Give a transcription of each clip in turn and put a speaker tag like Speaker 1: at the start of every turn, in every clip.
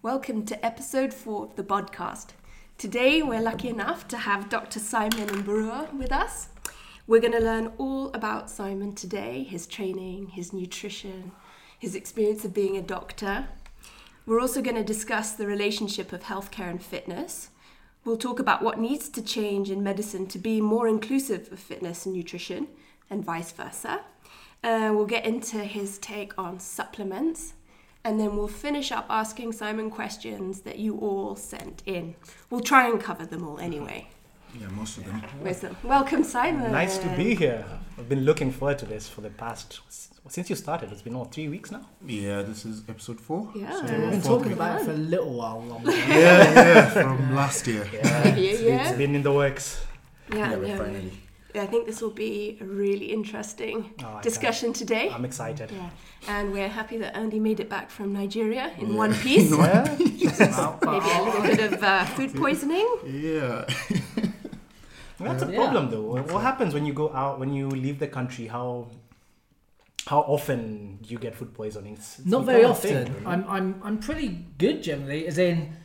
Speaker 1: Welcome to episode four of the podcast. Today we're lucky enough to have Dr. Simon and Brewer with us. We're going to learn all about Simon today his training, his nutrition, his experience of being a doctor. We're also going to discuss the relationship of healthcare and fitness. We'll talk about what needs to change in medicine to be more inclusive of fitness and nutrition, and vice versa. Uh, we'll get into his take on supplements. And then we'll finish up asking Simon questions that you all sent in. We'll try and cover them all anyway.
Speaker 2: Yeah, most of them.
Speaker 1: Where's the- Welcome, Simon.
Speaker 3: Nice to be here. I've been looking forward to this for the past since you started. It's been what three weeks now.
Speaker 2: Yeah, this is episode four.
Speaker 1: Yeah.
Speaker 2: So
Speaker 1: We've
Speaker 4: We've
Speaker 2: fourth
Speaker 4: been talking
Speaker 2: week.
Speaker 4: about it for a little while longer.
Speaker 2: Yeah, yeah, from last year.
Speaker 3: Yeah,
Speaker 1: it's been- yeah.
Speaker 3: it's been in the works.
Speaker 1: Yeah,
Speaker 2: we're
Speaker 1: yeah.
Speaker 2: finally.
Speaker 1: Yeah, I think this will be a really interesting
Speaker 3: Oh, I can't-
Speaker 1: discussion today.
Speaker 3: I'm excited.
Speaker 1: Yeah, and we're happy that Andy made it back from Nigeria in one piece. Maybe
Speaker 3: Yeah,
Speaker 4: About-
Speaker 1: a little bit of uh, food poisoning.
Speaker 2: Yeah.
Speaker 3: that's a
Speaker 4: Yeah.
Speaker 3: problem though. What happens when you go out when you leave the country? How how often you get food poisoning? It's- it's
Speaker 4: Not very
Speaker 3: become a thing,
Speaker 4: often.
Speaker 3: really.
Speaker 4: I'm, I'm, I'm pretty good generally, as in,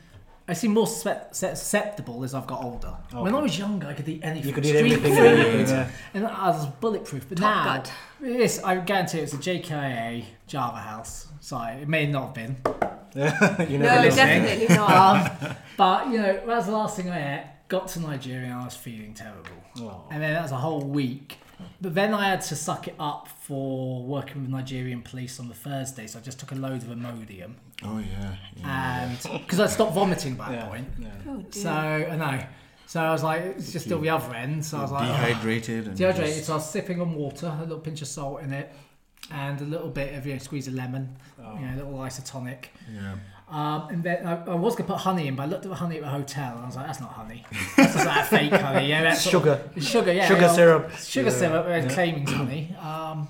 Speaker 4: I seem more suspe- susceptible as I've got older. When I was younger, I could eat anything.
Speaker 3: you could eat
Speaker 4: street
Speaker 3: everything.
Speaker 4: food,
Speaker 3: everything, yeah.
Speaker 4: And I was bulletproof. But
Speaker 1: Top
Speaker 4: now,
Speaker 1: gut.
Speaker 4: this, I guarantee it's a JKIA Java house. Sorry, it may not have been.
Speaker 1: No,
Speaker 3: you never know.
Speaker 4: listening.
Speaker 1: definitely not.
Speaker 4: Um, but, you know, that was the last thing I ate. Got to Nigeria and I was feeling terrible.
Speaker 3: Oh.
Speaker 4: And then that was a whole week. But then I had to suck it up for working with Nigerian police on the Thursday, so I just took a load of Imodium.
Speaker 2: Oh yeah. yeah.
Speaker 4: And because I stopped vomiting by that
Speaker 3: Yeah,
Speaker 4: point.
Speaker 3: yeah.
Speaker 1: Oh, dear.
Speaker 4: So, I know. So I was like, it's just still the other end. So I was like, oh.
Speaker 2: Dehydrated and
Speaker 4: dehydrated.
Speaker 2: just-
Speaker 4: So I was sipping on water, a little pinch of salt in it, and a little bit of, you know, squeeze of lemon,
Speaker 3: oh.
Speaker 4: you know, a little isotonic.
Speaker 2: yeah.
Speaker 4: Um, and then I, I was gonna put honey in, but I looked at the honey at the hotel and I was like, that's not honey. That's just like fake honey. Yeah, that's sort
Speaker 3: Sugar,
Speaker 4: of- Sugar, yeah.
Speaker 3: sugar
Speaker 4: yeah.
Speaker 3: syrup.
Speaker 4: Sugar syrup and claiming to me. Um,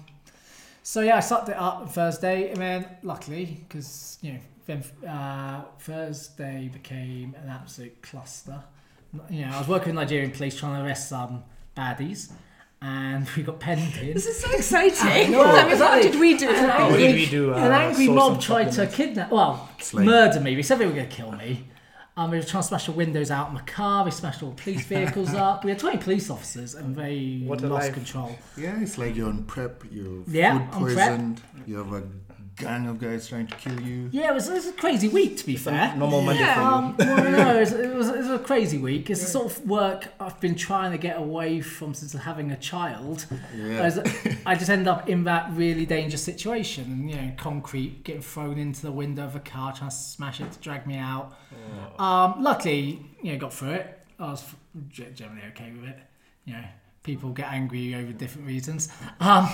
Speaker 4: so yeah, I sucked it up on Thursday, and then luckily, because you know, then uh, Thursday became an absolute cluster. You know, I was working with Nigerian police trying to arrest some baddies, and we got penned in.
Speaker 1: This is so exciting.
Speaker 4: know,
Speaker 1: I mean, what
Speaker 4: exactly.
Speaker 1: did we do?
Speaker 4: An
Speaker 3: What
Speaker 4: angry,
Speaker 3: did we do?
Speaker 4: an
Speaker 3: Uh,
Speaker 4: angry
Speaker 3: source
Speaker 4: mob
Speaker 3: of
Speaker 4: tried to kidnap, well,
Speaker 2: Slay.
Speaker 4: murder me. They said they were going to kill me. Um, they were trying to smash the windows out of my car. They smashed all the police vehicles up. We had 20 police officers and they
Speaker 3: What a
Speaker 4: lost
Speaker 3: life.
Speaker 4: control.
Speaker 2: Yeah, it's like you're on prep. You're
Speaker 4: Yeah,
Speaker 2: food
Speaker 4: on prep.
Speaker 2: poisoned. You have a gang of guys trying to kill you.
Speaker 4: Yeah, it was, it was a crazy week, to be fair.
Speaker 3: Normal Monday.
Speaker 1: Yeah.
Speaker 4: Um, well, no, it was, it, was, it was a crazy week. It's the sort of work I've been trying to get away from since having a child.
Speaker 2: Yeah.
Speaker 4: Whereas I just end up in that really dangerous situation, and you know, concrete getting thrown into the window of a car, trying to smash it to drag me out.
Speaker 1: Oh.
Speaker 4: Um, luckily, you know, got through it. I was f- ge- generally okay with it. You know, people get angry over different reasons. Um,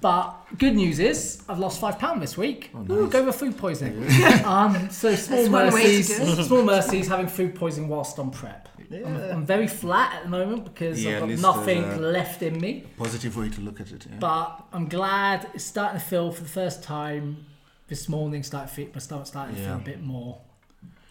Speaker 4: but good news is I've lost five pound this week. Ooh, go with food poisoning. um, so small
Speaker 1: Oh, That's one way to
Speaker 4: mercies.
Speaker 1: do
Speaker 4: Small mercies having food poisoning whilst on prep. I'm, I'm very flat at the moment because
Speaker 2: Yeah, at
Speaker 4: I've got
Speaker 2: least
Speaker 4: nothing
Speaker 2: there's a-
Speaker 4: left in me.
Speaker 2: Positive way to look at it. Yeah.
Speaker 4: But I'm glad it's starting to feel for the first time this morning. Start feel, my stomach starting to
Speaker 2: Yeah.
Speaker 4: feel a bit more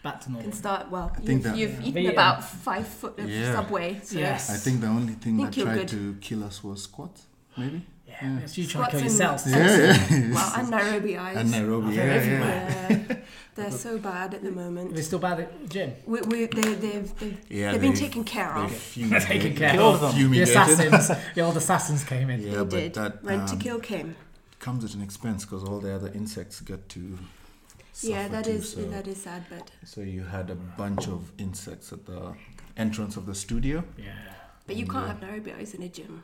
Speaker 4: back to normal.
Speaker 1: can start well.
Speaker 2: think
Speaker 1: You've,
Speaker 2: that-
Speaker 1: you've eaten
Speaker 4: Yeah.
Speaker 1: about five foot of
Speaker 2: Yeah.
Speaker 1: subway. So
Speaker 4: Yes.
Speaker 2: I think the only thing
Speaker 1: Think
Speaker 2: that
Speaker 1: you're
Speaker 2: tried
Speaker 1: good.
Speaker 2: to kill us was squats, maybe.
Speaker 4: Yeah, it's you trying to
Speaker 1: Squats and-
Speaker 4: kill yourself.
Speaker 2: Yeah, yeah.
Speaker 1: Well, and Nairobi eyes.
Speaker 2: and Nairobi.
Speaker 4: They're
Speaker 2: Yeah, yeah.
Speaker 4: everywhere.
Speaker 1: Yeah, they're so bad at the
Speaker 4: They're
Speaker 1: moment.
Speaker 4: still bad at the gym.
Speaker 1: We, we, they, they've, they've,
Speaker 2: Yeah,
Speaker 1: they've been
Speaker 2: they-
Speaker 1: taken care
Speaker 2: They
Speaker 1: of.
Speaker 2: fumigated.
Speaker 4: Taking care
Speaker 3: Kill them.
Speaker 4: The
Speaker 2: Fumigated.
Speaker 4: assassins, the old assassins came in.
Speaker 2: Yeah,
Speaker 1: they
Speaker 2: but
Speaker 1: did.
Speaker 2: that
Speaker 1: Rent to
Speaker 2: um,
Speaker 1: kill came.
Speaker 2: comes at an expense because all the other insects get to.
Speaker 1: Yeah,
Speaker 2: suffer
Speaker 1: that
Speaker 2: too,
Speaker 1: is
Speaker 2: so-
Speaker 1: that is sad, but
Speaker 2: So you had a bunch of insects at the entrance of the studio.
Speaker 4: Yeah.
Speaker 1: but you can't have Nairobi eyes in a gym.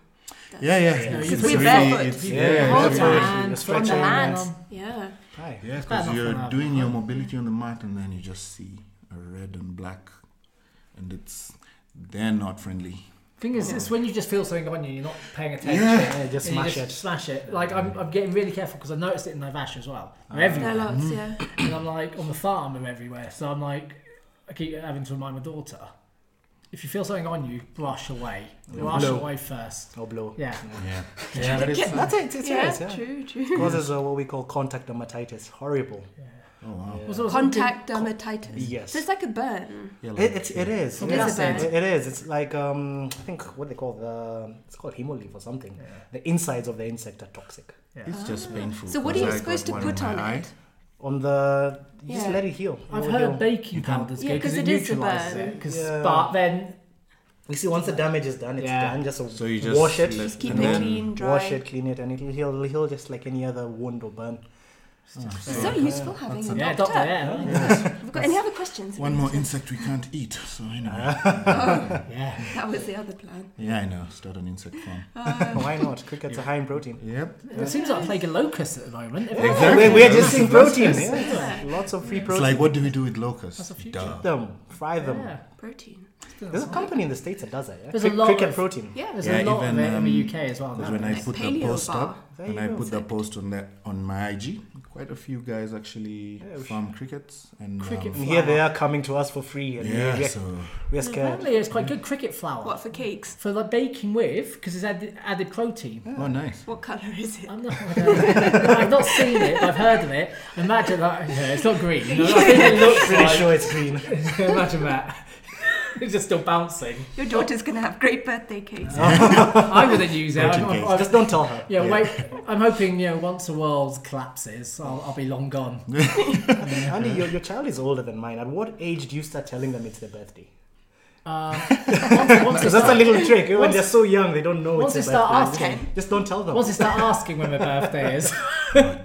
Speaker 1: That's-
Speaker 2: Yeah, yeah.
Speaker 4: Yeah,
Speaker 2: It's,
Speaker 4: you
Speaker 2: it's
Speaker 1: put
Speaker 2: really,
Speaker 1: barefoot.
Speaker 2: it's,
Speaker 3: Yeah,
Speaker 2: yeah,
Speaker 3: yeah,
Speaker 2: yeah,
Speaker 4: Hold
Speaker 3: that's
Speaker 4: your
Speaker 3: right.
Speaker 4: hand
Speaker 3: You're
Speaker 4: from the
Speaker 3: stretching
Speaker 4: land.
Speaker 3: and-
Speaker 1: Yeah.
Speaker 3: Hi.
Speaker 2: because
Speaker 4: enough
Speaker 2: you're
Speaker 4: for now.
Speaker 2: doing your mobility on the mat, and then you just see a red and black, and it's they're not friendly.
Speaker 4: Thing is, it's when you just feel something on you, you're not paying attention.
Speaker 2: Yeah.
Speaker 3: Yeah, just
Speaker 4: and you
Speaker 3: smash
Speaker 4: just
Speaker 3: it.
Speaker 4: Smash it. Like I'm, I'm getting really careful because I noticed it in Navash as well.
Speaker 2: Ah.
Speaker 4: They're
Speaker 1: There
Speaker 4: everywhere.
Speaker 1: are
Speaker 2: Mm.
Speaker 1: lots, yeah.
Speaker 4: and I'm like on the farm and everywhere. So I'm like, I keep having to remind my daughter, if you feel something on you, brush away. Brush
Speaker 3: Blow.
Speaker 4: away first.
Speaker 3: Or blow.
Speaker 4: Yeah.
Speaker 2: Yeah,
Speaker 3: Yeah, that is, that's it. It's
Speaker 1: yeah,
Speaker 3: serious, yeah.
Speaker 1: true, true.
Speaker 3: Causes uh, what we call contact dermatitis. Horrible.
Speaker 2: oh wow.
Speaker 4: Was there something-
Speaker 1: Contact dermatitis.
Speaker 3: Yes.
Speaker 1: So it's like a burn.
Speaker 2: Yeah,
Speaker 3: It, it's, it is.
Speaker 1: It
Speaker 3: in that
Speaker 1: is a
Speaker 3: sense.
Speaker 1: bad-
Speaker 3: It- it is. It's like um, I think what they call the it's called hemolymph or something. The insides of the insect are toxic.
Speaker 2: it's just painful.
Speaker 1: So what are you
Speaker 2: 'cause I
Speaker 1: supposed
Speaker 2: got
Speaker 1: to
Speaker 2: Mm. one in
Speaker 1: put
Speaker 2: my
Speaker 1: on
Speaker 2: eye.
Speaker 1: it?
Speaker 3: on the you just
Speaker 1: Yeah.
Speaker 3: let it heal. It
Speaker 4: I've
Speaker 3: will
Speaker 4: heard
Speaker 3: heal.
Speaker 4: baking
Speaker 2: You can't-
Speaker 4: powder's
Speaker 1: Yeah,
Speaker 4: good because
Speaker 1: 'cause
Speaker 4: it,
Speaker 1: it is a
Speaker 4: neutralizes
Speaker 1: burn.
Speaker 4: it. 'cause-
Speaker 3: Yeah.
Speaker 4: But then
Speaker 3: You see, once the damage is done, it's
Speaker 4: Yeah.
Speaker 3: done. Just uh,
Speaker 2: So you just
Speaker 3: wash it,
Speaker 2: let-
Speaker 1: Just keep
Speaker 2: and
Speaker 1: it
Speaker 2: then-
Speaker 1: clean, dry.
Speaker 3: wash it, clean it, and it'll heal. It'll heal just like any other wound or burn.
Speaker 1: It's so useful having a
Speaker 4: yeah,
Speaker 1: doctor.
Speaker 4: doctor, yeah,
Speaker 1: Have we got any other questions?
Speaker 2: One more insect we can't eat. So anyway,
Speaker 4: yeah.
Speaker 1: That was the other plan.
Speaker 2: yeah, I know. Start an insect farm.
Speaker 3: Why not? Crickets are high in protein.
Speaker 2: Yep.
Speaker 4: It seems like a plague of locusts at the moment. If
Speaker 2: Exactly.
Speaker 3: We're, we're just seeing protein. yeah. Lots of free
Speaker 2: It's
Speaker 3: protein.
Speaker 2: like, what do we do with locusts?
Speaker 4: That's a future.
Speaker 2: Duh.
Speaker 3: them, fry them.
Speaker 4: Yeah.
Speaker 1: Protein.
Speaker 3: There's a company in the states that does that. Yeah?
Speaker 4: There's a
Speaker 3: Cri-
Speaker 4: lot
Speaker 3: cricket
Speaker 4: of-
Speaker 3: protein.
Speaker 1: Yeah.
Speaker 4: There's
Speaker 2: Yeah,
Speaker 4: a lot
Speaker 2: even,
Speaker 4: of it in the
Speaker 2: um,
Speaker 4: UK as well.
Speaker 2: Because
Speaker 4: now.
Speaker 2: when I
Speaker 1: Like
Speaker 2: put the
Speaker 1: paleo
Speaker 2: post
Speaker 1: bar.
Speaker 2: up,
Speaker 3: There
Speaker 2: when
Speaker 3: you
Speaker 2: I
Speaker 3: go.
Speaker 2: put the post on that on my IG, quite a few guys actually farm crickets and
Speaker 4: Cricket
Speaker 2: um,
Speaker 3: And here they are coming to us for free, and
Speaker 2: yeah,
Speaker 3: we're,
Speaker 2: so
Speaker 3: we're scared.
Speaker 4: Apparently, it's quite good cricket flour
Speaker 1: What for cakes?
Speaker 4: for like baking with because it's added, added protein.
Speaker 2: oh nice.
Speaker 1: What colour is it?
Speaker 4: I'm not, I don't- I've not seen it, but I've heard of it. Imagine that. Yeah, it's not green. I'm not saying it looks
Speaker 3: Pretty
Speaker 4: like-
Speaker 3: sure it's green.
Speaker 4: Imagine that. It's just still bouncing.
Speaker 1: Your daughter's gonna have great birthday cakes.
Speaker 4: I wouldn't use it. I'm,
Speaker 2: Protein
Speaker 4: I'm,
Speaker 2: cake.
Speaker 4: I'm,
Speaker 3: Just don't tell her.
Speaker 4: yeah, wait. I'm hoping you know once the world collapses, I'll, I'll be long gone.
Speaker 3: Andy, your, your child is older than mine. At what age do you start telling them it's their birthday?
Speaker 4: Um, once, once, they
Speaker 3: Because that's a
Speaker 4: start,
Speaker 3: little trick. eh? When they're so young, they don't know
Speaker 4: once they
Speaker 3: it's their
Speaker 4: start
Speaker 3: birthday.
Speaker 4: asking,
Speaker 3: Just don't tell them.
Speaker 4: once they start asking when my birthday is.
Speaker 2: oh,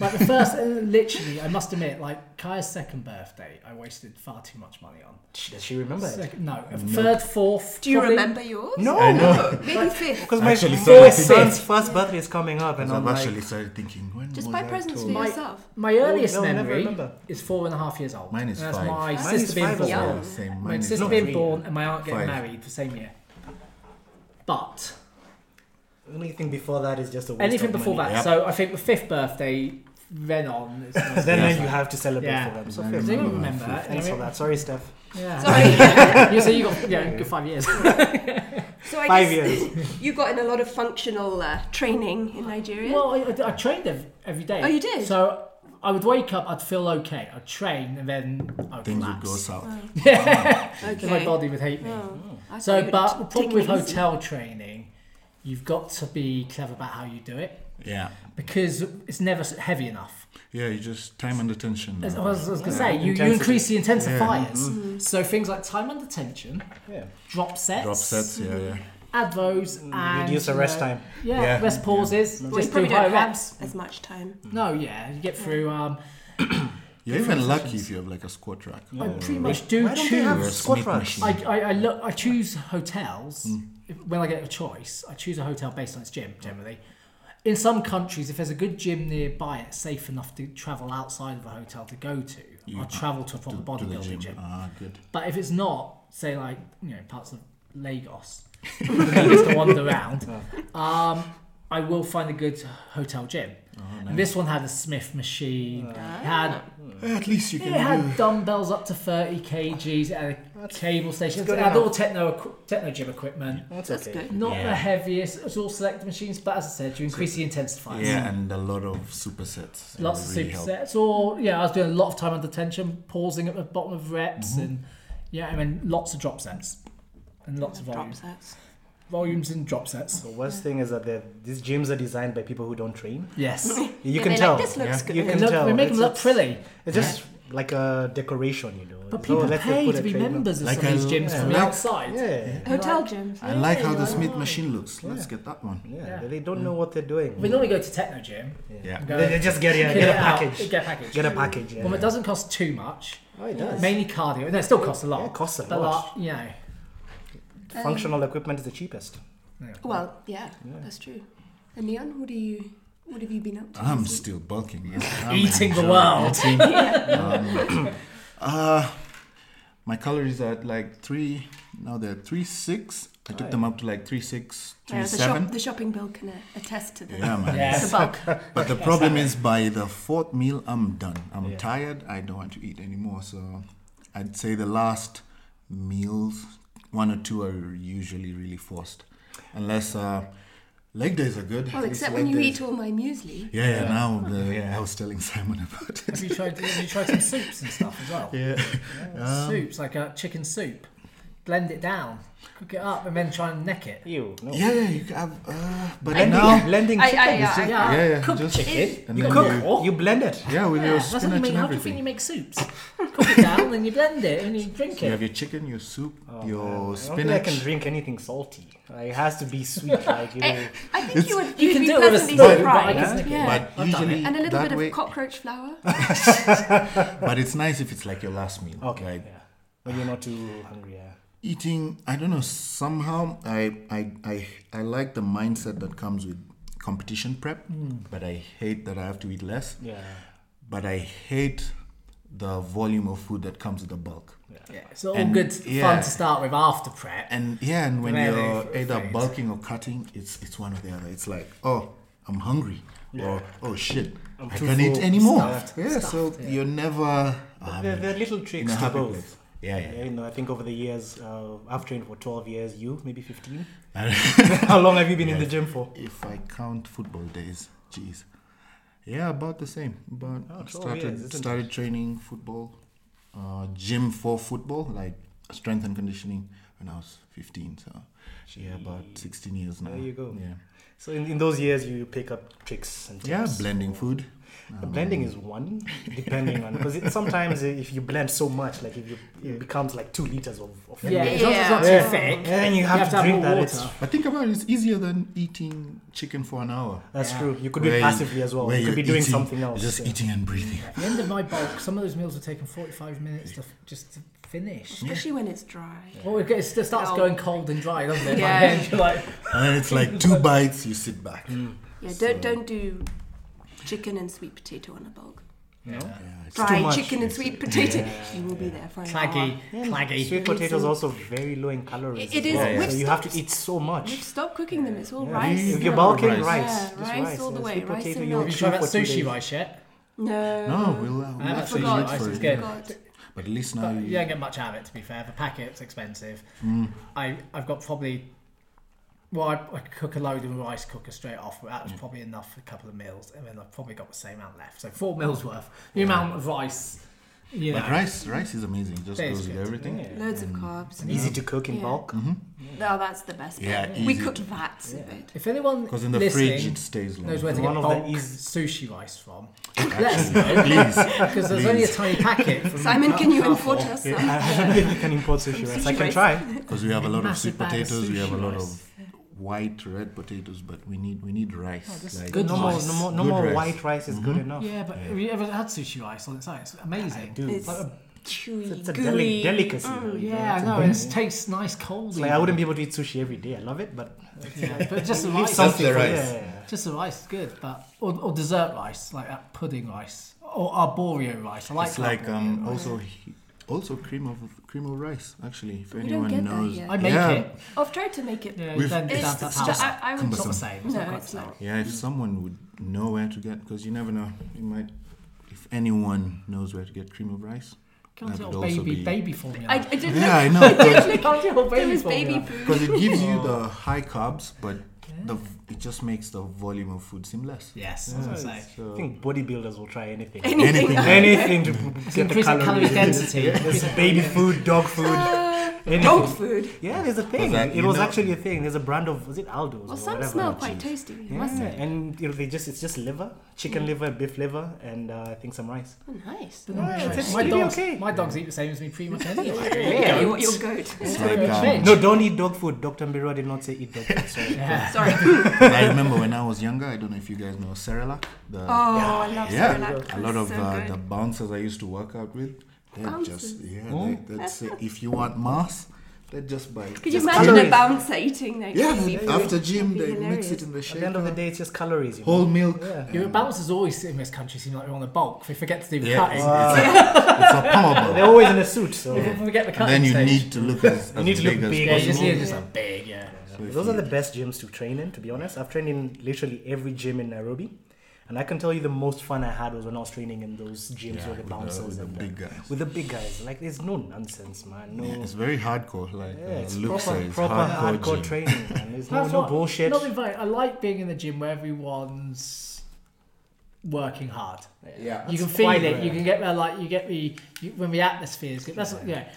Speaker 4: like the first, uh, literally, I must admit, like Kaya's second birthday, I wasted far too much money on.
Speaker 3: She- Does she remember it?
Speaker 4: Second, no, third, fourth.
Speaker 1: Do you
Speaker 4: probably-
Speaker 1: remember yours?
Speaker 3: No,
Speaker 2: I know.
Speaker 1: No, Maybe fifth.
Speaker 3: Because my
Speaker 2: Actually,
Speaker 3: fourth
Speaker 2: so-
Speaker 3: son's first birthday is coming up, and I'm
Speaker 2: I've
Speaker 3: like,
Speaker 2: actually started thinking when
Speaker 1: Just
Speaker 2: was
Speaker 1: buy
Speaker 2: I
Speaker 1: presents for
Speaker 2: told?
Speaker 4: My-
Speaker 1: yourself.
Speaker 4: My earliest
Speaker 3: they'll never
Speaker 4: memory
Speaker 3: remember.
Speaker 4: is four and a half years old.
Speaker 2: Mine is
Speaker 4: And that's
Speaker 2: five.
Speaker 4: my
Speaker 2: Mine
Speaker 3: is
Speaker 4: sister being
Speaker 3: five as
Speaker 4: born.
Speaker 3: well.
Speaker 2: Yeah, same.
Speaker 4: My
Speaker 2: Mine is
Speaker 4: sister
Speaker 2: not
Speaker 4: being
Speaker 3: three.
Speaker 4: born and my aunt getting
Speaker 2: Five.
Speaker 4: married the same year. But
Speaker 3: anything before that is just a waste
Speaker 4: anything
Speaker 3: of
Speaker 4: before
Speaker 3: money.
Speaker 2: Yep.
Speaker 4: that, so I think the fifth birthday, then on. Is
Speaker 3: Because then,
Speaker 2: Yeah.
Speaker 3: then you have to celebrate
Speaker 4: Yeah.
Speaker 3: for them. So
Speaker 2: I
Speaker 3: fair
Speaker 4: they
Speaker 3: play.
Speaker 4: will
Speaker 2: remember
Speaker 4: remember
Speaker 2: my
Speaker 4: that.
Speaker 3: Thanks for that. Sorry, Steph.
Speaker 4: Yeah.
Speaker 1: Sorry.
Speaker 4: yeah, so you got yeah, good five years.
Speaker 1: So I guess
Speaker 3: Five years.
Speaker 1: you got in a lot of functional uh, training in Nigeria.
Speaker 4: Well, I, I trained ev- every day.
Speaker 1: Oh, you did?
Speaker 4: So I would wake up, I'd feel okay. I'd train, and then I would
Speaker 2: Things would
Speaker 4: collapse.
Speaker 2: go south.
Speaker 1: okay.
Speaker 4: Then My body would hate me.
Speaker 1: Oh, I thought
Speaker 4: So,
Speaker 1: you
Speaker 4: but
Speaker 1: were
Speaker 4: the
Speaker 1: taking
Speaker 4: problem with
Speaker 1: it easy.
Speaker 4: hotel training, you've got to be clever about how you do it
Speaker 2: Yeah,
Speaker 4: because it's never s- heavy enough.
Speaker 2: yeah. You just time uh, under tension.
Speaker 4: As I was, I was going to
Speaker 3: Yeah.
Speaker 4: say, you, you
Speaker 3: Intensity.
Speaker 4: increase the intensifiers.
Speaker 2: Yeah.
Speaker 4: So things like time under tension,
Speaker 3: Yeah.
Speaker 4: drop sets,
Speaker 2: Drop sets. Yeah, yeah.
Speaker 4: advos, and
Speaker 3: Mm, Reduce
Speaker 4: you
Speaker 3: the rest
Speaker 4: know,
Speaker 3: time. Mm.
Speaker 4: Yeah,
Speaker 2: Yeah.
Speaker 4: rest pauses.
Speaker 1: Well, you
Speaker 4: Just do
Speaker 1: probably
Speaker 4: high
Speaker 1: don't have
Speaker 4: reps.
Speaker 1: as much time.
Speaker 4: No, yeah, you get through. Um,
Speaker 2: You're even lucky if you have like a squat rack.
Speaker 4: I
Speaker 2: or
Speaker 4: pretty much do
Speaker 3: Why don't they
Speaker 4: choose.
Speaker 3: have
Speaker 2: You're a
Speaker 3: squat
Speaker 2: snake
Speaker 3: racks?
Speaker 2: machine.
Speaker 4: I, I, I look. I choose hotels
Speaker 2: Mm.
Speaker 4: if- when I get a choice. I choose a hotel based on its gym generally. In some countries, if there's a good gym nearby, it's safe enough to travel outside of a hotel to go to. I'll travel to a proper
Speaker 2: to the
Speaker 4: bodybuilding
Speaker 2: gym.
Speaker 4: gym.
Speaker 2: Ah, good.
Speaker 4: But if it's not, say like you know parts of Lagos, for me just to wander around, um, I will find a good hotel gym. And this one had a Smith machine. It
Speaker 1: Ah.
Speaker 4: had
Speaker 2: At least you
Speaker 4: it
Speaker 2: can do.
Speaker 4: had dumbbells up to 30 kgs at a cable station. It
Speaker 3: good
Speaker 4: had
Speaker 3: enough.
Speaker 4: all techno equi- techno gym equipment.
Speaker 3: That's,
Speaker 1: That's
Speaker 3: okay.
Speaker 1: good.
Speaker 4: Not the
Speaker 2: Yeah.
Speaker 4: heaviest. It's all selected machines, but as I said, you increase the intensifiers.
Speaker 2: Yeah, and a lot of supersets. It
Speaker 4: Lots
Speaker 2: really
Speaker 4: of
Speaker 2: helped.
Speaker 4: supersets. Or yeah, I was doing a lot of time under tension, pausing at the bottom of reps,
Speaker 2: Mm-hmm.
Speaker 4: and yeah, I mean lots of drop sets and lots of
Speaker 1: Drop
Speaker 4: volumes,
Speaker 1: sets.
Speaker 4: volumes and drop sets.
Speaker 3: The worst thing is that they're- these gyms are designed by people who don't train.
Speaker 4: Yes,
Speaker 3: You
Speaker 1: Yeah,
Speaker 3: can
Speaker 1: they're
Speaker 3: tell.
Speaker 1: Like, this looks
Speaker 2: Yeah.
Speaker 1: good.
Speaker 3: You
Speaker 4: They
Speaker 3: can
Speaker 4: look-
Speaker 3: tell.
Speaker 4: we make them
Speaker 3: It's-
Speaker 4: look
Speaker 3: it's-
Speaker 4: pretty,
Speaker 3: It's just like a decoration, you know. So
Speaker 4: but people
Speaker 3: let's say
Speaker 4: pay
Speaker 3: put
Speaker 4: to
Speaker 3: a
Speaker 4: be
Speaker 3: trainer-
Speaker 4: members of
Speaker 2: Like
Speaker 4: some of
Speaker 2: a
Speaker 4: these gyms
Speaker 2: l-
Speaker 4: from the
Speaker 2: yeah.
Speaker 4: outside.
Speaker 3: Yeah. Yeah.
Speaker 1: Hotel gyms.
Speaker 2: I like how the Smith
Speaker 4: yeah.
Speaker 2: machine looks. Let's get that one.
Speaker 4: Yeah.
Speaker 3: They- They don't know what they're doing.
Speaker 4: We normally go to techno gym.
Speaker 2: Yeah.
Speaker 4: Go,
Speaker 3: They, they just get, yeah,
Speaker 4: Get
Speaker 3: get a
Speaker 4: it out,
Speaker 3: package.
Speaker 4: Get a package.
Speaker 3: Get a package. Yeah.
Speaker 4: Well, it doesn't cost too much.
Speaker 3: Oh, it does.
Speaker 4: Mainly cardio. No, it still costs a lot.
Speaker 3: Yeah, it costs a
Speaker 4: but
Speaker 3: lot.
Speaker 4: Like, you know,
Speaker 3: Functional equipment is the cheapest.
Speaker 1: Well, yeah, that's true. And Leon, what do you? What have you been up to?
Speaker 2: I'm
Speaker 1: this
Speaker 2: still bulking. man. I'm
Speaker 4: eating the
Speaker 2: enjoying
Speaker 4: world.
Speaker 2: eating. Um, uh, my calories are at like three. Now they're three six. I
Speaker 4: Oh,
Speaker 2: took them up to like three six,
Speaker 1: week?
Speaker 2: three
Speaker 1: Yeah, the, shop,
Speaker 2: seven.
Speaker 1: the shopping bill can uh, attest to the,
Speaker 2: Yeah, man.
Speaker 1: the
Speaker 4: Yes.
Speaker 1: bulk.
Speaker 2: But the problem is, by the fourth meal, I'm done. I'm
Speaker 3: Yeah.
Speaker 2: tired. I don't want to eat anymore. So, I'd say the last meals, one or two, are usually really forced, unless uh, leg days are good.
Speaker 1: Well,
Speaker 2: At least
Speaker 1: except
Speaker 2: leg
Speaker 1: when you
Speaker 2: days-
Speaker 1: eat all my muesli.
Speaker 2: Yeah, yeah. Now, the, yeah, I was telling Simon about it.
Speaker 4: Have you tried? Have you tried some soups and stuff as well?
Speaker 2: Yeah.
Speaker 4: soups like uh, chicken soup. blend it down, cook it up, and then try and neck it.
Speaker 3: Ew, no.
Speaker 2: Yeah, yeah, you can have, uh, but
Speaker 3: Blending,
Speaker 2: now,
Speaker 3: blending
Speaker 1: I- I-
Speaker 3: chicken. is
Speaker 1: yeah,
Speaker 3: just-
Speaker 4: I-
Speaker 2: yeah, yeah,
Speaker 1: Cooked
Speaker 2: just
Speaker 1: chicken.
Speaker 2: and
Speaker 3: you
Speaker 2: then
Speaker 3: cook,
Speaker 2: you,
Speaker 3: you blend it.
Speaker 2: yeah, with your
Speaker 4: that's what you
Speaker 2: spinach
Speaker 4: make.
Speaker 2: and
Speaker 4: How do you
Speaker 2: everything.
Speaker 4: think you make soups? cook it down, then you blend it, and you drink
Speaker 2: You
Speaker 4: it.
Speaker 2: have your chicken, your soup,
Speaker 3: I don't
Speaker 2: your
Speaker 3: think I can
Speaker 2: spinach.
Speaker 3: drink anything salty. Like, it has to be sweet. like, you
Speaker 4: Eh.
Speaker 3: know.
Speaker 1: Eh, I think you would.
Speaker 4: You
Speaker 1: you'd
Speaker 4: can
Speaker 1: be
Speaker 4: do it with a
Speaker 1: pleasantly
Speaker 4: spoon, but I
Speaker 1: surprised.
Speaker 4: can-
Speaker 1: yeah.
Speaker 2: But
Speaker 4: I've done
Speaker 2: usually
Speaker 1: and a little
Speaker 2: that
Speaker 1: bit
Speaker 2: way,
Speaker 1: of cockroach flour.
Speaker 2: but it's nice if it's like your last meal.
Speaker 3: Okay.
Speaker 2: Like,
Speaker 3: yeah. When you're not too hungry, yeah.
Speaker 2: eating i don't know somehow I, I i i like the mindset that comes with competition prep but i hate that i have to eat less
Speaker 3: Yeah.
Speaker 2: but i hate the volume of food that comes with the bulk
Speaker 4: Yeah, it's all
Speaker 2: And-
Speaker 4: good
Speaker 2: yeah.
Speaker 4: fun to start with after prep.
Speaker 2: and yeah and when
Speaker 4: Really
Speaker 2: you're either
Speaker 4: afraid.
Speaker 2: bulking or cutting it's it's one or the other it's like oh i'm hungry or oh shit I'm I
Speaker 3: too
Speaker 2: can not eat
Speaker 3: full,
Speaker 2: anymore
Speaker 4: stuffed,
Speaker 2: yeah so
Speaker 4: stuffed, yeah.
Speaker 2: you're never um,
Speaker 3: There, there are little
Speaker 2: in
Speaker 3: tricks
Speaker 2: a
Speaker 3: to
Speaker 2: happy
Speaker 3: both.
Speaker 2: place yeah yeah,
Speaker 3: Yeah,
Speaker 2: yeah.
Speaker 3: you know, I think over the years, uh, I've trained for 12 years, you, maybe 15. How long have you been in the gym for?
Speaker 2: if I count football days, jeez. Yeah, about the same. But
Speaker 3: Oh, 12
Speaker 2: started
Speaker 3: years, isn't it?
Speaker 2: started training football, uh, gym for football, like strength and conditioning when I was 15. So yeah, about 16 years now.
Speaker 3: There you go.
Speaker 2: Yeah,
Speaker 3: So in, in those years, you pick up tricks and
Speaker 2: yeah,
Speaker 3: tips.
Speaker 2: blending food.
Speaker 3: The blending is one, depending on because sometimes if you blend so much, like if you it becomes like two liters of, of
Speaker 4: Yeah,
Speaker 3: milk.
Speaker 4: as long as it's not
Speaker 3: Yeah.
Speaker 4: too thick,
Speaker 3: Yeah, and you have to
Speaker 4: have
Speaker 3: drink
Speaker 4: more
Speaker 3: that,
Speaker 4: water.
Speaker 3: it's-
Speaker 2: But think about it, it's easier than eating chicken for an hour.
Speaker 3: that's
Speaker 4: Yeah.
Speaker 3: true. You could do it
Speaker 2: Where you-
Speaker 3: passively as well.
Speaker 2: where
Speaker 3: You could be
Speaker 2: you're
Speaker 3: doing
Speaker 2: eating-
Speaker 3: something
Speaker 2: you're
Speaker 3: else.
Speaker 2: Just
Speaker 3: yeah.
Speaker 2: eating and breathing.
Speaker 4: At the end of my bulk, some of those meals have taken 45 minutes to, just to finish.
Speaker 1: Especially when it's dry.
Speaker 4: Well, it gets- it starts
Speaker 1: No.
Speaker 4: going cold and dry, doesn't it?
Speaker 1: Yeah.
Speaker 4: By then, you're like,
Speaker 2: And then Uh, it's like two bites, you sit back.
Speaker 3: Mm.
Speaker 1: Yeah, don't don't do chicken and sweet potato on a bulk.
Speaker 2: Yeah, it's
Speaker 3: too
Speaker 1: Fried
Speaker 3: much.
Speaker 1: chicken and sweet potato. you will be there for an
Speaker 4: claggy,
Speaker 1: hour.
Speaker 3: Yeah,
Speaker 4: claggy.
Speaker 3: Sweet potato is also very low in calories.
Speaker 1: It- it is.
Speaker 3: as well,
Speaker 1: We've
Speaker 3: so you have
Speaker 1: stopped-
Speaker 3: to eat so
Speaker 1: We've
Speaker 3: much.
Speaker 1: stopped cooking them. It's all
Speaker 3: Yeah.
Speaker 1: rice.
Speaker 2: If
Speaker 3: If
Speaker 1: now.
Speaker 3: you're bulking
Speaker 2: Rice.
Speaker 3: rice,
Speaker 1: Yeah,
Speaker 3: just
Speaker 1: rice all the
Speaker 3: yeah,
Speaker 1: way,
Speaker 3: Sweet
Speaker 1: rice
Speaker 3: potato,
Speaker 1: and
Speaker 3: you'll
Speaker 4: Have you
Speaker 1: milk.
Speaker 3: chew
Speaker 4: tried that
Speaker 3: for two
Speaker 4: sushi
Speaker 3: days.
Speaker 4: rice yet?
Speaker 1: No.
Speaker 2: No, we'll, uh, we'll
Speaker 4: I haven't
Speaker 2: actually
Speaker 1: forgot.
Speaker 2: eat
Speaker 1: I
Speaker 2: for
Speaker 4: It's
Speaker 2: it.
Speaker 4: good.
Speaker 1: God.
Speaker 2: But at least now
Speaker 4: But
Speaker 2: you
Speaker 4: you don't get much out of it, to be fair. The packet's expensive.
Speaker 3: Mm.
Speaker 4: I, I've got probably. Well, I, I cook a load in rice cooker straight off, but that was probably enough for a couple of meals, and then I've probably got the same amount left. So four meals worth. The amount of rice, you know,
Speaker 2: But rice, rice is amazing. It just
Speaker 4: Tastes
Speaker 2: goes with
Speaker 4: good.
Speaker 2: everything.
Speaker 3: Yeah.
Speaker 1: Loads of carbs.
Speaker 3: Easy to cook in
Speaker 1: Yeah.
Speaker 3: bulk.
Speaker 1: No, that's the best.
Speaker 2: Yeah,
Speaker 1: bit. we
Speaker 2: easy
Speaker 1: cook
Speaker 2: to-
Speaker 1: vats of it.
Speaker 4: If anyone
Speaker 2: Because in the
Speaker 4: listening
Speaker 2: fridge it stays long.
Speaker 4: knows where to
Speaker 3: One
Speaker 4: get
Speaker 3: of the
Speaker 4: bulk
Speaker 3: eas-
Speaker 4: sushi rice from,
Speaker 2: Actually, please.
Speaker 4: because there's only a tiny packet. From
Speaker 1: Simon, can you
Speaker 4: Carrefour.
Speaker 1: import us? some?
Speaker 3: I don't know if you can import sushi rice. I
Speaker 1: Sushi
Speaker 3: can
Speaker 1: rice.
Speaker 3: try.
Speaker 2: Because we have a lot of
Speaker 4: Massive
Speaker 2: sweet
Speaker 4: bag of
Speaker 2: potatoes, we have a
Speaker 4: sushi
Speaker 2: lot
Speaker 4: rice.
Speaker 2: of white, red potatoes, but we need we need rice.
Speaker 4: Oh, this is
Speaker 2: like,
Speaker 4: good
Speaker 3: No more, no more, no
Speaker 2: Good
Speaker 3: more
Speaker 2: rice. Mm-hmm.
Speaker 3: white rice is good enough.
Speaker 4: Yeah, but have you ever had sushi rice on its own? It's amazing.
Speaker 3: Dude,
Speaker 1: It's
Speaker 3: but-
Speaker 1: chewy,
Speaker 3: It's a
Speaker 1: gooey.
Speaker 3: deli- delicacy. though, you
Speaker 4: Yeah, I
Speaker 3: it's a
Speaker 4: know.
Speaker 3: bun.
Speaker 4: It tastes nice cold.
Speaker 3: It's like I
Speaker 4: even.
Speaker 3: wouldn't be able to eat sushi every day. I love it, but
Speaker 4: Yeah, but just the
Speaker 3: leave
Speaker 4: rice.
Speaker 2: Just
Speaker 3: something
Speaker 2: the
Speaker 3: for
Speaker 2: rice.
Speaker 3: Yeah, yeah,
Speaker 4: Just the rice is good, but or, or dessert rice like that pudding rice or arborio rice. I like
Speaker 2: It's like
Speaker 4: arborio
Speaker 2: um
Speaker 4: rice.
Speaker 2: also he- also cream of cream of rice actually. If
Speaker 1: we don't
Speaker 2: anyone
Speaker 1: get that
Speaker 2: knows,
Speaker 1: here.
Speaker 4: I make
Speaker 2: yeah,
Speaker 4: it.
Speaker 1: I've tried to make it.
Speaker 4: Yeah,
Speaker 2: We've-
Speaker 4: you don't do
Speaker 1: It's,
Speaker 4: that
Speaker 1: it's,
Speaker 4: at
Speaker 1: ju-
Speaker 4: house.
Speaker 1: I, I would
Speaker 4: It's not the same. It's not
Speaker 1: No,
Speaker 4: quite
Speaker 1: it's
Speaker 4: the same.
Speaker 1: not.
Speaker 2: Yeah, if someone would know where to get, because you never know, you might. If anyone knows where to get cream of rice,
Speaker 4: Can't
Speaker 2: That
Speaker 4: do
Speaker 2: would
Speaker 4: baby
Speaker 2: also be-
Speaker 4: baby formula.
Speaker 1: I, I didn't
Speaker 2: yeah, I know.
Speaker 1: look. I
Speaker 2: 'cause-
Speaker 1: didn't look.
Speaker 4: can't do old
Speaker 1: There
Speaker 4: baby
Speaker 1: was
Speaker 4: formula.
Speaker 1: baby food.
Speaker 2: because it gives you the high carbs, but the it just makes the volume of food seem less.
Speaker 4: Yes, I was gonna say.
Speaker 3: I
Speaker 2: So
Speaker 3: think bodybuilders will try anything.
Speaker 1: Anything.
Speaker 3: anything to get the
Speaker 4: increase the
Speaker 3: calories.
Speaker 4: calorie density.
Speaker 3: There's baby food, dog food. anything.
Speaker 1: Dog food.
Speaker 3: Yeah, there's a thing.
Speaker 2: that,
Speaker 3: it
Speaker 2: you
Speaker 3: was
Speaker 2: know-
Speaker 3: actually a thing. There's a brand of was it Aldo's
Speaker 1: Well,
Speaker 3: or
Speaker 1: some
Speaker 3: whatever.
Speaker 1: smell quite tasty.
Speaker 3: Yeah,
Speaker 1: Must it?
Speaker 3: and you know they just it's just liver,
Speaker 2: Mm.
Speaker 3: chicken liver, beef liver, and uh, I think some rice.
Speaker 1: Oh, nice.
Speaker 3: Yeah, it's
Speaker 4: my
Speaker 3: actually
Speaker 4: dogs,
Speaker 3: okay.
Speaker 4: my dogs eat the same as me pretty much anyway.
Speaker 1: Yeah, you want your goat.
Speaker 2: it's
Speaker 4: Very
Speaker 2: like,
Speaker 4: much
Speaker 2: um,
Speaker 4: change.
Speaker 3: No, don't eat dog food. Dr. Mbiro did not say eat dog food. Sorry.
Speaker 4: Yeah.
Speaker 1: Sorry.
Speaker 2: I remember when I was younger. I don't know if you guys know Cerelac. The,
Speaker 1: Oh, I love
Speaker 2: yeah,
Speaker 1: Cerelac.
Speaker 2: a lot
Speaker 1: That's
Speaker 2: of
Speaker 1: so
Speaker 2: uh,
Speaker 1: good.
Speaker 2: the bouncers I used to work out with, they
Speaker 1: Bouncers.
Speaker 2: just yeah,
Speaker 3: Oh.
Speaker 2: they, that's it. If you want mass, they just buy.
Speaker 1: Could you
Speaker 2: just
Speaker 1: imagine a
Speaker 3: calories.
Speaker 1: bouncer eating that?
Speaker 2: Yeah,
Speaker 1: baby
Speaker 2: they-
Speaker 1: food?
Speaker 2: after gym
Speaker 1: That'd
Speaker 2: they
Speaker 1: be
Speaker 2: mix it
Speaker 1: hilarious.
Speaker 2: in the
Speaker 3: At
Speaker 2: shaker.
Speaker 3: the end of the day, it's just calories. You know?
Speaker 2: whole milk.
Speaker 3: Yeah.
Speaker 4: Your bouncers always in this country seem like they're on the bulk. They forget to do the
Speaker 2: Yeah,
Speaker 4: cutting.
Speaker 2: it's, a, it's a power
Speaker 3: They're
Speaker 2: bar.
Speaker 3: always in a suit, so
Speaker 4: If we get the cutting
Speaker 2: And then you
Speaker 4: stage,
Speaker 2: need to look as, as
Speaker 3: need to look
Speaker 2: big as
Speaker 3: big.
Speaker 4: yeah, you just
Speaker 2: possible.
Speaker 4: need just a big yeah.
Speaker 2: So if
Speaker 3: Those
Speaker 2: you-
Speaker 3: are the best gyms to train in, to be honest. I've trained in literally every gym in Nairobi. And I can tell you the most fun I had was when I was training in those
Speaker 2: yeah,
Speaker 3: gyms with the
Speaker 2: with the-
Speaker 3: bouncers
Speaker 2: with the
Speaker 3: and
Speaker 2: big guys.
Speaker 3: with the big guys. Like there's no nonsense, man. No
Speaker 2: Yeah, it's very hardcore. Like
Speaker 3: Yeah,
Speaker 2: uh,
Speaker 3: it's
Speaker 2: Luke
Speaker 3: proper,
Speaker 2: says,
Speaker 3: proper hardcore,
Speaker 2: gym.
Speaker 3: training, man. There's no,
Speaker 4: That's
Speaker 3: no
Speaker 4: what-
Speaker 3: bullshit.
Speaker 4: Not being funny. I like being in the gym where everyone's working hard.
Speaker 2: Yeah.
Speaker 4: you can
Speaker 3: That's
Speaker 4: feel
Speaker 3: quite
Speaker 4: it. You
Speaker 3: rare.
Speaker 4: can get there like you get the you, when the atmospheres. Get, that's yeah.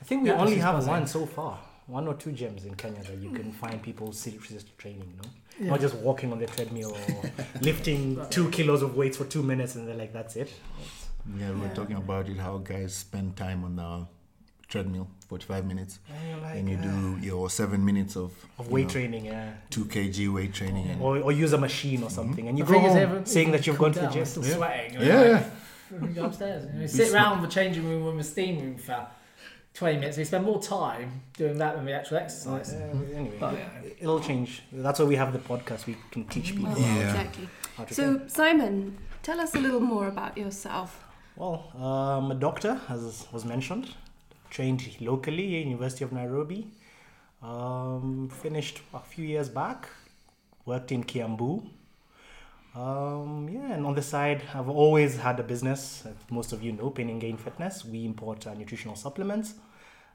Speaker 3: I think we
Speaker 4: That was
Speaker 3: only
Speaker 4: just
Speaker 3: have
Speaker 4: buzzing.
Speaker 3: one so far. One or two gyms in Kenya that you
Speaker 2: Mm.
Speaker 3: can find people seriously training, you know?
Speaker 4: Yeah.
Speaker 3: Not just walking on the treadmill or lifting two kilos of weights for two minutes and they're like, that's it.
Speaker 2: Yeah, we
Speaker 1: Yeah.
Speaker 2: were talking about it how guys spend time on the treadmill, 45 minutes,
Speaker 3: And you're like,
Speaker 2: and you
Speaker 3: "Ah."
Speaker 2: do your seven minutes of,
Speaker 3: Of
Speaker 2: you
Speaker 3: weight
Speaker 2: know,
Speaker 3: training, yeah.
Speaker 2: 2 kg weight training. And, Mm-hmm.
Speaker 3: Or, or use a machine or something. And you
Speaker 4: The
Speaker 3: go
Speaker 4: thing is,
Speaker 3: home
Speaker 4: everyone-
Speaker 3: saying that you've
Speaker 4: cool
Speaker 3: gone to the gym.
Speaker 4: down, I'm still
Speaker 2: Yeah.
Speaker 4: sweating. and
Speaker 2: yeah,
Speaker 4: we're
Speaker 2: yeah.
Speaker 4: like, "Let me go upstairs. You know, we sit around the changing room when the steam room for 20 minutes. We spend more time doing that than the actual exercise.
Speaker 3: Uh, anyway,
Speaker 2: Oh,
Speaker 4: But-
Speaker 3: it- it'll change. That's why we have the podcast. We can teach people
Speaker 1: Well,
Speaker 2: Yeah.
Speaker 1: Mm, Exactly.
Speaker 3: how to train.
Speaker 1: So, Simon, tell us a little more about yourself.
Speaker 3: Well, um, a doctor, as was mentioned, trained locally, University of Nairobi. Um, finished a few years back, worked in Kiambu. Um, yeah, and on the side, I've always had a business. as Most of you know, Pain and Gain Fitness. We import uh, nutritional supplements,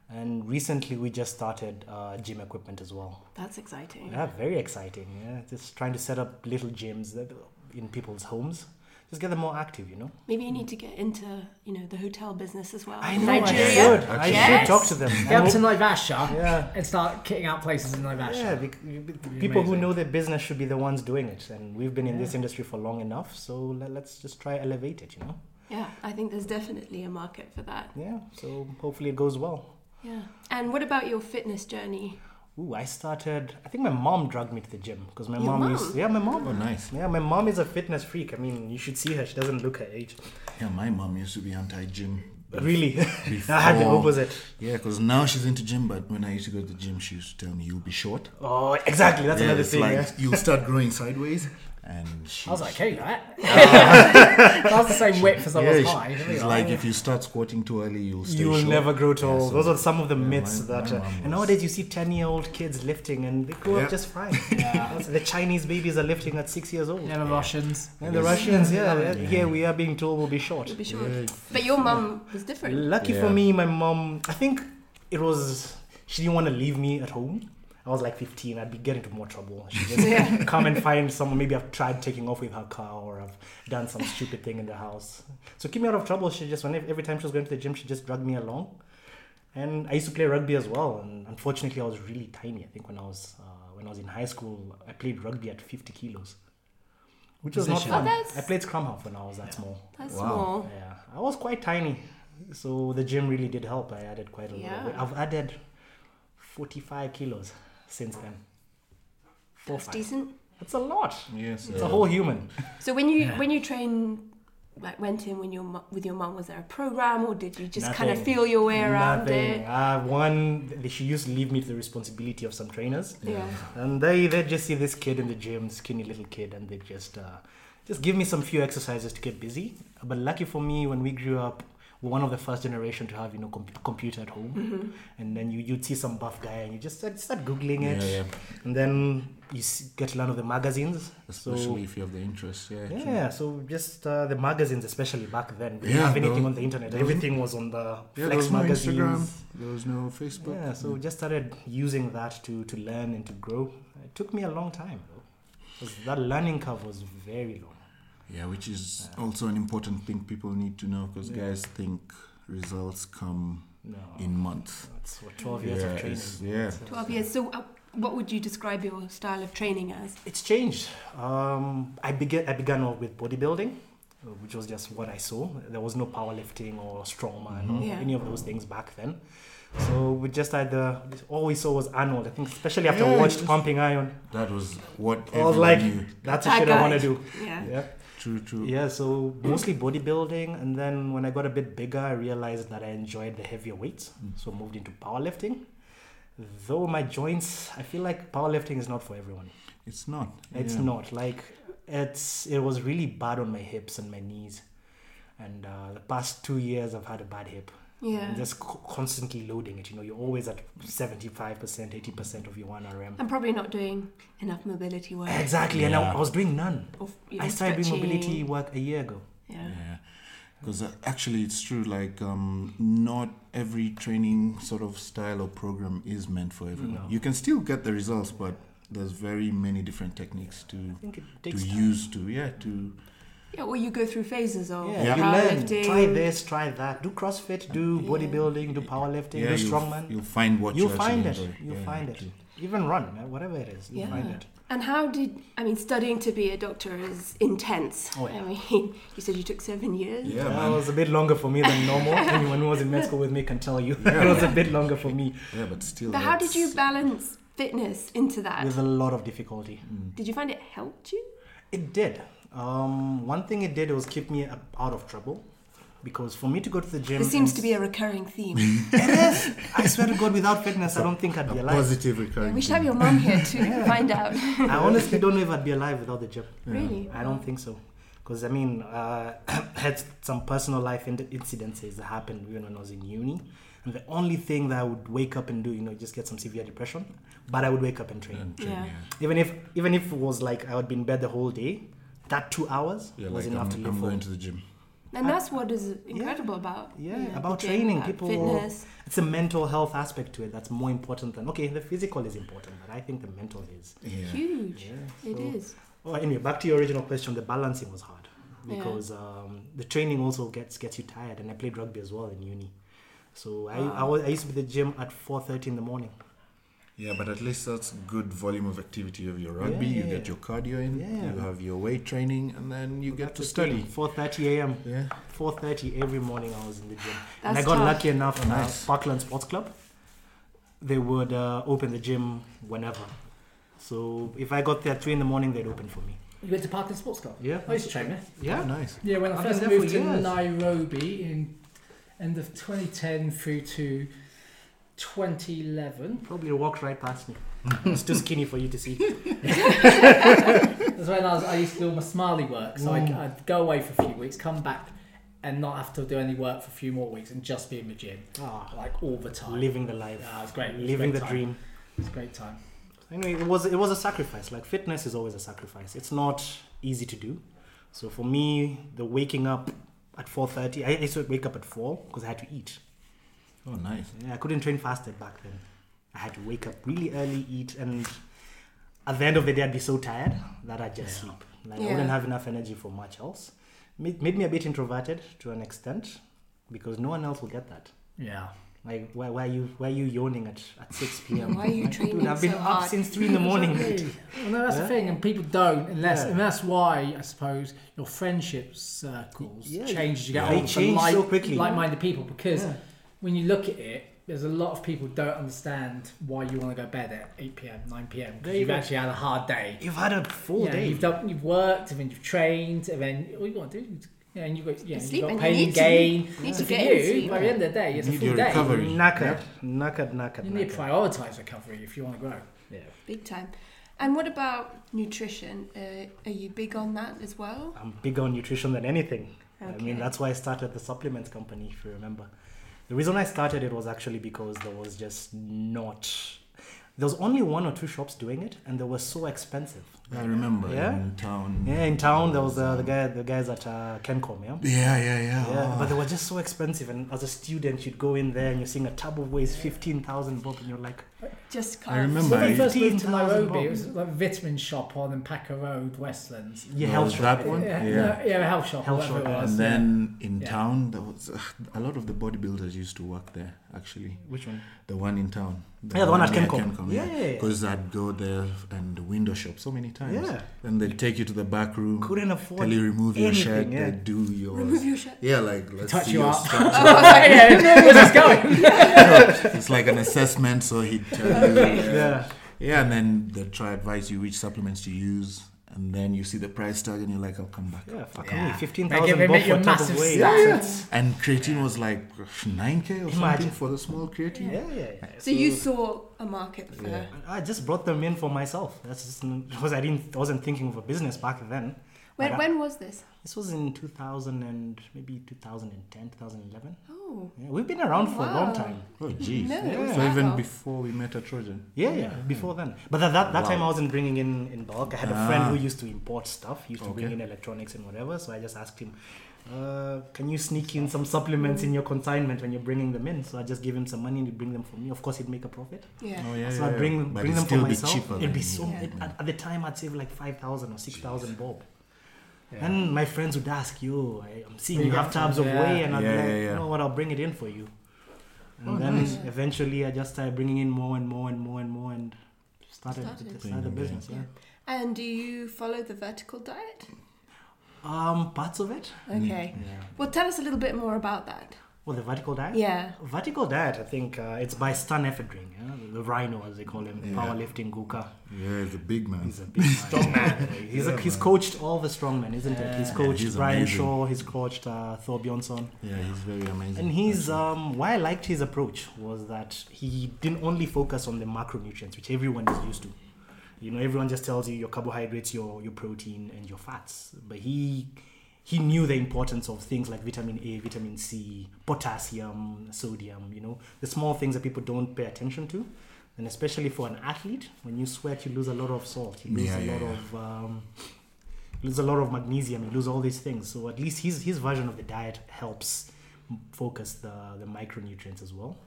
Speaker 3: and recently we just started uh, gym equipment as well.
Speaker 1: That's exciting.
Speaker 3: Yeah, very exciting. Yeah, just trying to set up little gyms that in people's homes. Just get them more active, you know.
Speaker 1: Maybe you need to get into, you know, the hotel business as well.
Speaker 3: I
Speaker 1: in
Speaker 3: know. I
Speaker 1: Nigeria.
Speaker 3: should. I
Speaker 1: Yes.
Speaker 3: should talk to them.
Speaker 4: Get up to
Speaker 3: And-
Speaker 4: Naivasha
Speaker 3: yeah.
Speaker 4: and start kicking out places in Naivasha.
Speaker 3: Yeah, bec- bec- people who
Speaker 4: amazing.
Speaker 3: know their business should be the ones doing it, and we've been in this
Speaker 4: Yeah.
Speaker 3: industry for long enough. So let, let's just try elevate it, you know.
Speaker 1: Yeah, I think there's definitely a market for that.
Speaker 3: Yeah. So hopefully it goes well.
Speaker 1: Yeah. And what about your fitness journey?
Speaker 3: Ooh, I started. I think my mom dragged me to the gym because my
Speaker 1: Your
Speaker 3: mom,
Speaker 1: mom?
Speaker 3: used. Yeah, my mom.
Speaker 2: Oh, nice.
Speaker 3: Yeah, my mom is a fitness freak. I mean, you should see her. She doesn't look her age.
Speaker 2: Yeah, my mom used to be anti gym.
Speaker 3: Really, I had the opposite.
Speaker 2: Yeah, because now she's into gym, but when I used to go to the gym, she used to tell me, you'll be short.
Speaker 3: Oh, exactly. That's
Speaker 2: Yeah,
Speaker 3: another
Speaker 2: it's
Speaker 3: thing.
Speaker 2: like,
Speaker 3: yeah.
Speaker 2: you'll start growing sideways. And she,
Speaker 4: I was like, hey, right?
Speaker 3: Oh.
Speaker 4: I was the same width as I was high.
Speaker 2: yeah, she- she's like, if you start squatting too early, you'll stay
Speaker 3: You will
Speaker 2: short."
Speaker 3: never grow tall.
Speaker 2: Yeah, so-
Speaker 3: Those are some of the
Speaker 2: yeah,
Speaker 3: myths
Speaker 2: my-
Speaker 3: that.
Speaker 2: my
Speaker 3: uh,
Speaker 2: mum
Speaker 3: and
Speaker 2: was-
Speaker 3: nowadays, you see ten-year-old kids lifting, and they grow
Speaker 2: Yeah.
Speaker 3: up just fine. That's- the Chinese babies are lifting at six years old.
Speaker 4: yeah, the Russians.
Speaker 3: And the Russians, yeah, yeah,
Speaker 4: Yeah.
Speaker 3: yeah, we are being told we'll be short.
Speaker 1: You'll be sure.
Speaker 2: Yeah.
Speaker 1: But your mum was different.
Speaker 3: Lucky for
Speaker 2: Yeah.
Speaker 3: me, my mom. I think it was she didn't want to leave me at home. I was like 15. I'd be getting into more trouble. She just
Speaker 1: Yeah.
Speaker 3: come and find someone. Maybe I've tried taking off with her car, or I've done some stupid thing in the house. So keep me out of trouble. She just whenever every time she was going to the gym, she just dragged me along. And I used to play rugby as well. And unfortunately, I was really tiny. I think when I was uh, when I was in high school, I played rugby at 50 kilos, which was not
Speaker 4: Position.
Speaker 1: Oh,
Speaker 3: fun.
Speaker 1: that's-
Speaker 3: I played scrum half when I was that small.
Speaker 1: That's
Speaker 2: Wow.
Speaker 1: small.
Speaker 3: Yeah, I was quite tiny, so the gym really did help. I added quite a lot.
Speaker 1: Yeah.
Speaker 3: Of weight. I've added forty-five kilos since then. Four,
Speaker 1: That's
Speaker 3: five.
Speaker 1: decent.
Speaker 3: That's a lot.
Speaker 2: Yes,
Speaker 3: It's a whole human.
Speaker 1: So when you
Speaker 4: Yeah.
Speaker 1: when you train like went in when your mu- with your mum was there a program or did you just kind of
Speaker 3: Nothing.
Speaker 1: feel your way around
Speaker 3: Nothing.
Speaker 1: it?
Speaker 3: Uh, one, th- she used to leave me to the responsibility of some trainers,
Speaker 1: Yeah.
Speaker 3: and they they just see this kid in the gym, skinny little kid, and they just uh, just give me some few exercises to get busy. But lucky for me, when we grew up. We're one of the first generation to have, you know, com- computer at home, and then you you'd see some buff guy, and you just start, start googling it,
Speaker 2: Yeah, yeah.
Speaker 3: and then you s get to learn of the magazines.
Speaker 2: Especially if you have the interest. Yeah.
Speaker 3: so,
Speaker 2: true.
Speaker 3: yeah, so just uh, the magazines, especially back then, we didn't
Speaker 2: Yeah,
Speaker 3: have anything
Speaker 2: there-
Speaker 3: on the internet.
Speaker 2: there was-
Speaker 3: Everything was on the
Speaker 2: Yeah, there
Speaker 3: flex
Speaker 2: was no
Speaker 3: magazines.
Speaker 2: Instagram. There was no Facebook.
Speaker 3: Yeah,
Speaker 1: Mm.
Speaker 3: so we just started using that to, to learn and to grow. It took me a long time though, 'cause that learning curve was very long.
Speaker 2: Yeah, which is also an important thing people need to know because
Speaker 3: Yeah.
Speaker 2: guys think results come
Speaker 3: No,
Speaker 2: in months.
Speaker 3: that's what twelve years
Speaker 2: Yeah,
Speaker 3: of training.
Speaker 2: it's- yeah.
Speaker 3: So-
Speaker 1: Twelve years. So uh, what would you describe your style of training as?
Speaker 3: It's changed. Um, I began I began off with bodybuilding, uh, which was just what I saw. There was no powerlifting or strongman or
Speaker 2: Mm-hmm.
Speaker 1: Mhm. Yeah.
Speaker 3: any of those things back then. So we just either all we saw was Arnold. I think especially after
Speaker 2: Yeah,
Speaker 3: I
Speaker 2: it
Speaker 3: watched
Speaker 2: was-
Speaker 3: Pumping Iron,
Speaker 2: That was what
Speaker 3: I was
Speaker 2: everyone
Speaker 3: like,
Speaker 2: knew.
Speaker 3: that's the
Speaker 1: That
Speaker 3: shit I want
Speaker 1: guy.
Speaker 3: to do.
Speaker 1: Yeah.
Speaker 3: Yeah.
Speaker 2: True, true.
Speaker 3: Yeah, so mostly bodybuilding, and then when I got a bit bigger, I realized that I enjoyed the heavier weights,
Speaker 2: Mm.
Speaker 3: so moved into powerlifting. Though my joints, I feel like powerlifting is not for everyone.
Speaker 2: It's not.
Speaker 3: It's
Speaker 2: yeah.
Speaker 3: not like it's. It was really bad on my hips and my knees, and uh, the past two years I've had a bad hip.
Speaker 1: Yeah.
Speaker 3: I'm just co- constantly loading it. You know, you're always at seventy-five percent, eighty percent of your one RM.
Speaker 1: I'm probably not doing enough mobility work.
Speaker 3: Exactly, and I,
Speaker 2: Yeah.
Speaker 3: I was doing none.
Speaker 1: Or, you know,
Speaker 3: I started doing
Speaker 1: stretching.
Speaker 3: mobility work a year ago.
Speaker 1: Yeah.
Speaker 2: Yeah. Because actually, it's true. Like, um, not every training sort of style or program is meant for everyone.
Speaker 3: No.
Speaker 2: You can still get the results, but there's very many different techniques to
Speaker 3: I think it
Speaker 2: to
Speaker 3: takes time.
Speaker 2: use to yeah to
Speaker 1: Yeah, well, you go through phases of
Speaker 3: Yeah,
Speaker 2: Yeah.
Speaker 3: you learn.
Speaker 1: powerlifting.
Speaker 3: Try this, try that. Do CrossFit, do bodybuilding, do powerlifting,
Speaker 2: Yeah,
Speaker 3: do
Speaker 2: you'll-
Speaker 3: strongman.
Speaker 2: You'll find what
Speaker 3: You'll
Speaker 2: you actually
Speaker 3: find it.
Speaker 2: enjoy.
Speaker 3: You'll
Speaker 2: Yeah,
Speaker 3: find it.
Speaker 2: true.
Speaker 3: Even run, uh, whatever it is, you'll
Speaker 1: Yeah.
Speaker 3: find it.
Speaker 1: And how did I mean studying to be a doctor is intense.
Speaker 3: Oh, yeah.
Speaker 1: I mean, you said you took seven years.
Speaker 2: Yeah,
Speaker 3: that
Speaker 2: man.
Speaker 3: was a bit longer for me than normal. Anyone who was in med school with me can tell you it was a bit longer for me
Speaker 2: Yeah, but still.
Speaker 1: But how did
Speaker 2: that's-
Speaker 1: you balance fitness into that?
Speaker 3: with a lot of difficulty.
Speaker 2: Mm.
Speaker 1: Did you find it helped you?
Speaker 3: It did. Um, one thing it did was keep me uh, out of trouble because for me to go to the gym.
Speaker 1: This seems
Speaker 3: and-
Speaker 1: to be a recurring theme.
Speaker 3: I swear to God, without fitness, I don't think I'd be
Speaker 2: A
Speaker 3: alive.
Speaker 2: positive recurring.
Speaker 1: we should have your mum here to find out.
Speaker 3: I honestly don't know if I'd be alive without the gym.
Speaker 1: Really?
Speaker 3: I don't think so. Because I mean, uh, had some personal life in- incidences that happened even when I was in uni, and the only thing that I would wake up and do, you know, just get some severe depression. But I would wake up and train,
Speaker 2: thing.
Speaker 1: Yeah.
Speaker 3: even if even if it was like I would be in bed the whole day. That two hours
Speaker 2: Yeah,
Speaker 3: was
Speaker 2: like
Speaker 3: enough
Speaker 2: I'm,
Speaker 3: to live
Speaker 2: I'm
Speaker 3: for.
Speaker 2: going to the gym.
Speaker 1: And that's what is incredible about
Speaker 3: yeah,
Speaker 1: you know,
Speaker 3: about
Speaker 1: the gym,
Speaker 3: training,
Speaker 1: about
Speaker 3: people.
Speaker 1: fitness.
Speaker 3: It's a mental health aspect to it that's more important than okay. The physical is important, but I think the mental is.
Speaker 2: Yeah.
Speaker 1: Huge.
Speaker 3: Yeah,
Speaker 1: It
Speaker 3: so-
Speaker 1: is.
Speaker 3: Well, anyway, back to your original question. The balancing was hard
Speaker 1: Yeah.
Speaker 3: because um, the training also gets gets you tired, and I played rugby as well in uni. So I, I, was, I used to be at the gym at four thirty in the morning.
Speaker 2: Yeah, but at least that's good volume of activity of your rugby.
Speaker 3: Yeah,
Speaker 2: you
Speaker 3: yeah,
Speaker 2: get your cardio in.
Speaker 3: Yeah.
Speaker 2: You have your weight training, and then you get to study.
Speaker 3: Four thirty a.m.
Speaker 2: Yeah.
Speaker 3: Four thirty every morning. I was in the gym, and I
Speaker 1: That's
Speaker 3: got
Speaker 1: tough.
Speaker 3: lucky enough.
Speaker 2: Oh,
Speaker 3: uh,
Speaker 2: nice.
Speaker 3: Parkland Sports Club. They would uh, open the gym whenever. So if I got there at three in the morning, they'd open for me.
Speaker 4: You went to Parkland Sports Club?
Speaker 3: Yeah.
Speaker 4: I used to train there.
Speaker 2: Oh,
Speaker 3: Yeah.
Speaker 2: nice.
Speaker 4: Yeah, when I
Speaker 3: I've been
Speaker 4: first
Speaker 3: there
Speaker 4: moved
Speaker 3: for
Speaker 4: to
Speaker 3: years.
Speaker 4: Nairobi in end of 2010 through to 2011,
Speaker 3: Probably walked right past me. It's too skinny for you to see.
Speaker 4: that's when I, was, I used to do all my Smiley work. So
Speaker 3: Mm.
Speaker 4: I, I'd go away for a few weeks, come back, and not have to do any work for a few more weeks, and just be in the gym
Speaker 3: Ah,
Speaker 4: like all the time.
Speaker 3: living the life.
Speaker 4: Yeah, it was great. It was
Speaker 3: Living
Speaker 4: great
Speaker 3: the
Speaker 4: time.
Speaker 3: dream.
Speaker 4: It's a great time.
Speaker 3: Anyway, it was it was a sacrifice. Like fitness is always a sacrifice. It's not easy to do. So for me, the waking up at four thirty, I used to wake up at four because I had to eat.
Speaker 2: Oh, nice.
Speaker 3: Yeah, I couldn't train fasted back then. I had to wake up really early, eat, and at the end of the day, I'd be so tired that I'd just sleep. Like I
Speaker 1: Yeah.
Speaker 3: wouldn't have enough energy for much else. Made, made me a bit introverted to an extent because no one else will get that.
Speaker 4: Yeah.
Speaker 3: Like why, why are you why are you yawning at, at six p.m.
Speaker 1: Why are you
Speaker 3: Like, dude,
Speaker 1: training
Speaker 3: I've been
Speaker 1: so
Speaker 3: up
Speaker 1: hard?
Speaker 3: since three in the morning.
Speaker 4: Exactly. Well, no, that's
Speaker 3: Yeah.
Speaker 4: the thing, and people don't unless,
Speaker 3: Yeah.
Speaker 4: and that's why I suppose your friendship circles
Speaker 3: Yeah,
Speaker 4: change as you get
Speaker 3: they
Speaker 4: older.
Speaker 3: change
Speaker 4: like,
Speaker 3: so quickly.
Speaker 4: Like-minded people, because
Speaker 3: Yeah.
Speaker 4: when you look at it, there's a lot of people don't understand why you want to go to bed at 8 p.m., 9
Speaker 3: There
Speaker 4: p.m. because
Speaker 3: you
Speaker 4: you've
Speaker 3: go.
Speaker 4: actually had a hard day.
Speaker 3: You've had a full
Speaker 4: Yeah,
Speaker 3: day.
Speaker 4: You've done, you've worked, and then you've trained, and then all you want to do. is- Yeah, and you've got, yeah,
Speaker 1: Sleep
Speaker 4: you've got
Speaker 1: and
Speaker 4: pain
Speaker 1: you
Speaker 4: and
Speaker 1: need to-
Speaker 4: gain.
Speaker 1: need
Speaker 4: So
Speaker 1: to
Speaker 4: for
Speaker 1: get
Speaker 4: you,
Speaker 1: in sleep.
Speaker 4: by the end of the day, it's
Speaker 2: Need
Speaker 4: a full
Speaker 2: your
Speaker 4: day.
Speaker 2: recovery.
Speaker 3: knackered, knackered, knackered,
Speaker 4: You need to
Speaker 3: knackered.
Speaker 4: prioritise recovery if you want to grow.
Speaker 3: Yeah.
Speaker 1: Big time. And what about nutrition? Uh, are you big on that as well?
Speaker 3: I'm bigger on nutrition than anything. I
Speaker 1: Okay.
Speaker 3: mean, that's why I started the supplements company, if you remember. The reason I started it was actually because there was just not. There was only one or two shops doing it, and they were so expensive.
Speaker 2: I remember
Speaker 3: Yeah?
Speaker 2: in town.
Speaker 3: Yeah, in town there was uh, the guy, the guys at uh, Kencom, yeah.
Speaker 2: Yeah, yeah, yeah.
Speaker 3: Yeah, but they were just so expensive, and as a student, you'd go in there and you're seeing a tub of weighs fifteen thousand bob, and you're like,
Speaker 1: Just
Speaker 2: I
Speaker 1: can't.
Speaker 2: remember
Speaker 4: When we first moved to
Speaker 3: 15,000
Speaker 4: Nairobi, it
Speaker 3: bob.
Speaker 4: was like a vitamin shop on Packer Road, Westlands.
Speaker 3: your
Speaker 2: No,
Speaker 3: health shop.
Speaker 2: that one?
Speaker 4: Yeah,
Speaker 2: Yeah.
Speaker 4: no, yeah, a health shop.
Speaker 3: Health
Speaker 4: whatever
Speaker 3: shop,
Speaker 4: it was,
Speaker 2: and
Speaker 4: yeah.
Speaker 2: then in
Speaker 4: Yeah.
Speaker 2: town, there was uh, a lot of the bodybuilders used to work there. Actually,
Speaker 3: Which one?
Speaker 2: the one in town.
Speaker 3: Yeah, the one at
Speaker 2: near
Speaker 3: Kencom. Yeah, yeah, yeah.
Speaker 2: Because I'd go there and window shop so many times.
Speaker 3: Yeah.
Speaker 2: And they'd take you to the back room.
Speaker 3: Couldn't afford
Speaker 2: Tell you remove your
Speaker 3: anything,
Speaker 2: shirt.
Speaker 3: yeah.
Speaker 2: They do yours.
Speaker 1: Remove your shirt.
Speaker 2: Yeah, like let's
Speaker 4: Touch
Speaker 2: see
Speaker 4: you
Speaker 2: your
Speaker 4: up.
Speaker 2: structure.
Speaker 1: Oh, I was like,
Speaker 4: yeah, where's this going?
Speaker 2: it's like an assessment, so he'd tell you.
Speaker 3: Yeah.
Speaker 2: Yeah, and then they try advise you which supplements to use, and then you see the price tag, and you're like, I'll come back.
Speaker 3: Yeah, fucking
Speaker 4: Yeah.
Speaker 3: yeah. fifteen
Speaker 4: They give-
Speaker 3: thousand
Speaker 4: they
Speaker 3: bob
Speaker 4: make you
Speaker 3: for a
Speaker 4: a
Speaker 3: tub of
Speaker 4: massive
Speaker 3: weight.
Speaker 4: stack.
Speaker 3: That's it.
Speaker 2: And creatine was like 9k or something
Speaker 3: Imagine.
Speaker 2: for the small creatine.
Speaker 3: Yeah, yeah. yeah.
Speaker 1: So you saw a market for
Speaker 3: I just brought them in for myself. That's just because I didn't wasn't thinking of a business back then.
Speaker 1: when?
Speaker 3: But I-
Speaker 1: When was this?
Speaker 3: this was in 2000 and maybe 2010, 2011.
Speaker 1: Oh,
Speaker 3: Yeah, we've been around for a
Speaker 1: Wow.
Speaker 3: long time.
Speaker 2: Oh, geez.
Speaker 1: No, it was
Speaker 2: So even
Speaker 1: wow.
Speaker 2: before we met at Trojan.
Speaker 3: Yeah, yeah, before then. But at that, that time
Speaker 2: Wow.
Speaker 3: I wasn't bringing in in bulk. I had a friend
Speaker 2: Ah.
Speaker 3: who used to import stuff, used to bring
Speaker 2: Okay.
Speaker 3: in electronics and whatever. So I just asked him, uh, can you sneak in some supplements in your consignment when you're bringing them in? So I just gave him some money and he'd bring them for me. Of course, he'd make a profit.
Speaker 1: yeah.
Speaker 2: Oh, yeah.
Speaker 3: so I'd
Speaker 2: yeah,
Speaker 3: bring,
Speaker 2: yeah.
Speaker 3: them
Speaker 2: But
Speaker 3: bring
Speaker 2: it'd
Speaker 3: them for
Speaker 2: still be
Speaker 3: myself.
Speaker 2: cheaper
Speaker 3: It'd
Speaker 2: than
Speaker 3: be
Speaker 2: you
Speaker 3: so.
Speaker 2: would,
Speaker 3: It,
Speaker 2: man.
Speaker 3: at, at the time, I'd save like 5,000 or 6,000 bob. And my friends would ask, "Yo, I- I'm seeing
Speaker 4: Big
Speaker 3: you have
Speaker 4: effort,
Speaker 3: tabs of
Speaker 4: yeah.
Speaker 3: whey," and I'd
Speaker 2: Yeah,
Speaker 3: be like,
Speaker 2: yeah, yeah.
Speaker 3: "You know what? I'll bring it in for you." And
Speaker 2: Oh,
Speaker 3: then
Speaker 2: nice.
Speaker 3: eventually, I just started bringing in more and more and more and more, and started
Speaker 1: Started.
Speaker 3: started, started a
Speaker 2: Yeah.
Speaker 3: business. Yeah.
Speaker 1: And do you follow the vertical diet?
Speaker 3: Um, parts of it.
Speaker 4: Mm.
Speaker 1: Okay.
Speaker 3: Yeah.
Speaker 1: Well, tell us a little bit more about that.
Speaker 3: Well, the vertical diet.
Speaker 1: Yeah.
Speaker 3: Vertical diet, I think uh, it's by Stan Efferdring, yeah? the rhino as they call him,
Speaker 2: Yeah.
Speaker 3: powerlifting Guka.
Speaker 2: Yeah, he's a big man.
Speaker 3: He's a big strong man. He's, a, he's coached all the strongmen, isn't it? He's
Speaker 4: Yeah,
Speaker 3: coached
Speaker 2: he's
Speaker 3: Brian
Speaker 2: amazing.
Speaker 3: Shaw, he's coached uh, Thor Bjornsson.
Speaker 2: yeah, he's very amazing.
Speaker 3: And he's, um, why I liked his approach was that he didn't only focus on the macronutrients, which everyone is used to. You know, everyone just tells you your carbohydrates, your, your protein, and your fats. But he he knew the importance of things like vitamin A, vitamin C, potassium, sodium, you know, the small things that people don't pay attention to. And especially for an athlete, when you sweat, you lose a lot of salt, you lose
Speaker 2: Yeah,
Speaker 3: a
Speaker 2: yeah,
Speaker 3: lot
Speaker 2: yeah.
Speaker 3: of um, you lose a lot of magnesium, you lose all these things. So at least his his version of the diet helps m- focus the the micronutrients as well.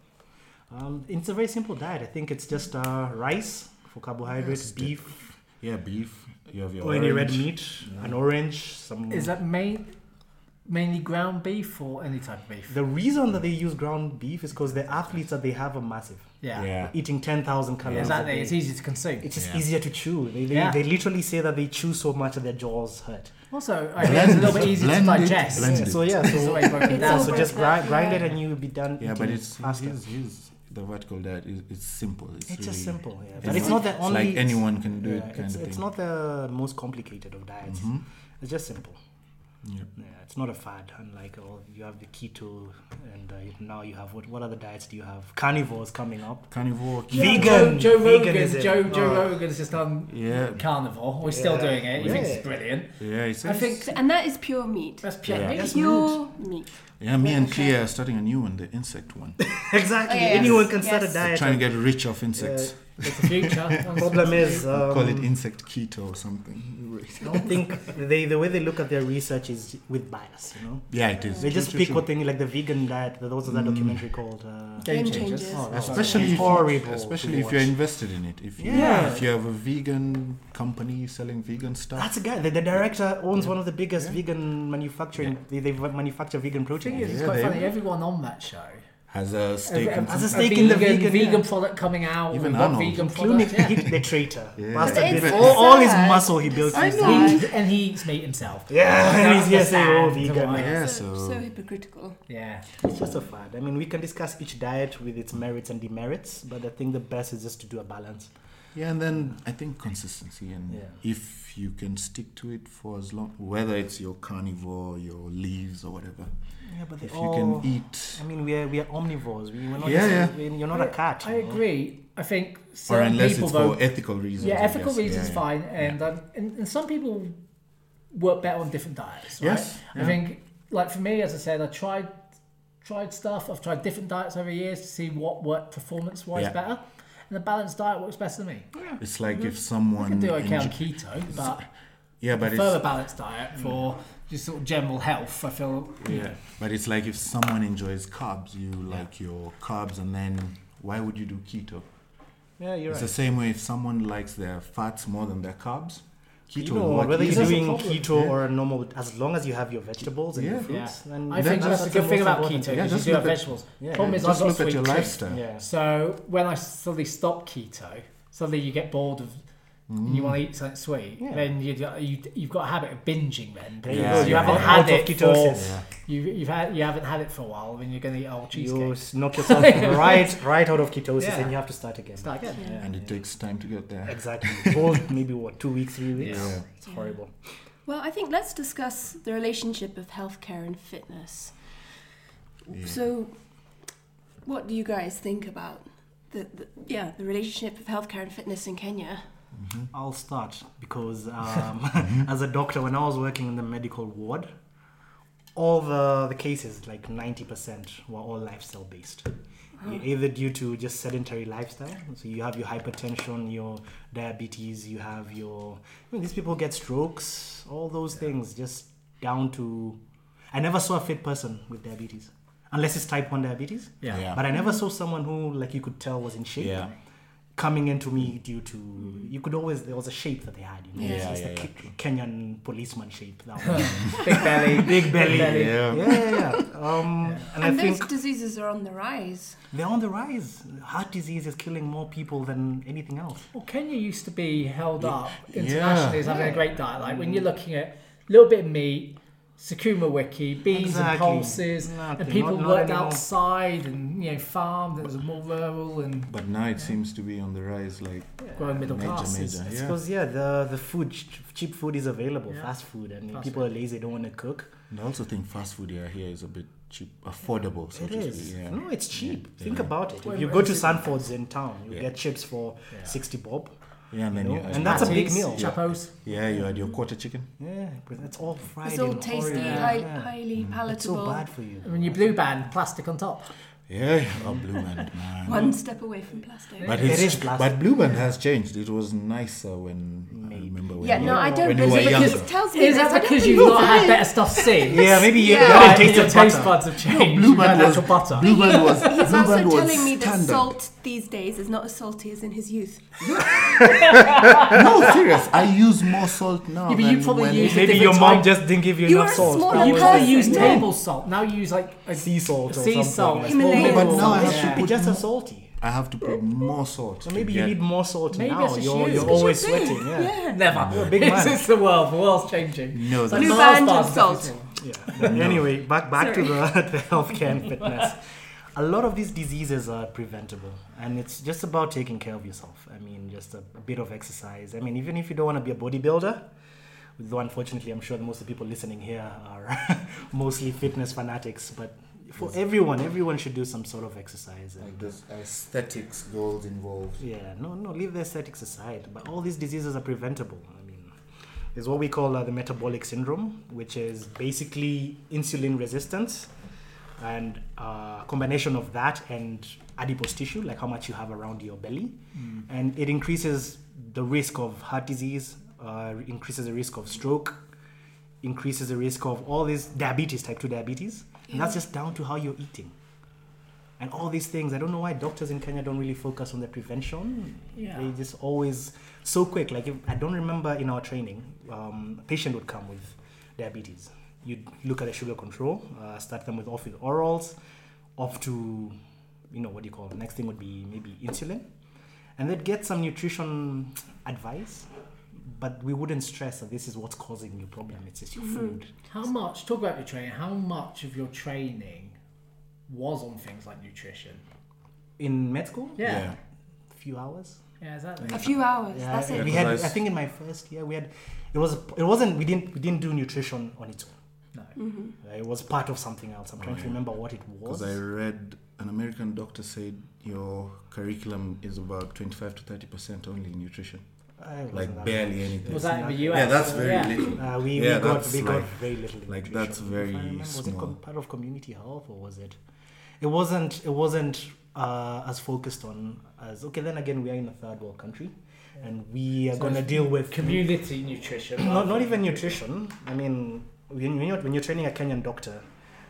Speaker 3: Um, it's a very simple diet. I think it's just uh, rice for carbohydrates,
Speaker 2: Yes, the-
Speaker 3: beef,
Speaker 2: yeah, beef. You have your
Speaker 3: or Oh, any red
Speaker 2: orange.
Speaker 3: meat, an orange, some.
Speaker 4: Is that main, mainly ground beef or any type of beef?
Speaker 3: the reason that they use ground beef is because the athletes that they have are massive,
Speaker 4: Yeah.
Speaker 2: Yeah.
Speaker 3: eating ten thousand calories.
Speaker 4: Exactly.
Speaker 3: A
Speaker 4: It's
Speaker 3: day.
Speaker 4: easy to consume.
Speaker 3: It's just
Speaker 2: Yeah.
Speaker 3: easier to chew. They, they,
Speaker 4: Yeah.
Speaker 3: they literally say that they chew so much that their jaws hurt.
Speaker 4: Also, I mean, it's a little bit easier to
Speaker 2: Blend it,
Speaker 4: digest.
Speaker 2: blend it.
Speaker 3: So yeah,
Speaker 4: This is the
Speaker 3: so
Speaker 4: way it's broken
Speaker 3: yeah,
Speaker 4: down.
Speaker 1: all
Speaker 3: so just
Speaker 1: broken up,
Speaker 3: grind, grind it
Speaker 1: yeah.
Speaker 3: and you'll be done.
Speaker 2: Yeah, but
Speaker 3: eating
Speaker 2: it's
Speaker 3: faster.
Speaker 2: His, his, the vertical diet is it's simple. It's,
Speaker 3: It's
Speaker 2: really,
Speaker 3: just simple, yeah.
Speaker 2: it's
Speaker 3: But it's not the
Speaker 2: it's
Speaker 3: only.
Speaker 2: like anyone can do
Speaker 3: yeah,
Speaker 2: it kind
Speaker 3: it's,
Speaker 2: of thing.
Speaker 3: it's not the most complicated of diets.
Speaker 2: Mhm.
Speaker 3: It's just simple.
Speaker 2: Yeah.
Speaker 3: Yeah, it's not a fad. Unlike oh, you have the keto, and uh, now you have what? What other diets do you have? Carnivores coming up.
Speaker 2: Carnivore. keto.
Speaker 3: Yeah. Vegan-
Speaker 4: Joe, Joe Rogan.
Speaker 3: veganism.
Speaker 4: Joe, Joe
Speaker 3: Oh.
Speaker 4: Rogan's just gone
Speaker 2: Yeah.
Speaker 4: carnivore. We're still
Speaker 3: Yeah.
Speaker 4: doing it. He
Speaker 3: Yeah.
Speaker 4: thinks it's brilliant.
Speaker 2: Yeah, it's
Speaker 4: I think
Speaker 1: So- and that is pure meat.
Speaker 4: that's pure
Speaker 2: Yeah.
Speaker 4: meat.
Speaker 3: That's
Speaker 1: pure meat.
Speaker 2: yeah, me and
Speaker 1: Okay.
Speaker 2: Clea are starting a new one, the insect one.
Speaker 3: exactly.
Speaker 1: Oh, yes.
Speaker 3: Anyone can start a
Speaker 1: Yes.
Speaker 3: diet.
Speaker 2: trying to get rich of insects.
Speaker 4: It's the future.
Speaker 3: The problem is, um,
Speaker 2: Call it insect keto or something.
Speaker 3: I don't think they the way they look at their research is with bias. You know,
Speaker 2: Yeah, it is.
Speaker 3: they
Speaker 2: True,
Speaker 3: just
Speaker 2: true,
Speaker 3: pick
Speaker 2: true.
Speaker 3: what they need, like the vegan diet. There was that
Speaker 2: Mm.
Speaker 3: documentary called. Uh,
Speaker 1: Game changers.
Speaker 4: Oh,
Speaker 2: Especially if,
Speaker 3: Horrible
Speaker 2: especially
Speaker 3: to
Speaker 2: if you're
Speaker 3: watch.
Speaker 2: invested in it. If you,
Speaker 3: Yeah.
Speaker 2: if you have a vegan company selling vegan stuff.
Speaker 3: That's a guy. The, the director owns
Speaker 2: Yeah.
Speaker 3: one of the biggest
Speaker 2: Yeah.
Speaker 3: vegan manufacturing. They, they manufacture vegan protein.
Speaker 4: thing is, it's
Speaker 2: Yeah,
Speaker 4: quite
Speaker 2: they-
Speaker 4: funny. Everyone on that show
Speaker 2: has a stake in
Speaker 3: Has a
Speaker 4: a
Speaker 3: stake in the vegan, yeah.
Speaker 4: vegan product coming out.
Speaker 2: Even
Speaker 4: what
Speaker 2: Arnold.
Speaker 4: vegan
Speaker 3: Including
Speaker 4: product, yeah.
Speaker 3: the traitor.
Speaker 2: Yeah.
Speaker 3: Bastard
Speaker 1: It's
Speaker 3: did-
Speaker 1: so
Speaker 3: all, all his
Speaker 1: sad.
Speaker 3: muscle he built.
Speaker 1: I
Speaker 3: is-
Speaker 1: know.
Speaker 4: He eats- and he eats meat himself.
Speaker 3: Yeah, and he's
Speaker 4: That's
Speaker 3: here
Speaker 4: the
Speaker 3: saying, oh,
Speaker 4: sad
Speaker 3: vegan.
Speaker 4: one.
Speaker 2: Yeah,
Speaker 1: so,
Speaker 2: so-
Speaker 1: so hypocritical.
Speaker 4: Yeah.
Speaker 3: It's just a fad. I mean, we can discuss each diet with its merits and demerits, but I think the best is just to do a balance.
Speaker 2: Yeah, and then I think consistency, and
Speaker 3: Yeah.
Speaker 2: if you can stick to it for as long, whether it's your carnivore, your leaves, or whatever,
Speaker 3: Yeah, but oh,
Speaker 2: if you
Speaker 4: Oh.
Speaker 2: can eat,
Speaker 3: I mean, we are we are omnivores. We, we're not
Speaker 2: Yeah,
Speaker 3: just,
Speaker 2: yeah.
Speaker 3: we- You're not a cat.
Speaker 4: I
Speaker 3: you know?
Speaker 4: agree. I think
Speaker 2: or
Speaker 4: certain
Speaker 2: unless
Speaker 4: people
Speaker 2: it's
Speaker 4: though
Speaker 2: for ethical reasons.
Speaker 4: Yeah,
Speaker 2: I
Speaker 4: ethical
Speaker 2: guess.
Speaker 4: reasons
Speaker 2: Yeah,
Speaker 4: fine,
Speaker 2: yeah.
Speaker 4: and, um, and and some people work better on different diets. Right?
Speaker 2: Yes,
Speaker 4: I
Speaker 2: yeah.
Speaker 4: think like for me, as I said, I tried tried stuff. I've tried different diets over the years to see what worked performance wise
Speaker 2: Yeah.
Speaker 4: better, and a balanced diet works best for me.
Speaker 2: It's like if
Speaker 4: Mm-hmm. I
Speaker 2: someone
Speaker 4: can do okay on
Speaker 2: enjo-
Speaker 4: keto, but
Speaker 2: yeah, but
Speaker 4: further
Speaker 2: it's
Speaker 4: balanced diet for just sort of general health. I feel
Speaker 2: yeah, but it's like if someone enjoys carbs, you like your carbs, and then why would you do keto?
Speaker 3: Yeah, you're
Speaker 2: it's
Speaker 3: right.
Speaker 2: the same way if someone likes their fats more than their carbs, keto.
Speaker 3: You
Speaker 2: will
Speaker 3: know,
Speaker 2: work
Speaker 3: whether
Speaker 2: easier.
Speaker 3: you're
Speaker 4: That's the
Speaker 3: doing keto
Speaker 4: problem.
Speaker 2: Yeah.
Speaker 3: or a normal, as long as you have your vegetables and your
Speaker 2: Yeah.
Speaker 3: fruits, then
Speaker 4: I
Speaker 2: That-
Speaker 4: think that's,
Speaker 2: that's
Speaker 4: a good
Speaker 3: the
Speaker 4: thing
Speaker 3: most
Speaker 4: about
Speaker 3: important
Speaker 4: keto.
Speaker 3: thing.
Speaker 2: Yeah,
Speaker 4: is
Speaker 2: just
Speaker 4: you do have
Speaker 2: look at-
Speaker 4: vegetables.
Speaker 3: Yeah.
Speaker 4: Problem is,
Speaker 2: just
Speaker 4: I've got
Speaker 2: look at
Speaker 4: sweet
Speaker 2: your
Speaker 4: tooth.
Speaker 2: lifestyle.
Speaker 3: Yeah.
Speaker 4: So when I suddenly stopped keto, suddenly you get bored of and you want to eat something sweet.
Speaker 3: Yeah.
Speaker 4: Then you, you you've got a habit of binging. Then
Speaker 3: There
Speaker 4: because you,
Speaker 2: you go, yeah.
Speaker 4: haven't
Speaker 2: Out
Speaker 4: had
Speaker 3: of
Speaker 4: it
Speaker 3: ketosis.
Speaker 2: Yeah.
Speaker 4: for you you've had you haven't had it for a while. Then you're gonna eat old cheesecake.
Speaker 3: You s- knock yourself right right out of ketosis
Speaker 4: Yeah.
Speaker 3: and you have to start again.
Speaker 4: Start again.
Speaker 3: Yeah,
Speaker 2: and it
Speaker 3: yeah.
Speaker 2: takes time to get there.
Speaker 3: Exactly. Whole maybe what two weeks, three weeks.
Speaker 2: Yeah.
Speaker 3: It's horrible.
Speaker 1: Well, I think let's discuss the relationship of healthcare and fitness.
Speaker 2: Yeah.
Speaker 1: So, what do you guys think about the, the yeah the relationship of healthcare and fitness in Kenya?
Speaker 3: I'll start because um, as a doctor, when I was working in the medical ward, all the, the cases, like 90%, were all lifestyle based. You- Either due to just sedentary lifestyle, so you have your hypertension, your diabetes, you have your. I mean, these people get strokes, all those things, just down to. I never saw a fit person with diabetes, unless it's type 1 diabetes.
Speaker 4: Yeah.
Speaker 2: Yeah.
Speaker 3: But I never saw someone who, like, you could tell was in shape
Speaker 2: Yeah.
Speaker 3: coming into me due to you could always there was a shape that they had. You know,
Speaker 1: Yeah.
Speaker 3: it's
Speaker 2: Mm. Yeah,
Speaker 3: just
Speaker 2: yeah,
Speaker 3: the
Speaker 2: yeah,
Speaker 3: Ke- Kenyan policeman shape. That one.
Speaker 4: Big belly.
Speaker 3: big belly.
Speaker 4: belly.
Speaker 3: Yeah,
Speaker 2: Yeah.
Speaker 3: yeah, yeah. Um, and, I
Speaker 1: And those
Speaker 3: think
Speaker 1: diseases are on the rise.
Speaker 3: they're on the rise. Heart disease is killing more people than anything else.
Speaker 4: Well, Kenya used to be held up
Speaker 2: Yeah.
Speaker 4: internationally as having a great diet. Like when you're looking at a little bit of meat, Sukuma wiki, beans
Speaker 3: Exactly.
Speaker 4: and pulses,
Speaker 3: Nothing,
Speaker 4: and people
Speaker 3: not- not
Speaker 4: worked
Speaker 3: anymore.
Speaker 4: outside and you know farmed. It was more rural and
Speaker 2: But now it seems to be on the rise, like
Speaker 4: growing middle
Speaker 2: major,
Speaker 4: classes.
Speaker 2: major.
Speaker 3: It's
Speaker 2: Yeah.
Speaker 3: because yeah, the the food ch- cheap food is available,
Speaker 4: Yeah.
Speaker 3: fast food, and
Speaker 4: Fast
Speaker 3: people are lazy, don't want to cook.
Speaker 2: And I also think fast food here, here is a bit cheap, affordable, so
Speaker 3: It
Speaker 2: to
Speaker 3: is.
Speaker 2: speak. Yeah.
Speaker 3: No, it's cheap. Think
Speaker 2: Yeah.
Speaker 3: about it.
Speaker 4: Well,
Speaker 3: If you
Speaker 4: but
Speaker 3: go
Speaker 4: it's
Speaker 3: to
Speaker 4: cheap.
Speaker 3: Sanford's in town, you
Speaker 2: Yeah.
Speaker 3: get chips for
Speaker 4: Yeah.
Speaker 3: sixty bob.
Speaker 2: yeah, and then
Speaker 3: You
Speaker 2: you
Speaker 3: know,
Speaker 2: add
Speaker 3: and
Speaker 2: your-
Speaker 3: that's a big
Speaker 4: Patties,
Speaker 3: meal.
Speaker 2: Yeah.
Speaker 4: Chapos.
Speaker 2: yeah, you had your quarter chicken.
Speaker 3: Yeah, because it's all fried.
Speaker 1: It's all
Speaker 3: and
Speaker 1: tasty,
Speaker 3: oily.
Speaker 4: Yeah.
Speaker 1: high,
Speaker 3: Yeah.
Speaker 1: highly
Speaker 3: It's so
Speaker 1: palatable.
Speaker 3: bad for you.
Speaker 4: And when you blue band, plastic on top.
Speaker 2: Yeah, yeah. oh, Blue Band, man.
Speaker 1: One step away from plastic.
Speaker 2: But
Speaker 3: It
Speaker 2: it's,
Speaker 3: is plastic.
Speaker 2: But Blue Band has changed. It was nicer when I remember when.
Speaker 1: yeah,
Speaker 2: you-
Speaker 1: no, I don't
Speaker 2: when you were
Speaker 1: believe it.
Speaker 2: younger.
Speaker 1: This tells me
Speaker 4: Is
Speaker 1: this. I
Speaker 4: that
Speaker 1: don't
Speaker 4: because
Speaker 1: think
Speaker 4: you've
Speaker 1: it's
Speaker 4: not had
Speaker 1: it.
Speaker 4: better stuff since?
Speaker 3: Yeah, maybe you
Speaker 1: Yeah.
Speaker 3: yeah.
Speaker 4: Right,
Speaker 3: haven't tasted
Speaker 4: your
Speaker 3: butter.
Speaker 4: taste buds have changed.
Speaker 2: Blue
Speaker 4: You've
Speaker 2: Band
Speaker 4: had
Speaker 2: was
Speaker 4: natural butter.
Speaker 2: Blue Band was
Speaker 1: He's
Speaker 2: Blue Band
Speaker 1: also
Speaker 2: was
Speaker 1: telling me that
Speaker 2: standard.
Speaker 1: salt these days is not as salty as in his youth.
Speaker 2: No, serious. I use more salt now.
Speaker 4: Yeah, but you
Speaker 2: than
Speaker 4: probably
Speaker 2: when-
Speaker 4: use-
Speaker 3: Maybe
Speaker 4: Different
Speaker 3: your mom
Speaker 4: type.
Speaker 3: just didn't give you,
Speaker 1: You
Speaker 3: enough
Speaker 1: are a
Speaker 3: salt.
Speaker 1: small
Speaker 3: That was
Speaker 4: You used to
Speaker 1: person.
Speaker 4: use
Speaker 1: Yeah.
Speaker 4: table salt. Now you use like a
Speaker 3: sea salt. Or
Speaker 4: sea
Speaker 3: something.
Speaker 4: salt.
Speaker 3: like
Speaker 4: It's
Speaker 3: that.
Speaker 1: Himalayan
Speaker 4: more
Speaker 2: No, but
Speaker 4: mineral
Speaker 2: now I
Speaker 4: salt.
Speaker 2: have to
Speaker 4: Yeah.
Speaker 2: put
Speaker 3: It's just as salty.
Speaker 2: I have to put more salt.
Speaker 3: So
Speaker 2: to
Speaker 3: maybe
Speaker 2: get-
Speaker 3: you need more salt
Speaker 4: Maybe
Speaker 3: now.
Speaker 4: it's just
Speaker 3: You're,
Speaker 4: you.
Speaker 3: you're
Speaker 4: It's
Speaker 3: always
Speaker 1: Should do.
Speaker 3: sweating. Yeah.
Speaker 4: Never.
Speaker 3: You're a big
Speaker 4: it's,
Speaker 3: man.
Speaker 4: it's the world. The world's changing.
Speaker 2: No,
Speaker 4: But
Speaker 2: that's-
Speaker 1: Blue
Speaker 4: Mars
Speaker 1: band
Speaker 4: bars
Speaker 1: and
Speaker 4: definitely
Speaker 1: salt.
Speaker 4: will.
Speaker 3: Yeah. Anyway, back back to the, the healthcare and fitness. A lot of these diseases are preventable, and it's just about taking care of yourself. I mean, just a, a bit of exercise. I mean, even if you don't want to be a bodybuilder, though unfortunately, I'm sure that most of the people listening here are mostly fitness fanatics, but for everyone, everyone should do some sort of exercise. And,
Speaker 2: Like there's aesthetics goals involved.
Speaker 3: yeah, no, no, leave the aesthetics aside. But all these diseases are preventable. I mean, there's what we call uh, the metabolic syndrome, which is basically insulin resistance and uh, combination of that and adipose tissue, like how much you have around your belly. And it increases the risk of heart disease, uh, increases the risk of stroke, increases the risk of all these diabetes, type 2 diabetes. And that's just down to how you're eating. And all these things, I don't know why doctors in Kenya don't really focus on the prevention.
Speaker 4: Yeah.
Speaker 3: They just always so quick. Like if, I don't remember in our training, um, a patient would come with diabetes. You'd look at the sugar control, uh, start them with off with orals, off to, you know, what do you call it? Next thing would be maybe insulin, and they'd get some nutrition advice, but we wouldn't stress that this is what's causing your problem. It's just your food.
Speaker 4: How much? Talk about your training. How much of your training was on things like nutrition?
Speaker 3: In med school,
Speaker 4: Yeah.
Speaker 3: a few hours.
Speaker 4: Yeah. exactly.
Speaker 3: Mm-hmm.
Speaker 1: A few hours.
Speaker 3: Yeah,
Speaker 1: that's
Speaker 3: I-
Speaker 1: it.
Speaker 3: we
Speaker 2: Yeah,
Speaker 3: had.
Speaker 2: 'cause I
Speaker 3: I
Speaker 2: s-
Speaker 3: think in my first year, we had. It was. It wasn't. We didn't. We didn't do nutrition on its own.
Speaker 4: No.
Speaker 3: Uh, It was part of something else. I'm trying to remember what it was.
Speaker 2: Because I read an American doctor said your curriculum is about 25 to 30 percent only nutrition,
Speaker 3: I wasn't
Speaker 2: like
Speaker 3: that
Speaker 2: barely
Speaker 3: much.
Speaker 2: anything.
Speaker 4: Was that in the US?
Speaker 2: yeah, that's very
Speaker 4: Yeah.
Speaker 2: little.
Speaker 3: Uh, we,
Speaker 2: Yeah,
Speaker 3: we got
Speaker 2: that's
Speaker 3: we got
Speaker 2: like-
Speaker 3: very little. in
Speaker 2: like,
Speaker 3: nutrition,
Speaker 2: that's
Speaker 3: if I
Speaker 2: very
Speaker 3: remember. Was it
Speaker 2: small.
Speaker 3: com- part of community health or was it? It wasn't. It wasn't uh, as focused on as okay. Then again, we are in a third world country, and we are
Speaker 4: So
Speaker 3: gonna
Speaker 4: it's
Speaker 3: deal with
Speaker 4: Community nutrition.
Speaker 3: not, not even nutrition. I mean, when when you're, when you're training a Kenyan doctor,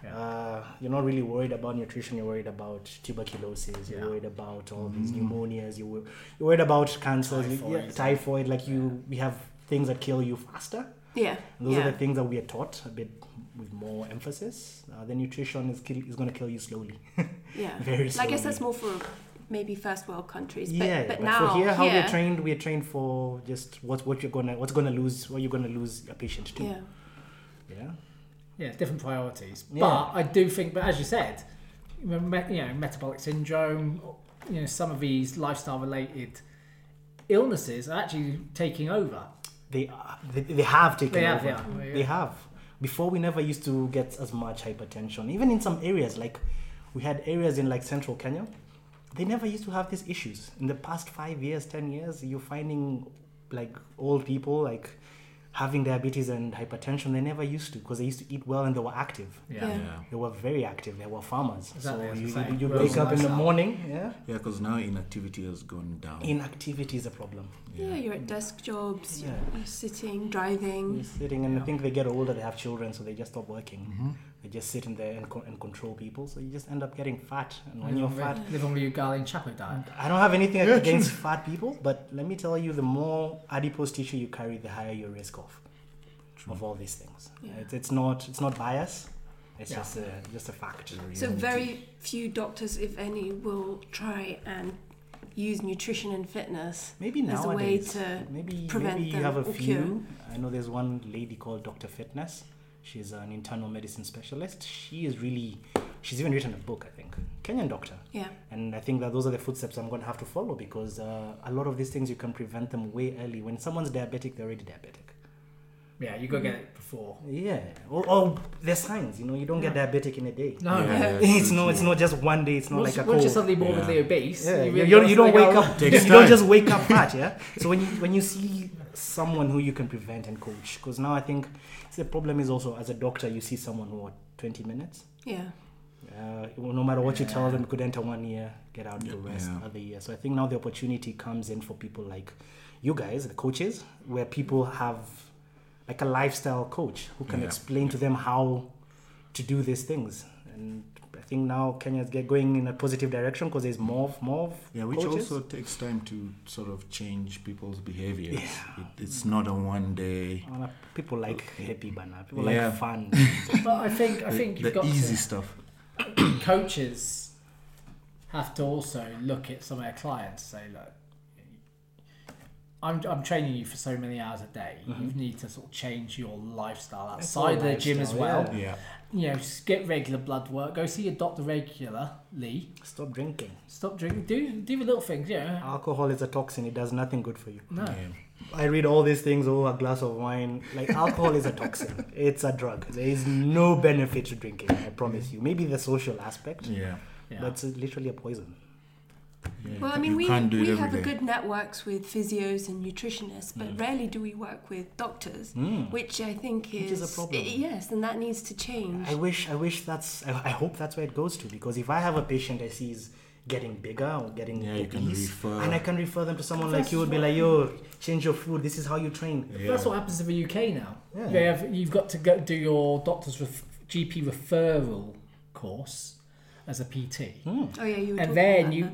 Speaker 4: Yeah.
Speaker 3: uh, you're not really worried about nutrition. You're worried about tuberculosis. You're
Speaker 4: Yeah. Mm-hmm.
Speaker 3: worried about all these pneumonias. You're, wor- you're worried about cancer, typhoid.
Speaker 4: Typhoid.
Speaker 3: typhoid like you, we have things that kill you faster.
Speaker 1: Yeah.
Speaker 3: And those
Speaker 1: yeah.
Speaker 3: are the things that we are taught a bit with more emphasis. Uh, the nutrition is kill, is going to kill you slowly.
Speaker 1: yeah.
Speaker 3: very
Speaker 1: Like I guess
Speaker 3: slowly.
Speaker 1: that's more for maybe first world countries. But,
Speaker 3: yeah,
Speaker 1: but,
Speaker 3: but
Speaker 1: now
Speaker 3: for here, how
Speaker 1: yeah,
Speaker 3: we're trained, we're trained for just what what you're gonna what's gonna lose, what you're gonna lose a patient to.
Speaker 1: Yeah.
Speaker 3: yeah?
Speaker 4: Yeah, different priorities.
Speaker 3: Yeah.
Speaker 4: But I do think, but as you said, me- you know, metabolic syndrome, you know, some of these lifestyle related illnesses are actually taking over.
Speaker 3: They are, they, they have taken
Speaker 4: They have,
Speaker 3: over.
Speaker 4: yeah.
Speaker 3: They have. Before we never used to get as much hypertension. Even in some areas, like we had areas in like central Kenya, they never used to have these issues. In the past five years, ten years, you're finding like old people like having diabetes and hypertension. They never used to because they used to eat well and they were active.
Speaker 1: Yeah. Yeah.
Speaker 3: They were very active. They were farmers.
Speaker 4: Exactly, I was
Speaker 3: so
Speaker 4: gonna
Speaker 3: you,
Speaker 4: say,
Speaker 3: you
Speaker 4: rural
Speaker 3: wake up in the
Speaker 4: lifestyle.
Speaker 3: morning. Yeah.
Speaker 2: Yeah, because now inactivity has gone down.
Speaker 3: Inactivity is a problem.
Speaker 1: Yeah, you're at desk jobs,
Speaker 3: Yeah.
Speaker 1: you're sitting, driving.
Speaker 3: You're sitting, and I think they get older, they have children, so they just stop working. They just sit in there and, co- and control people. So you just end up getting fat. And when you're
Speaker 4: live,
Speaker 3: fat,
Speaker 4: on, live on Ugali and Chapo diet.
Speaker 3: I don't have anything
Speaker 2: Yeah,
Speaker 3: against fat people, but let me tell you, the more adipose tissue you carry, the higher your risk of of all these things.
Speaker 1: Yeah.
Speaker 3: It's, it's not it's not bias. It's
Speaker 4: Yeah.
Speaker 3: just a just a fact.
Speaker 1: So very few doctors, if any, will try and use nutrition and fitness.
Speaker 3: maybe
Speaker 1: there's a way
Speaker 3: nowadays
Speaker 1: to
Speaker 3: maybe
Speaker 1: prevent
Speaker 3: maybe you
Speaker 1: them
Speaker 3: have a
Speaker 1: or
Speaker 3: few.
Speaker 1: cure.
Speaker 3: I know there's one lady called Dr. Fitness. She's an internal medicine specialist. She is really she's even written a book, I think. Kenyan doctor.
Speaker 1: Yeah.
Speaker 3: And I think that those are the footsteps I'm going to have to follow because uh, a lot of these things you can prevent them way early. When someone's diabetic, they're already diabetic.
Speaker 4: Yeah, you go get it before.
Speaker 3: Yeah. Or, or there's signs, you know, you don't get diabetic in a day.
Speaker 4: No,
Speaker 2: Yeah, yeah,
Speaker 3: it's
Speaker 2: true,
Speaker 3: no, it's
Speaker 2: true.
Speaker 3: not just one day. It's not
Speaker 4: once,
Speaker 3: like a
Speaker 4: once you're
Speaker 3: cold.
Speaker 4: suddenly morbidly
Speaker 2: Yeah.
Speaker 4: obese,
Speaker 3: Yeah, you,
Speaker 4: you, really
Speaker 3: you,
Speaker 4: gotta
Speaker 3: you don't
Speaker 4: figure
Speaker 3: wake
Speaker 4: out-
Speaker 3: up. You
Speaker 2: Takes
Speaker 3: don't
Speaker 2: time.
Speaker 3: just wake up fat, yeah. So when you when you see someone who you can prevent and coach, because now I think the problem is also as a doctor you see someone who what twenty minutes.
Speaker 1: Yeah.
Speaker 3: Uh, no matter what you tell them, you could enter one year, get out the
Speaker 2: Yeah.
Speaker 3: rest
Speaker 2: Yeah.
Speaker 3: other year. So I think now the opportunity comes in for people like you guys, the coaches, where people have like a lifestyle coach who can
Speaker 2: Yeah.
Speaker 3: explain to them how to do these things. And I think now Kenya's get going in a positive direction because there's more, more
Speaker 2: Yeah, which
Speaker 3: coaches.
Speaker 2: also takes time to sort of change people's behaviors. It, it's not a one day.
Speaker 3: Uh, People like happy banana. People
Speaker 2: Yeah.
Speaker 3: like fun.
Speaker 4: But I think I
Speaker 2: the-
Speaker 4: think you've
Speaker 2: the
Speaker 4: got
Speaker 2: easy
Speaker 4: to,
Speaker 2: stuff.
Speaker 4: coaches have to also look at some of their clients and say, look, I'm, I'm training you for so many hours a day. You need to sort of change your lifestyle
Speaker 3: Mm-hmm. It's all
Speaker 4: outside the gym as
Speaker 3: lifestyle,
Speaker 4: well.
Speaker 2: Yeah.
Speaker 4: You know, s- get regular blood work. Go see your doctor regularly.
Speaker 3: Stop drinking.
Speaker 4: Stop drinking. Do do the little things. You know.
Speaker 3: Alcohol is a toxin. It does nothing good for you.
Speaker 4: No.
Speaker 2: yeah.
Speaker 3: I read all these things. Oh, a glass of wine. Like alcohol is a toxin. It's a drug. There is no benefit to drinking. I promise you. Maybe the social aspect,
Speaker 2: Yeah.
Speaker 4: Yeah.
Speaker 3: but it's literally a poison.
Speaker 2: Yeah,
Speaker 1: Well, I
Speaker 2: you
Speaker 1: mean, we,
Speaker 2: can't do it
Speaker 1: we
Speaker 2: every
Speaker 1: have a
Speaker 2: day.
Speaker 1: good networks with physios and nutritionists, but
Speaker 3: Mm.
Speaker 1: rarely do we work with doctors, which I think
Speaker 3: Which is a problem.
Speaker 1: i- yes, and that needs to change.
Speaker 3: I wish. I wish that's. I, I hope that's where it goes to. Because if I have a patient I see is getting bigger or getting
Speaker 2: Yeah, you
Speaker 3: obese,
Speaker 2: can refer.
Speaker 3: and I can refer them to someone
Speaker 4: That's
Speaker 3: like you, would be
Speaker 4: what-
Speaker 3: like, yo, change your food. This is how you train.
Speaker 2: Yeah.
Speaker 4: That's what happens in the UK now.
Speaker 3: Yeah.
Speaker 4: They have, you've got to go do your doctor's ref, GP referral course as a PT,
Speaker 3: Hmm.
Speaker 1: oh yeah, you were talking
Speaker 4: and then
Speaker 1: about
Speaker 4: you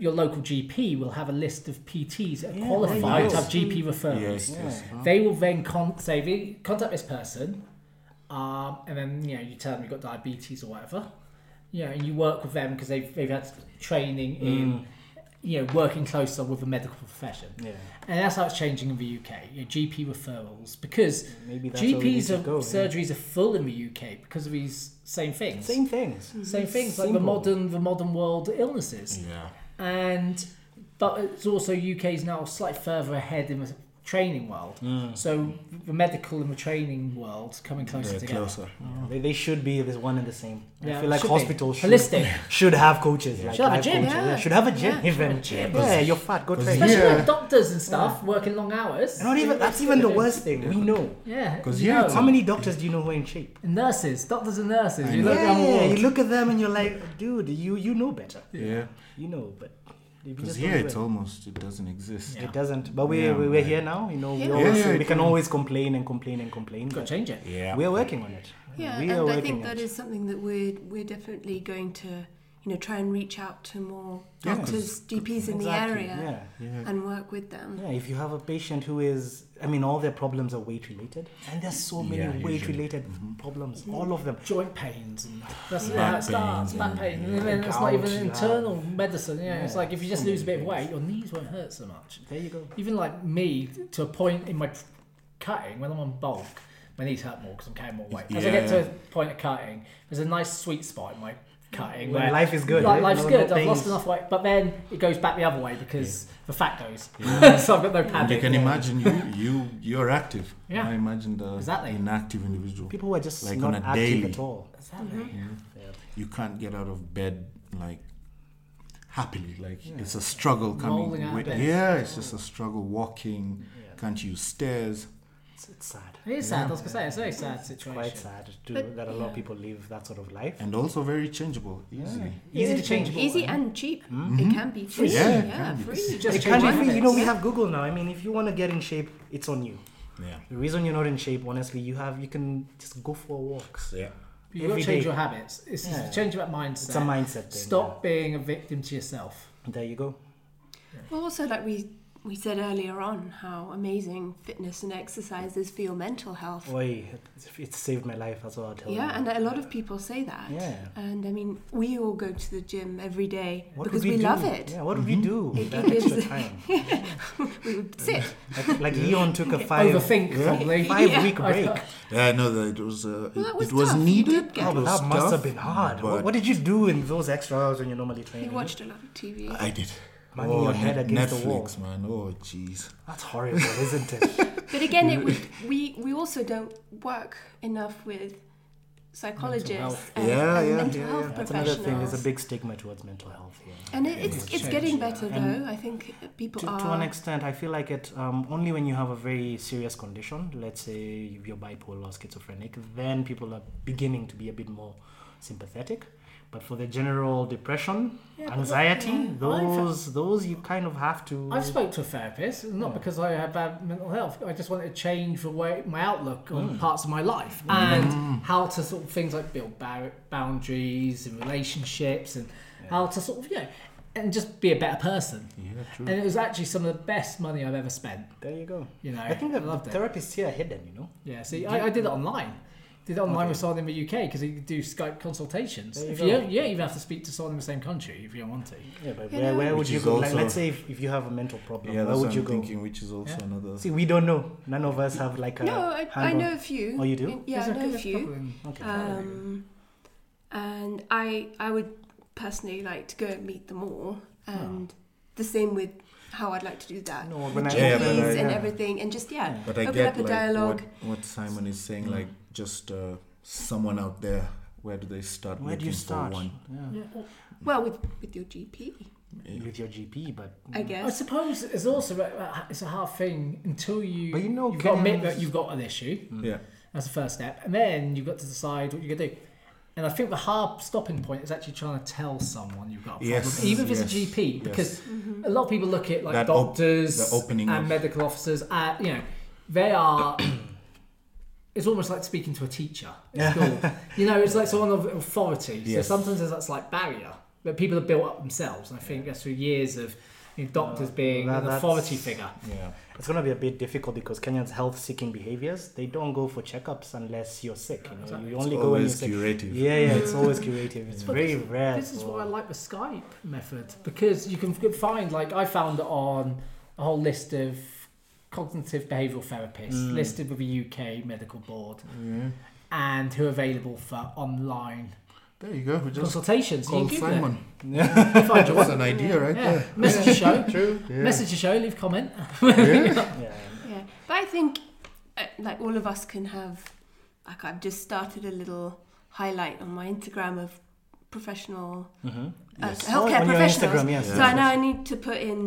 Speaker 4: your local GP will have a list of PTs that are
Speaker 3: Yeah, there
Speaker 4: qualified
Speaker 3: you
Speaker 4: to
Speaker 3: go.
Speaker 4: have GP referrals.
Speaker 2: Yes, yes.
Speaker 4: They will then con- say, "They- contact this person, um, and then you know you tell them you've got diabetes or whatever. You know, and you work with them because they've, they've had training in you know working closer with the medical profession.
Speaker 3: Hmm. Yeah.
Speaker 4: And that's how it's changing in the UK. You know, GP referrals because
Speaker 3: Maybe that's where we need
Speaker 4: GPs
Speaker 3: to
Speaker 4: of
Speaker 3: go, yeah.
Speaker 4: surgeries are full in the UK because of these same things.
Speaker 3: Same things.
Speaker 4: Same things like the
Speaker 3: Simple.
Speaker 4: modern the modern world illnesses.
Speaker 2: Yeah.
Speaker 3: Mm.
Speaker 4: And but it's also UK's now slightly further ahead in the training world.
Speaker 3: Mm.
Speaker 4: So the medical and the training world coming closer
Speaker 2: They're
Speaker 4: together.
Speaker 2: closer.
Speaker 3: They, they should be this one and the same.
Speaker 4: Yeah,
Speaker 3: I feel like
Speaker 4: should be.
Speaker 3: hospitals should,
Speaker 4: Holistic.
Speaker 3: should have coaches. Like
Speaker 4: Should have a
Speaker 3: life
Speaker 4: gym.
Speaker 3: coaches.
Speaker 1: Yeah.
Speaker 3: Should have a gym.
Speaker 1: Yeah,
Speaker 3: even. Yeah, you're fat. Go
Speaker 2: 'Cause
Speaker 3: train.
Speaker 4: Especially
Speaker 2: Yeah.
Speaker 4: like doctors and stuff working long hours.
Speaker 3: Not even. That's even the worst thing. We know.
Speaker 4: Yeah.
Speaker 2: 'Cause
Speaker 4: you
Speaker 2: yeah,
Speaker 4: know.
Speaker 2: it's
Speaker 3: How many doctors do you know who are in shape?
Speaker 4: nurses, doctors and nurses.
Speaker 2: I
Speaker 4: You
Speaker 2: know.
Speaker 4: look down the
Speaker 3: Yeah,
Speaker 4: ward.
Speaker 3: you look at them and you're like, dude, you you know better.
Speaker 2: Yeah.
Speaker 3: You know, but if you
Speaker 2: Because
Speaker 3: just
Speaker 2: here
Speaker 3: don't do
Speaker 2: it's
Speaker 3: it.
Speaker 2: almost, it doesn't exist.
Speaker 4: Yeah.
Speaker 3: It doesn't. But we
Speaker 2: Yeah,
Speaker 3: we- we're
Speaker 2: man.
Speaker 3: here now. You know, we
Speaker 1: Yeah.
Speaker 3: always
Speaker 2: Yeah,
Speaker 3: we
Speaker 2: it
Speaker 3: can
Speaker 2: can-
Speaker 3: always complain and complain and complain.
Speaker 4: Gotta
Speaker 3: But
Speaker 4: change it.
Speaker 2: Yeah.
Speaker 3: we're working on it.
Speaker 1: Yeah,
Speaker 3: we are
Speaker 1: and I
Speaker 3: working
Speaker 1: think
Speaker 3: on
Speaker 1: that
Speaker 3: it.
Speaker 1: is something that we're we're definitely going to, you know, try and reach out to more
Speaker 2: Yeah,
Speaker 1: doctors, GPs in the
Speaker 3: Exactly,
Speaker 1: area,
Speaker 3: Yeah.
Speaker 2: yeah.
Speaker 1: and work with them.
Speaker 3: Yeah, if you have a patient who is, I mean, all their problems are weight related, and there's so many
Speaker 2: Yeah, usually.
Speaker 3: weight
Speaker 2: Mm-hmm.
Speaker 3: related problems, all of them.
Speaker 4: joint pains and that's
Speaker 2: Back
Speaker 4: how it starts
Speaker 2: pains
Speaker 4: back
Speaker 2: and-
Speaker 4: pain and then it's not
Speaker 3: Gout,
Speaker 4: even
Speaker 3: yeah.
Speaker 4: internal medicine yeah, it's
Speaker 3: Yeah,
Speaker 4: like if you just
Speaker 3: so
Speaker 4: lose a bit
Speaker 3: many
Speaker 4: of weight your knees won't hurt so much
Speaker 3: There you go.
Speaker 4: even like me to a point in my cutting when I'm on bulk my knees hurt more because I'm carrying more weight as I get to
Speaker 2: Yeah.
Speaker 4: a point of cutting there's a nice sweet spot in my cutting
Speaker 3: When
Speaker 4: where
Speaker 3: life is good,
Speaker 4: like,
Speaker 3: eh?
Speaker 4: life's
Speaker 3: No- no
Speaker 4: good I've lost
Speaker 3: pains.
Speaker 4: enough weight but then it goes back the other way because the fat goes so I've got no
Speaker 2: And
Speaker 4: panic
Speaker 2: you can imagine you, you, you're active.
Speaker 4: Yeah.
Speaker 2: I imagine the
Speaker 4: Exactly.
Speaker 2: inactive individual.
Speaker 3: People who are just
Speaker 2: Like
Speaker 3: not
Speaker 2: on a
Speaker 3: active
Speaker 2: daily.
Speaker 3: at all.
Speaker 2: You can't get out of bed like happily. Like it's a struggle coming.
Speaker 4: Rolling out of
Speaker 2: with-
Speaker 4: bed.
Speaker 2: Yeah, it's just a struggle walking. Can't use stairs.
Speaker 3: It's, it's sad.
Speaker 4: it is sad I was gonna say it's a very sad situation
Speaker 3: Quite sad to,
Speaker 1: But,
Speaker 3: that a lot of
Speaker 1: yeah.
Speaker 3: people live that sort of life.
Speaker 2: And also very changeable easily.
Speaker 3: Easy to change.
Speaker 1: Easy and cheap. It can be free. Yeah,
Speaker 2: Yeah, it can be.
Speaker 1: free.
Speaker 4: Just
Speaker 3: It Mm-hmm. can be
Speaker 4: change
Speaker 3: free.
Speaker 4: habits.
Speaker 3: You know, we have Google now. I mean, if you want to get in shape, it's on you.
Speaker 2: Yeah.
Speaker 3: The reason you're not in shape, honestly, you have you can just go for a walk.
Speaker 2: Yeah.
Speaker 4: You've got to
Speaker 3: Every
Speaker 4: change
Speaker 3: day.
Speaker 4: your habits. It's
Speaker 3: Yeah.
Speaker 4: change that mindset.
Speaker 3: It's a mindset thing.
Speaker 4: Stop being a victim to yourself.
Speaker 3: yeah. There you go.
Speaker 1: Well, also like we we said earlier on, how amazing fitness and exercise is for your mental health.
Speaker 3: Oi, it- it saved my life as well. I'll tell you.
Speaker 1: Yeah, and a lot of people say that.
Speaker 3: Yeah.
Speaker 1: And I mean, we all go to the gym every day
Speaker 3: What
Speaker 1: because
Speaker 3: would
Speaker 1: we,
Speaker 3: do?
Speaker 1: love it.
Speaker 3: Yeah, what would we do
Speaker 2: Mm-hmm.
Speaker 3: with
Speaker 1: It-
Speaker 3: that
Speaker 1: it
Speaker 3: extra
Speaker 1: is-
Speaker 3: time?
Speaker 1: We would sit.
Speaker 3: Like, like Leon took a five,
Speaker 4: Overthink probably.
Speaker 3: five
Speaker 1: Yeah.
Speaker 3: week break.
Speaker 2: Yeah, I know that it was. Uh,
Speaker 1: Well, that
Speaker 2: it-
Speaker 1: was
Speaker 2: it was
Speaker 1: tough. You
Speaker 2: needed.
Speaker 1: did get-
Speaker 2: It
Speaker 3: But
Speaker 2: was
Speaker 3: that must
Speaker 2: tough,
Speaker 3: have been hard. What,
Speaker 2: but
Speaker 3: what did you do in those extra hours when you normally train?
Speaker 1: We watched a lot of TV.
Speaker 2: I did.
Speaker 3: Man, your head
Speaker 2: Oh, Net-
Speaker 3: against the wall.
Speaker 2: Netflix, man. Oh, jeez.
Speaker 3: That's horrible, isn't it?
Speaker 1: But again, it would, we we also don't work enough with psychologists
Speaker 4: health.
Speaker 1: and,
Speaker 2: Yeah,
Speaker 1: and
Speaker 2: yeah,
Speaker 1: mental
Speaker 2: yeah,
Speaker 1: health
Speaker 2: yeah.
Speaker 3: That's
Speaker 1: professionals.
Speaker 3: another thing. There's a big stigma towards mental health here.
Speaker 1: and it, it's uh, it's getting better though. I think people
Speaker 3: To,
Speaker 1: are.
Speaker 3: to an extent, I feel like it um, only when you have a very serious condition, let's say you're bipolar or schizophrenic, then people are beginning to be a bit more sympathetic. But for the general depression,
Speaker 4: but
Speaker 3: anxiety,
Speaker 4: yeah,
Speaker 3: those those you kind of have to.
Speaker 4: I've spoke to a therapist, not because I have bad mental health. I just wanted to change the way my outlook on
Speaker 3: Mm.
Speaker 4: parts of my life and how to sort of things like build bar- boundaries and relationships and how to sort of you know and just be a better person.
Speaker 2: Yeah, true.
Speaker 4: And it was actually some of the best money I've ever spent.
Speaker 3: There you go.
Speaker 4: You know,
Speaker 3: I think that
Speaker 4: loved it.
Speaker 3: therapists here are hidden, you know.
Speaker 4: Yeah, see, I, I did it online. Did it online with someone in the UK because you could do Skype consultations.
Speaker 3: There you
Speaker 4: if you
Speaker 3: go.
Speaker 4: don't, you don't even have to speak to someone in the same country if you don't want to.
Speaker 3: Yeah, but
Speaker 1: You
Speaker 3: where,
Speaker 1: know-
Speaker 3: where would
Speaker 2: Which
Speaker 3: you
Speaker 2: is
Speaker 3: go? Like,
Speaker 2: also-
Speaker 3: let's say if, if you have a mental problem,
Speaker 2: Yeah,
Speaker 3: where
Speaker 2: that's
Speaker 3: would
Speaker 2: what
Speaker 3: you
Speaker 2: I'm
Speaker 3: go?
Speaker 2: thinking, which is also
Speaker 4: Yeah.
Speaker 2: another.
Speaker 3: See, we don't know. None of us have like a.
Speaker 1: no, I, I
Speaker 3: handle.
Speaker 1: know a few.
Speaker 3: Oh, you do?
Speaker 1: Yeah, I
Speaker 4: There's
Speaker 1: know a
Speaker 4: there's
Speaker 1: few.
Speaker 4: couple in-
Speaker 3: Okay.
Speaker 1: Um, and I I would personally like to go and meet them all, and the same with how I'd like to do that.
Speaker 3: Ah. No,
Speaker 1: with
Speaker 3: when I-
Speaker 1: GPs
Speaker 2: Yeah, but I-
Speaker 1: and
Speaker 3: yeah.
Speaker 1: everything, and just yeah,
Speaker 2: But I
Speaker 1: open
Speaker 2: get
Speaker 1: up a
Speaker 2: like
Speaker 1: dialogue.
Speaker 2: What, what Simon is
Speaker 3: Mm.
Speaker 2: saying, like just uh, someone out there. Where do they start?
Speaker 3: Where do you
Speaker 2: looking for
Speaker 3: start?
Speaker 2: One?
Speaker 3: Yeah.
Speaker 1: Well, with with your GP,
Speaker 3: With your GP, but
Speaker 1: I
Speaker 4: I
Speaker 3: Oh,
Speaker 1: guess.
Speaker 4: suppose it's also a- a- it's a hard thing until you
Speaker 3: But you know,
Speaker 4: you've got to admit
Speaker 3: Kenyans-
Speaker 4: that you've got an issue.
Speaker 3: Mm.
Speaker 2: Yeah.
Speaker 4: That's the first step, and then you've got to decide what you're gonna do. And I think the hard stopping point is actually trying to tell someone you've got a problem,
Speaker 2: Yes,
Speaker 4: even if it's a
Speaker 2: yes,
Speaker 4: GP,
Speaker 2: yes.
Speaker 4: because
Speaker 3: Mm-hmm.
Speaker 4: a lot of people look at like
Speaker 2: That op-
Speaker 4: doctors
Speaker 2: the opening
Speaker 4: and
Speaker 2: of-
Speaker 4: medical officers. At, you know, they are. it's almost like speaking to a teacher at school. you know, it's like someone of authority. So
Speaker 2: Yes.
Speaker 4: sometimes there's that slight barrier that people have built up themselves, and I think that's through years of you know, doctors being
Speaker 3: that-
Speaker 4: an
Speaker 3: that's-
Speaker 4: authority figure.
Speaker 2: Yeah.
Speaker 3: it's gonna be a bit difficult because Kenyans' health-seeking behaviors they don't go for checkups unless you're sick. You, know? you only
Speaker 2: It's
Speaker 3: go when you're
Speaker 2: always
Speaker 3: sick.
Speaker 2: curative.
Speaker 3: Yeah, yeah, it's always curative. It's
Speaker 4: But
Speaker 3: very rare.
Speaker 4: This is
Speaker 3: for-
Speaker 4: why I like the Skype method because you can f- find like I found it on a whole list of cognitive behavioural therapists
Speaker 2: Mm.
Speaker 4: listed with the UK medical board
Speaker 2: Yeah.
Speaker 4: and who are available for online
Speaker 2: There you go. We just
Speaker 4: consultations. You
Speaker 2: call
Speaker 4: can Google
Speaker 2: Simon.
Speaker 4: it. You find your
Speaker 2: That's
Speaker 4: one.
Speaker 2: an idea right
Speaker 4: Yeah.
Speaker 2: there.
Speaker 4: Message the show.
Speaker 2: True. Yeah.
Speaker 4: Message the show. Leave comment.
Speaker 2: Yeah.
Speaker 3: Yeah.
Speaker 1: Yeah, but I think uh, like all of us can have. Like I've just started a little highlight on my Instagram of professional
Speaker 3: Mm-hmm.
Speaker 1: uh,
Speaker 2: Yes.
Speaker 1: healthcare
Speaker 3: on your
Speaker 1: professionals.
Speaker 3: Instagram, yes.
Speaker 1: So I know I need to put in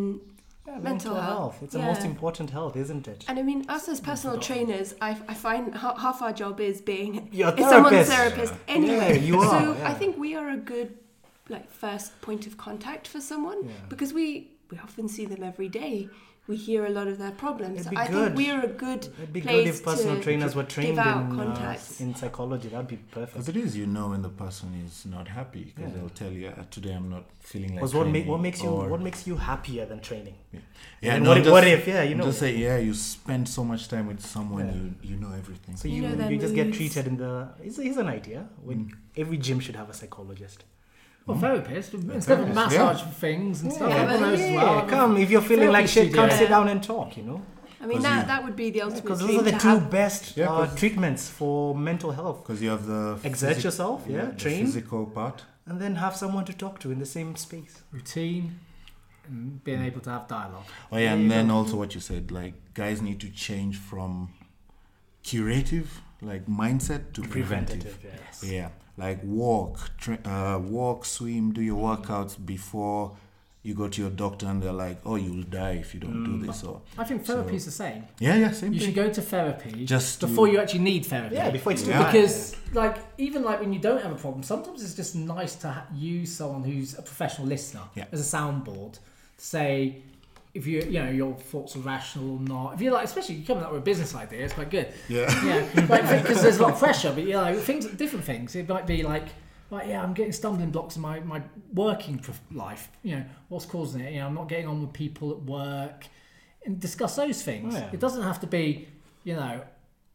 Speaker 3: Yeah, mental,
Speaker 1: health.
Speaker 3: health. It's the most
Speaker 1: Yeah.
Speaker 3: important health, isn't it?
Speaker 1: And I mean, us as personal trainers, I, I find ha- half our job is being
Speaker 3: You're a
Speaker 1: is someone's
Speaker 3: therapist.
Speaker 1: therapist
Speaker 2: Yeah.
Speaker 1: anyway.
Speaker 3: Yeah, you
Speaker 1: so
Speaker 3: are,
Speaker 1: I
Speaker 3: yeah.
Speaker 1: think we are a good like first point of contact for someone
Speaker 3: Yeah.
Speaker 1: because we we often see them every day. We hear a lot of their problems.
Speaker 3: It'd be
Speaker 1: I
Speaker 3: good.
Speaker 1: think we are a good
Speaker 3: It'd be good
Speaker 1: place
Speaker 3: if personal
Speaker 1: to
Speaker 3: trainers were trained in,
Speaker 1: out
Speaker 3: uh,
Speaker 1: contacts.
Speaker 3: in psychology. That'd be perfect.
Speaker 2: As it is, you know when the person is not happy because
Speaker 3: Yeah.
Speaker 2: they'll tell you, uh, "Today I'm not feeling like."
Speaker 3: Because what, ma-
Speaker 2: training,"
Speaker 3: what makes you
Speaker 2: or-
Speaker 3: what makes you happier than training?
Speaker 2: Yeah,
Speaker 3: And
Speaker 2: no,
Speaker 3: what,
Speaker 2: I'm
Speaker 3: if, what
Speaker 2: just-
Speaker 3: if? Yeah, you
Speaker 2: I'm
Speaker 3: know.
Speaker 2: Just say, yeah, you spend so much time with someone,
Speaker 3: Yeah.
Speaker 2: you you know everything.
Speaker 3: So
Speaker 1: You
Speaker 3: you
Speaker 1: know
Speaker 3: you,
Speaker 1: their
Speaker 3: just get
Speaker 1: moods.
Speaker 3: treated in the. Here's, here's an idea. When
Speaker 2: Mm.
Speaker 3: every gym should have a psychologist.
Speaker 4: Well, therapist instead of
Speaker 2: Therapist,
Speaker 4: massage things and stuff.
Speaker 1: Yeah,
Speaker 4: all those
Speaker 1: yeah,
Speaker 4: as well.
Speaker 3: come if you're feeling like
Speaker 4: Therapy
Speaker 3: shit, come
Speaker 4: studio.
Speaker 3: sit down and talk. You know,
Speaker 1: I mean,
Speaker 2: 'Cause
Speaker 1: that,
Speaker 2: you-
Speaker 1: that would be the ultimate
Speaker 3: because those
Speaker 1: dream
Speaker 3: are the
Speaker 1: to
Speaker 3: two
Speaker 1: have.
Speaker 3: best
Speaker 2: Yeah,
Speaker 3: uh,
Speaker 2: 'cause-
Speaker 3: treatments for mental health.
Speaker 2: Because you have the
Speaker 3: Exert
Speaker 2: physic-
Speaker 3: yourself, yeah,
Speaker 2: the
Speaker 3: train.
Speaker 2: physical part.
Speaker 3: And then have someone to talk to in the same space.
Speaker 4: Routine and being able to have dialogue.
Speaker 2: Oh yeah, and then also what you said, like guys need to change from curative, like mindset, to preventive.
Speaker 3: Preventative, yeah.
Speaker 2: Yeah, like walk, tra- uh, walk, swim, do your workouts before you go to your doctor, and they're like, "Oh, you'll die if you don't
Speaker 3: Mm.
Speaker 2: do this." Or
Speaker 4: I think therapy is the same.
Speaker 2: yeah, yeah, same
Speaker 4: You
Speaker 2: thing.
Speaker 4: should go to therapy
Speaker 2: Just to-
Speaker 4: before you actually need therapy.
Speaker 3: Yeah, before it's too
Speaker 2: Yeah.
Speaker 3: bad.
Speaker 4: Because like even like when you don't have a problem, sometimes it's just nice to ha- use someone who's a professional listener
Speaker 2: Yeah.
Speaker 4: as a soundboard to say, if you you know your thoughts are rational or not. If you like, especially you're coming up with a business idea, it's quite good.
Speaker 2: Yeah.
Speaker 4: Yeah, like because there's a lot of pressure, but you know things, different things. It might be like, like yeah, I'm getting stumbling blocks in my my working prof- life. You know what's causing it. You know I'm not getting on with people at work, and discuss those things.
Speaker 2: Oh,
Speaker 3: Yeah.
Speaker 4: It doesn't have to be, you know,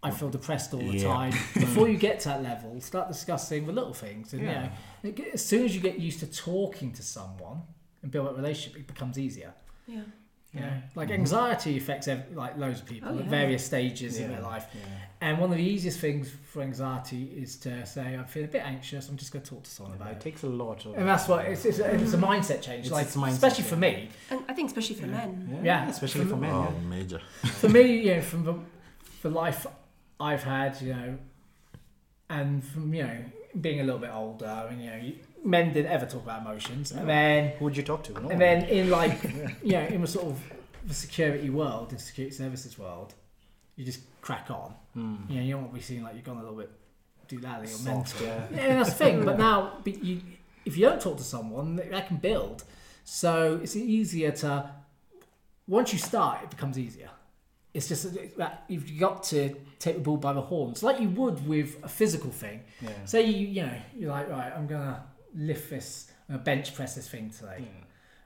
Speaker 4: I feel depressed all the
Speaker 2: Yeah.
Speaker 4: time. Before you get to that level, start discussing the little things, and
Speaker 3: Yeah.
Speaker 4: you know, it- as soon as you get used to talking to someone and build that relationship, it becomes easier.
Speaker 1: Yeah.
Speaker 4: You know, like
Speaker 3: Mm-hmm.
Speaker 4: anxiety affects ev- like loads of people
Speaker 1: Oh,
Speaker 4: at
Speaker 1: yeah.
Speaker 4: various stages in
Speaker 3: Yeah.
Speaker 4: their life.
Speaker 3: Yeah.
Speaker 4: And one of the easiest things for anxiety is to say, I feel a bit anxious, I'm just going to talk to someone about
Speaker 3: It
Speaker 4: it.
Speaker 3: takes a lot of.
Speaker 4: And that's what it's, it's, a, it's a mindset change,
Speaker 3: It's-
Speaker 4: like
Speaker 3: it's mindset,
Speaker 4: especially for
Speaker 3: yeah.
Speaker 4: me.
Speaker 1: And I think especially for men.
Speaker 3: Yeah,
Speaker 4: Yeah.
Speaker 3: especially for men.
Speaker 2: Oh,
Speaker 3: yeah.
Speaker 2: major.
Speaker 4: For me, you know, from the, the life I've had, you know, and from you know being a little bit older, and you know, you- men didn't ever talk about emotions, and then
Speaker 3: Who would you talk to? No
Speaker 4: and
Speaker 3: one.
Speaker 4: then in like you know in the sort of the security world, the security services world, you just crack on.
Speaker 3: Hmm.
Speaker 4: You know, you don't want to be seen like you've gone a little bit doolally or mental.
Speaker 3: Soft, yeah.
Speaker 4: Yeah, that's the thing. But now, but you, if you don't talk to someone, that that can build. So it's easier to. Once you start, it becomes easier. It's just that you've got to take the bull by the horns, like you would with a physical thing.
Speaker 3: Yeah.
Speaker 4: Say you, you know, you're like, right, I'm gonna lift this, I'm gonna bench press this thing today.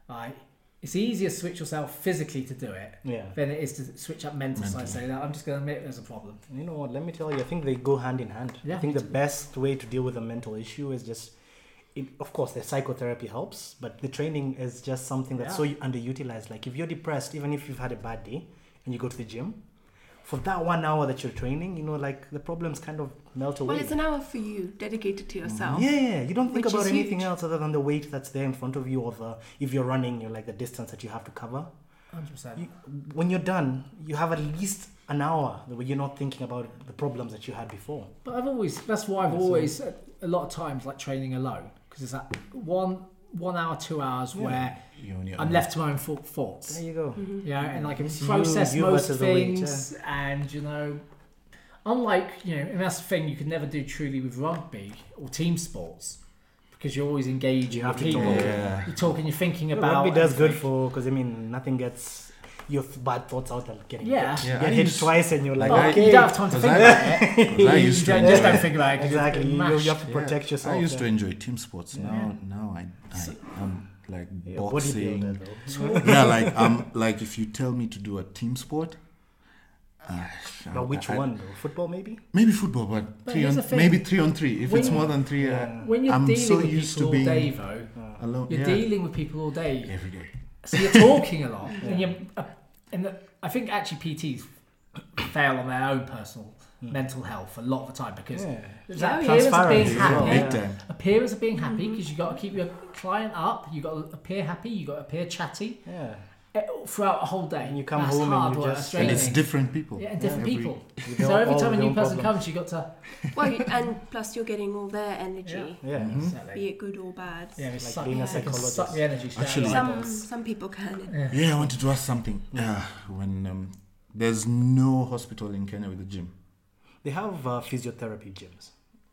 Speaker 3: Yeah.
Speaker 4: Like, it's easier to switch yourself physically to do it
Speaker 3: Yeah.
Speaker 4: than it is to switch up mental. So I say that I'm just gonna admit there's a problem.
Speaker 3: And You know what? Let me tell you. I think they go hand in hand.
Speaker 4: Yeah,
Speaker 3: I think
Speaker 4: me
Speaker 3: the best way to deal with a mental issue is just, it, of course, the psychotherapy helps, but the training is just something that's so underutilized. Like if you're depressed, even if you've had a bad day, and you go to the gym, for that one hour that you're training, you know, like the problems kind of melt away.
Speaker 1: Well, it's an hour for you dedicated to yourself.
Speaker 3: Yeah, yeah, you don't think
Speaker 1: Which
Speaker 3: about
Speaker 1: is
Speaker 3: anything
Speaker 1: huge.
Speaker 3: else other than the weight that's there in front of you, or the if you're running, you're like the distance that you have to cover.
Speaker 4: 100%.
Speaker 3: You, when you're done, you have at least an hour where you're not thinking about the problems that you had before.
Speaker 4: But I've always that's why I've always a a lot of times like training alone because it's that one one hour two hours where
Speaker 2: You on your
Speaker 4: I'm
Speaker 2: own.
Speaker 4: left to my own thou- thoughts.
Speaker 3: There you go.
Speaker 4: Yeah, and like I
Speaker 3: It's
Speaker 4: can
Speaker 3: you-
Speaker 4: process
Speaker 3: you
Speaker 4: most
Speaker 3: versus the weight,
Speaker 4: things, and you know, unlike you know, and that's the thing you can never do truly with rugby or team sports because you're always engaging.
Speaker 3: You have
Speaker 4: with
Speaker 3: to
Speaker 4: people.
Speaker 3: talk.
Speaker 2: Yeah.
Speaker 4: You're talking. You're thinking
Speaker 3: It
Speaker 4: about.
Speaker 3: Rugby does good
Speaker 4: everything.
Speaker 3: for because I mean nothing gets your th- bad thoughts out and getting
Speaker 4: Yeah.
Speaker 3: hit.
Speaker 2: Yeah,
Speaker 3: You
Speaker 2: I
Speaker 3: get hit
Speaker 2: used-
Speaker 3: twice and you're like,
Speaker 4: But
Speaker 2: Okay.
Speaker 4: You don't have time to
Speaker 2: Because I-
Speaker 4: think. about
Speaker 2: I-
Speaker 4: it.
Speaker 2: 'cause I
Speaker 4: You
Speaker 2: used to
Speaker 4: don't- just
Speaker 2: enjoy
Speaker 4: don't
Speaker 2: it.
Speaker 4: think about it. 'cause you're
Speaker 3: exactly. You, you
Speaker 4: mashed.
Speaker 3: have to protect yourself.
Speaker 2: I used to
Speaker 3: yeah.
Speaker 2: enjoy team sports. Now, now I, I I'm like
Speaker 3: You're a
Speaker 2: boxing.
Speaker 3: bodybuilder, though.
Speaker 2: yeah, like um, like if you tell me to do a team sport. Uh, I-
Speaker 3: But which
Speaker 2: I-
Speaker 3: one though? Football maybe?
Speaker 2: Maybe football, but,
Speaker 4: But
Speaker 2: three on
Speaker 4: here's the thing.
Speaker 2: maybe three on three. If it's
Speaker 4: When-
Speaker 2: more than three, uh,
Speaker 4: When you're
Speaker 2: I'm
Speaker 4: dealing
Speaker 2: so
Speaker 4: with
Speaker 2: used
Speaker 4: people
Speaker 2: to being
Speaker 4: all day, though,
Speaker 2: alone.
Speaker 4: you're
Speaker 2: yeah.
Speaker 4: dealing with people all day.
Speaker 2: every day.
Speaker 4: So you're talking a lot, and you uh, and the, I think actually PTs fail on their own personal mental health a lot of the time because
Speaker 3: Hmm. Yeah.
Speaker 4: there's that
Speaker 1: Yeah,
Speaker 4: appearance of
Speaker 3: transparent
Speaker 4: being
Speaker 3: as
Speaker 4: happy,
Speaker 3: well.
Speaker 2: Big time.
Speaker 4: appearance of being happy because you got to keep your client up, you got to appear happy, you got to appear chatty
Speaker 3: Yeah.
Speaker 4: eh, throughout a whole day.
Speaker 3: And you come
Speaker 4: That's
Speaker 3: home and
Speaker 4: hard
Speaker 3: you
Speaker 4: work,
Speaker 3: just-
Speaker 4: that's
Speaker 2: And it's
Speaker 4: draining.
Speaker 2: different people.
Speaker 4: yeah, and different
Speaker 2: Every-
Speaker 4: people.
Speaker 3: You
Speaker 4: So
Speaker 3: know,
Speaker 4: every
Speaker 3: all
Speaker 4: time a
Speaker 3: your
Speaker 4: new
Speaker 3: own
Speaker 4: person
Speaker 3: problems.
Speaker 4: comes, you got to
Speaker 1: Well, you- and plus you're getting all their energy,
Speaker 3: Yeah.
Speaker 1: be
Speaker 2: Mm-hmm.
Speaker 4: exactly.
Speaker 1: it good or bad.
Speaker 4: Yeah, it's
Speaker 3: Like
Speaker 4: suck-
Speaker 3: being a
Speaker 4: they can Suck
Speaker 3: psychologist.
Speaker 4: the energy straight
Speaker 2: Actually-
Speaker 1: Some
Speaker 4: out.
Speaker 1: some people can.
Speaker 2: Yeah, I wanted to ask something. Yeah, when um, there's no hospital in Kenya with a gym.
Speaker 3: They have uh, physiotherapy gyms,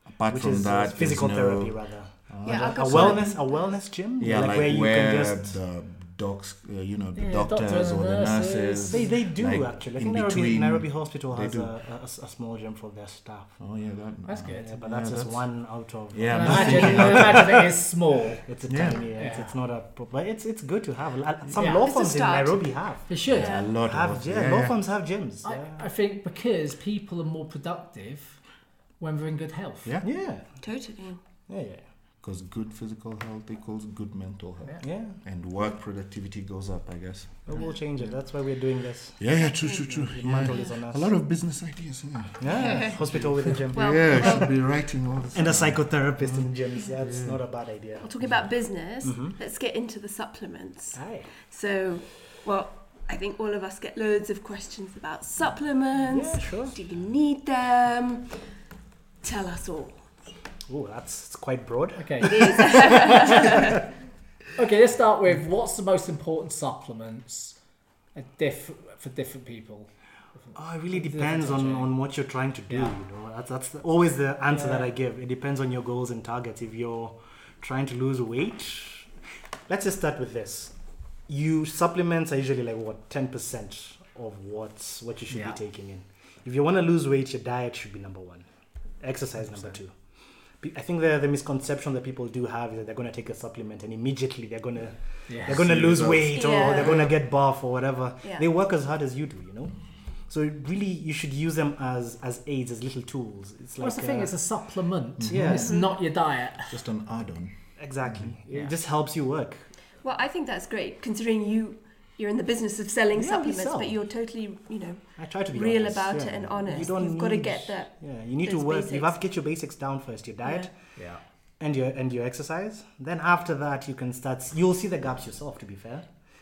Speaker 2: Apart
Speaker 3: which
Speaker 2: from
Speaker 3: is uh,
Speaker 2: that, there's
Speaker 3: physical
Speaker 2: no-
Speaker 3: therapy rather.
Speaker 1: yeah, I've
Speaker 3: A
Speaker 1: got someone-
Speaker 3: wellness, a wellness gym,
Speaker 2: Yeah, like,
Speaker 3: where you
Speaker 2: where
Speaker 3: can just.
Speaker 2: the docs, uh, you know, the
Speaker 4: Yeah, doctor
Speaker 2: doctors
Speaker 4: and
Speaker 2: or the
Speaker 4: nurses.
Speaker 2: nurses.
Speaker 3: They, they do
Speaker 2: like,
Speaker 3: actually. I
Speaker 2: in
Speaker 3: think Nairobi,
Speaker 2: between,
Speaker 3: Nairobi Hospital
Speaker 2: they
Speaker 3: has a,
Speaker 2: do.
Speaker 3: a, a small gym for their staff.
Speaker 2: Oh yeah, that,
Speaker 4: That's good.
Speaker 3: Yeah, but
Speaker 2: Yeah,
Speaker 3: that's just
Speaker 2: that's-
Speaker 3: one out of. uh,
Speaker 2: Yeah,
Speaker 4: And
Speaker 2: I'm
Speaker 4: I
Speaker 2: just
Speaker 4: imagine,
Speaker 2: thinking
Speaker 4: I
Speaker 2: about-
Speaker 4: imagine it is small.
Speaker 3: It's a
Speaker 2: Yeah.
Speaker 3: tiny. Yeah. It's,
Speaker 4: Yeah.
Speaker 3: it's not a. pro- But it's it's good to have. Uh, Some
Speaker 4: Yeah.
Speaker 3: law
Speaker 1: It's a
Speaker 3: firms in
Speaker 1: start.
Speaker 3: Nairobi have.
Speaker 4: It should.
Speaker 2: Yeah, a lot
Speaker 3: Have
Speaker 2: of
Speaker 3: yeah, law firms have gyms.
Speaker 4: I,
Speaker 3: yeah.
Speaker 4: I think because people are more productive when they're in good health.
Speaker 2: Yeah.
Speaker 3: yeah.
Speaker 1: Totally.
Speaker 3: Yeah.
Speaker 2: Because good physical health equals good mental health,
Speaker 4: Yeah.
Speaker 3: Yeah. Yeah.
Speaker 2: and work productivity goes up, I guess.
Speaker 3: But we'll change it. That's why we're doing this.
Speaker 2: Yeah, yeah, true, true, true.
Speaker 3: The
Speaker 2: My-
Speaker 3: mantle is on us.
Speaker 2: a lot of business ideas. Yeah,
Speaker 3: Yeah. Hospital with a gym.
Speaker 4: Oh.
Speaker 1: Well,
Speaker 2: yeah, I
Speaker 1: well-
Speaker 2: should be writing all this.
Speaker 3: And a psychotherapist in gyms. That's not a bad idea.
Speaker 1: Well, talking about business,
Speaker 3: Mm-hmm.
Speaker 1: let's get into the supplements.
Speaker 3: Aye.
Speaker 1: So, well, I think all of us get loads of questions about supplements.
Speaker 3: Yeah, sure.
Speaker 1: Do you need them? Tell us all.
Speaker 3: Ooh, that's it's quite broad.
Speaker 4: Okay. okay, let's start with what's the most important supplements at diff- for different people?
Speaker 3: Oh, it really
Speaker 4: It
Speaker 3: depends
Speaker 4: depends,
Speaker 3: on,
Speaker 4: yeah.
Speaker 3: on what you're trying to do.
Speaker 4: Yeah.
Speaker 3: You know, that's that's the- always the answer that
Speaker 4: Yeah.
Speaker 3: I give. It depends on your goals and targets. If you're trying to lose weight, let's just start with this. you supplements are usually like what ten percent of what's what you should
Speaker 4: Yeah.
Speaker 3: be taking in. If you want to lose weight, your diet should be number one. Exercise number two. Pe- I think the the misconception that people do have is that they're going to take a supplement and immediately they're going to
Speaker 4: Yeah.
Speaker 3: they're going to
Speaker 2: See
Speaker 3: lose
Speaker 2: results.
Speaker 3: weight or
Speaker 1: Yeah.
Speaker 3: they're going to get buff or whatever.
Speaker 1: Yeah.
Speaker 3: They work as hard as you do, you know. So really, you should use them as as aids, as little tools. It's like
Speaker 4: What's the thing?
Speaker 3: uh,
Speaker 4: It's a supplement.
Speaker 3: Yeah.
Speaker 4: It's not your diet.
Speaker 2: Just an add-on.
Speaker 3: exactly.
Speaker 4: Yeah.
Speaker 3: It just helps you work.
Speaker 1: Well, I think that's great considering you you're in the business of selling
Speaker 3: Yeah, we
Speaker 1: supplements,
Speaker 3: sell.
Speaker 1: but you're totally you know
Speaker 3: I try to be
Speaker 1: real
Speaker 3: honest,
Speaker 1: about
Speaker 3: yeah.
Speaker 1: it and honest.
Speaker 3: You don't
Speaker 1: You've got to
Speaker 3: need-
Speaker 1: get that.
Speaker 3: Yeah, you need to
Speaker 1: those
Speaker 3: work. You
Speaker 1: basics.
Speaker 3: have to get your basics down first. Your diet
Speaker 2: Yeah.
Speaker 3: and your and your exercise. Then after that, you can start. s- You'll see the gaps yourself. To be fair,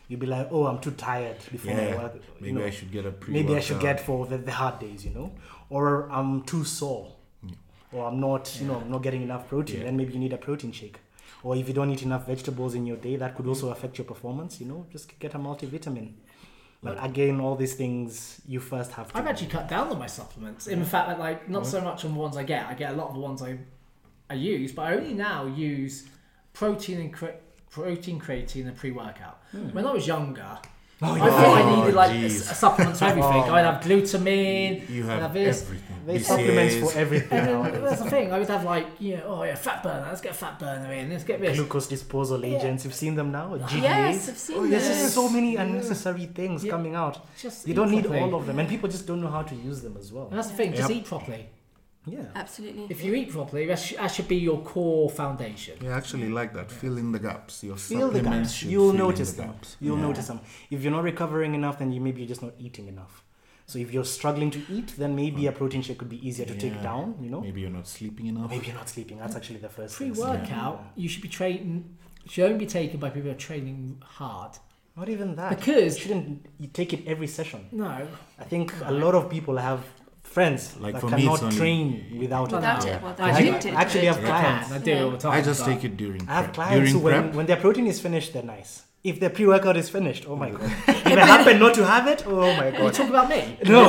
Speaker 3: you'll be like, oh, I'm too tired before my
Speaker 2: Yeah.
Speaker 3: work. you
Speaker 2: Maybe
Speaker 3: know.
Speaker 2: I should get a pre.
Speaker 3: maybe I should get for the, the hard days, you know, or I'm too sore, or I'm not, you know, I'm not getting enough protein.
Speaker 2: Yeah.
Speaker 3: Then maybe you need a protein shake, or if you don't eat enough vegetables in your day, that could also affect your performance. You know, just get a multivitamin. But again, all these things you first have to.
Speaker 4: I've actually cut down on my supplements. In fact, like not so much on the ones I get. I get a lot of the ones I, I use, but I only now use protein and cre- protein creatine and pre workout. When I was younger,
Speaker 3: Oh,
Speaker 4: I thought I
Speaker 2: Oh,
Speaker 4: needed like a
Speaker 2: jeez.
Speaker 4: s- a supplement for everything.
Speaker 3: Oh.
Speaker 4: I'd have glutamine.
Speaker 2: You
Speaker 4: I'd
Speaker 2: have
Speaker 4: have this.
Speaker 2: everything.
Speaker 3: They
Speaker 2: BCAAs,
Speaker 3: supplements for everything
Speaker 4: And then
Speaker 3: nowadays.
Speaker 4: that's the thing. I would have like you know, oh yeah, fat burner. Let's get a fat burner in. Let's get this.
Speaker 3: Glucose disposal agents. You've seen them now. GDAs.
Speaker 1: Yes, I've seen
Speaker 3: There's
Speaker 1: this.
Speaker 3: just so many unnecessary things
Speaker 4: Yeah.
Speaker 3: coming out.
Speaker 4: Just
Speaker 3: You
Speaker 4: eat
Speaker 3: don't need
Speaker 4: properly.
Speaker 3: all of them, and people just don't know how to use them as well.
Speaker 4: And that's the thing. Just
Speaker 2: Yep.
Speaker 4: eat properly.
Speaker 3: Yeah.
Speaker 1: Absolutely.
Speaker 4: If you eat properly, that, sh- that should be your core foundation.
Speaker 2: Yeah, I actually like that. Fill in the gaps. Your
Speaker 3: feel the
Speaker 2: supplements
Speaker 3: gaps.
Speaker 2: should
Speaker 3: You'll
Speaker 2: fill in
Speaker 3: notice
Speaker 2: the
Speaker 3: them.
Speaker 2: gaps.
Speaker 3: You'll
Speaker 2: Yeah.
Speaker 3: notice them. If you're not recovering enough, then you maybe you're just not eating enough. So if you're struggling to eat, then maybe a protein shake could be easier to take
Speaker 2: Yeah.
Speaker 3: down. You know, maybe,
Speaker 2: Maybe you're not sleeping enough.
Speaker 3: you're not sleeping. That's actually the first thing.
Speaker 4: Pre-workout, you should be training. Should only be taken by people who are training hard.
Speaker 3: Not even that.
Speaker 4: Because-
Speaker 3: you shouldn't you take it every session.
Speaker 4: No,
Speaker 3: I think a lot of people have friends
Speaker 2: Like
Speaker 3: that
Speaker 2: for me, it's
Speaker 3: cannot
Speaker 2: only-
Speaker 3: train without it.
Speaker 1: Without it, well, they're
Speaker 4: I
Speaker 3: I
Speaker 4: do-
Speaker 1: addicted to
Speaker 3: actually
Speaker 1: it.
Speaker 3: have
Speaker 4: I can. I
Speaker 3: clients.
Speaker 4: do all the time.
Speaker 2: I just
Speaker 4: but-
Speaker 2: take it during.
Speaker 3: I have
Speaker 2: prep.
Speaker 3: clients
Speaker 2: during
Speaker 3: who, when,
Speaker 2: prep.
Speaker 3: when their protein is finished, they're nice. If their pre-workout is finished, oh my god! if I happen not to have it, oh my
Speaker 4: You
Speaker 3: god!
Speaker 4: talk about me.
Speaker 3: No,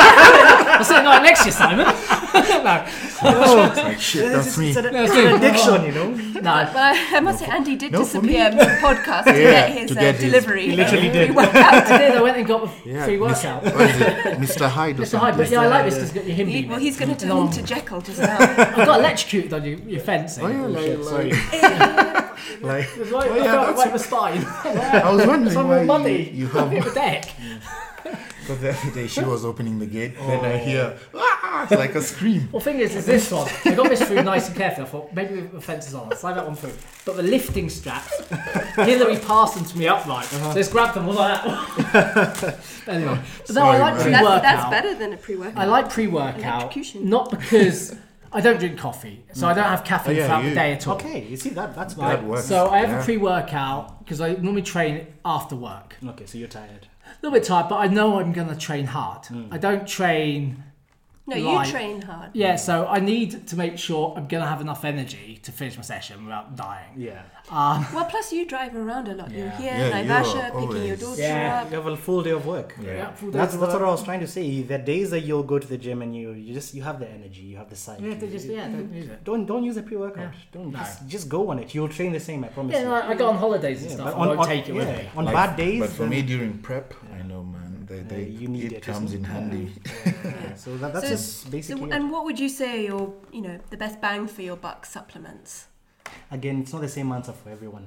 Speaker 4: I'm sitting right next to you, Simon. no,
Speaker 3: no.
Speaker 2: Like, shit,
Speaker 3: It's-
Speaker 2: that's
Speaker 3: it's-
Speaker 2: me.
Speaker 3: It's an,
Speaker 4: No,
Speaker 3: it's
Speaker 4: it's
Speaker 3: an
Speaker 4: me.
Speaker 3: addiction, you know.
Speaker 4: no.
Speaker 1: But I, I must say, Andy did
Speaker 2: No, for me.
Speaker 1: disappear on the podcast to
Speaker 2: Yeah,
Speaker 1: get his
Speaker 2: to get
Speaker 1: uh,
Speaker 2: his-
Speaker 1: delivery.
Speaker 3: He literally did.
Speaker 4: I did. I went and got a
Speaker 2: Yeah,
Speaker 4: free
Speaker 2: Mr.
Speaker 4: workout.
Speaker 2: What is it? Mr. Hyde or
Speaker 4: Mr. Hyde, but
Speaker 2: something.
Speaker 4: yeah, I like this because you're him.
Speaker 1: He-
Speaker 4: being
Speaker 1: well,
Speaker 4: there.
Speaker 1: he's going to turn
Speaker 4: No,
Speaker 1: into Jekyll just now.
Speaker 4: I got electrocuted on your, eh? your fencing.
Speaker 2: Oh, yeah, like, like, like,
Speaker 4: It was right,
Speaker 2: Oh,
Speaker 4: I
Speaker 2: yeah,
Speaker 4: felt
Speaker 2: that's
Speaker 4: right in the spine.
Speaker 2: I was wondering
Speaker 4: It's on
Speaker 2: why
Speaker 4: my
Speaker 2: you-
Speaker 4: money.
Speaker 2: you have
Speaker 4: I'm hit the deck.
Speaker 2: Because the other day she was opening the gate, then
Speaker 3: Oh.
Speaker 2: I hear ah, it's like a scream.
Speaker 4: Well, thing is, is this one. I got this through nice and carefully. I thought maybe the fence is on. I'll slide that one through. But the lifting straps, Hillary passed them to me upright. So I just grabbed them all like that. anyway, Uh-huh. but no, I
Speaker 2: Sorry,
Speaker 4: like
Speaker 2: mate.
Speaker 4: pre
Speaker 1: that's,
Speaker 4: workout.
Speaker 1: that's better than a pre-workout.
Speaker 4: I like pre workout,
Speaker 1: Electrocution.
Speaker 4: not because I don't drink coffee, so I don't have caffeine
Speaker 2: Oh, yeah,
Speaker 4: throughout the
Speaker 2: you-
Speaker 4: day at all.
Speaker 3: Okay, you see that? That's
Speaker 4: Right?
Speaker 2: That works,
Speaker 4: So I have a
Speaker 2: yeah.
Speaker 4: pre workout because I normally train after work.
Speaker 3: good. Okay, so you're tired.
Speaker 4: A little bit tired, but I know I'm going to train hard.
Speaker 3: Hmm.
Speaker 4: I don't train
Speaker 1: no,
Speaker 4: like-
Speaker 1: you train hard.
Speaker 4: Yeah, so I need to make sure I'm gonna have enough energy to finish my session without dying.
Speaker 3: Yeah.
Speaker 1: Well, plus you drive around a lot. You're
Speaker 4: Yeah.
Speaker 1: here,
Speaker 2: Yeah,
Speaker 1: in
Speaker 2: you
Speaker 1: Naivasha,
Speaker 2: are
Speaker 1: picking your
Speaker 2: always-
Speaker 1: daughter
Speaker 4: Yeah.
Speaker 1: up.
Speaker 3: You have a full day of work.
Speaker 4: Yeah, full days
Speaker 3: That's,
Speaker 4: of
Speaker 3: that's what
Speaker 4: work.
Speaker 3: I was trying to say. The days that you'll go to the gym and you, you just you have the energy, you have the side.
Speaker 4: Yeah, they just yeah, don't use it.
Speaker 3: Don't don't use a pre-workout.
Speaker 4: Yeah.
Speaker 3: Don't
Speaker 4: No.
Speaker 3: just, just go on it. You'll train the same. I promise
Speaker 4: Yeah,
Speaker 3: you.
Speaker 4: no, I go on holidays and
Speaker 3: Yeah,
Speaker 4: stuff.
Speaker 3: but
Speaker 4: I
Speaker 3: on-
Speaker 4: won't
Speaker 3: on-
Speaker 4: take it with
Speaker 3: yeah,
Speaker 4: me.
Speaker 3: On
Speaker 2: Like,
Speaker 3: bad days,
Speaker 2: But for
Speaker 3: then-
Speaker 2: me during prep, I know man, they, they,
Speaker 3: you need
Speaker 2: it
Speaker 3: it,
Speaker 2: comes in
Speaker 3: isn't it?
Speaker 2: handy.
Speaker 3: Yeah, so that, that's
Speaker 1: So-
Speaker 3: just
Speaker 1: So,
Speaker 3: basically. it.
Speaker 1: and what would you say are your, you know, the best bang for your buck supplements?
Speaker 3: Again, it's not the same answer for everyone.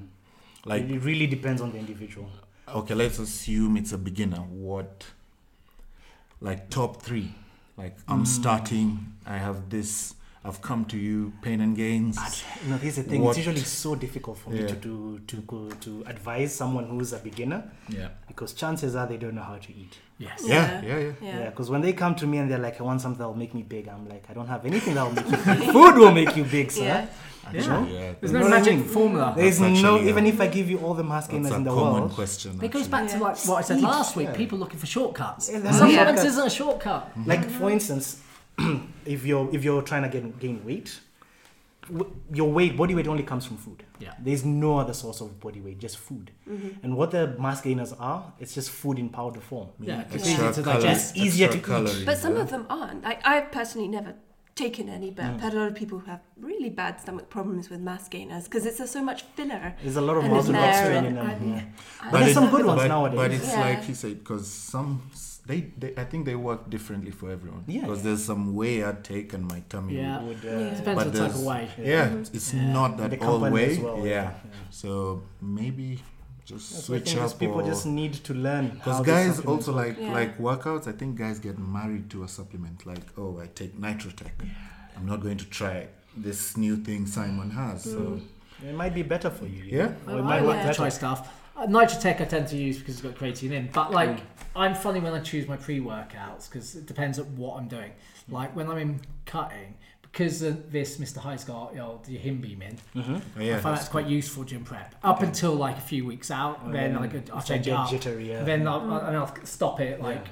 Speaker 2: Like
Speaker 3: it really depends on the individual.
Speaker 2: okay, let's assume it's a beginner. What like top three? Like
Speaker 3: Hmm.
Speaker 2: I'm starting, I have this I've come to you, pain and gains.
Speaker 3: But, you know, this is the thing.
Speaker 2: What-
Speaker 3: It's usually so difficult for me
Speaker 2: Yeah.
Speaker 3: to do to go to advise someone who's a beginner
Speaker 2: Yeah.
Speaker 3: because chances are they don't know how to eat.
Speaker 4: Yes.
Speaker 2: Yeah, yeah, yeah.
Speaker 1: Yeah.
Speaker 3: Yeah, because when they come to me and they're like, "I want something that'll make me big," I'm like, "I don't have anything that'll make you big. Food will make you big, sir."
Speaker 1: Yeah.
Speaker 2: Actually, yeah.
Speaker 4: There's
Speaker 2: that-
Speaker 4: no
Speaker 3: What do you
Speaker 4: magic
Speaker 3: mean?
Speaker 4: formula.
Speaker 3: There's
Speaker 2: That's
Speaker 3: no
Speaker 2: actually,
Speaker 3: even
Speaker 2: uh,
Speaker 3: if I give you all the mass
Speaker 2: that's
Speaker 3: gainers
Speaker 2: a
Speaker 3: in the
Speaker 2: common
Speaker 3: world.
Speaker 2: question.
Speaker 4: It goes
Speaker 2: actually.
Speaker 4: back to
Speaker 1: Yeah.
Speaker 4: like what I said
Speaker 3: Eat.
Speaker 4: last week.
Speaker 3: Yeah.
Speaker 4: People looking for shortcuts.
Speaker 3: Yeah,
Speaker 4: Some
Speaker 3: there's
Speaker 4: Supplements
Speaker 1: shortcuts.
Speaker 4: isn't a shortcut.
Speaker 3: Like
Speaker 1: Mm-hmm.
Speaker 3: for instance, if you're if you're trying to gain gain weight, w- your weight body weight only comes from food.
Speaker 4: Yeah.
Speaker 3: There's no other source of body weight, just food.
Speaker 1: Mm-hmm.
Speaker 3: And what the mass gainers are, it's just food in powder form.
Speaker 4: Yeah, it's
Speaker 2: Extra
Speaker 4: easy to
Speaker 2: colours,
Speaker 4: digest.
Speaker 3: It's easier
Speaker 2: extra
Speaker 3: to eat.
Speaker 2: calories,
Speaker 1: But some
Speaker 2: yeah. Mm.
Speaker 1: of them aren't. Like I've personally never taken any, but I've had a lot of people who have really bad stomach problems with mass gainers because it's there's so much filler.
Speaker 3: There's a lot of
Speaker 1: And it's
Speaker 3: muscle
Speaker 1: there
Speaker 3: extra
Speaker 1: and-
Speaker 3: in them.
Speaker 1: and-
Speaker 3: yeah. But there's some good ones
Speaker 2: but,
Speaker 3: nowadays.
Speaker 2: But it's
Speaker 1: Yeah.
Speaker 2: like he said, because some s- they, they, I think they work differently for everyone.
Speaker 3: Yeah,
Speaker 2: Because
Speaker 3: yeah.
Speaker 2: there's some way I take and my tummy.
Speaker 4: Yeah.
Speaker 3: Would, uh,
Speaker 1: Yeah.
Speaker 4: Depends on the type
Speaker 2: there's-
Speaker 4: of way.
Speaker 2: Yeah, it's
Speaker 4: Yeah.
Speaker 2: not
Speaker 3: the
Speaker 2: that all
Speaker 3: company
Speaker 2: way.
Speaker 3: as well.
Speaker 2: yeah.
Speaker 3: yeah.
Speaker 2: So maybe just
Speaker 3: That's why I
Speaker 2: switch
Speaker 3: think these
Speaker 2: up.
Speaker 3: people
Speaker 2: or,
Speaker 3: just need to learn.
Speaker 2: because
Speaker 3: how these
Speaker 2: guys
Speaker 3: supplements
Speaker 2: also
Speaker 3: work.
Speaker 2: like
Speaker 1: Yeah.
Speaker 2: like workouts. I think guys get married to a supplement. Like, oh, I take nitrotech. I'm not going to try this new thing Simon has.
Speaker 3: Mm.
Speaker 2: So
Speaker 3: It might be better for you.
Speaker 2: Yeah.
Speaker 3: you know, or it
Speaker 4: Well, I
Speaker 3: might
Speaker 4: like
Speaker 3: work
Speaker 4: to
Speaker 3: better.
Speaker 4: try stuff. Uh, Nitrotech I tend to use because it's got creatine in. But like,
Speaker 3: Mm.
Speaker 4: I'm funny when I choose my pre-workouts because it depends on what I'm doing.
Speaker 3: Mm.
Speaker 4: Like when I'm in cutting, because of this Mr. High's got you know, the him beam in, I
Speaker 2: yeah,
Speaker 4: find that's quite useful during prep. Up until like a few weeks out, then I could, I'll
Speaker 3: Oh, It's like
Speaker 4: change it
Speaker 3: get
Speaker 4: up.
Speaker 3: jittery. Yeah.
Speaker 4: Then I'll, I'll- and I'll stop it like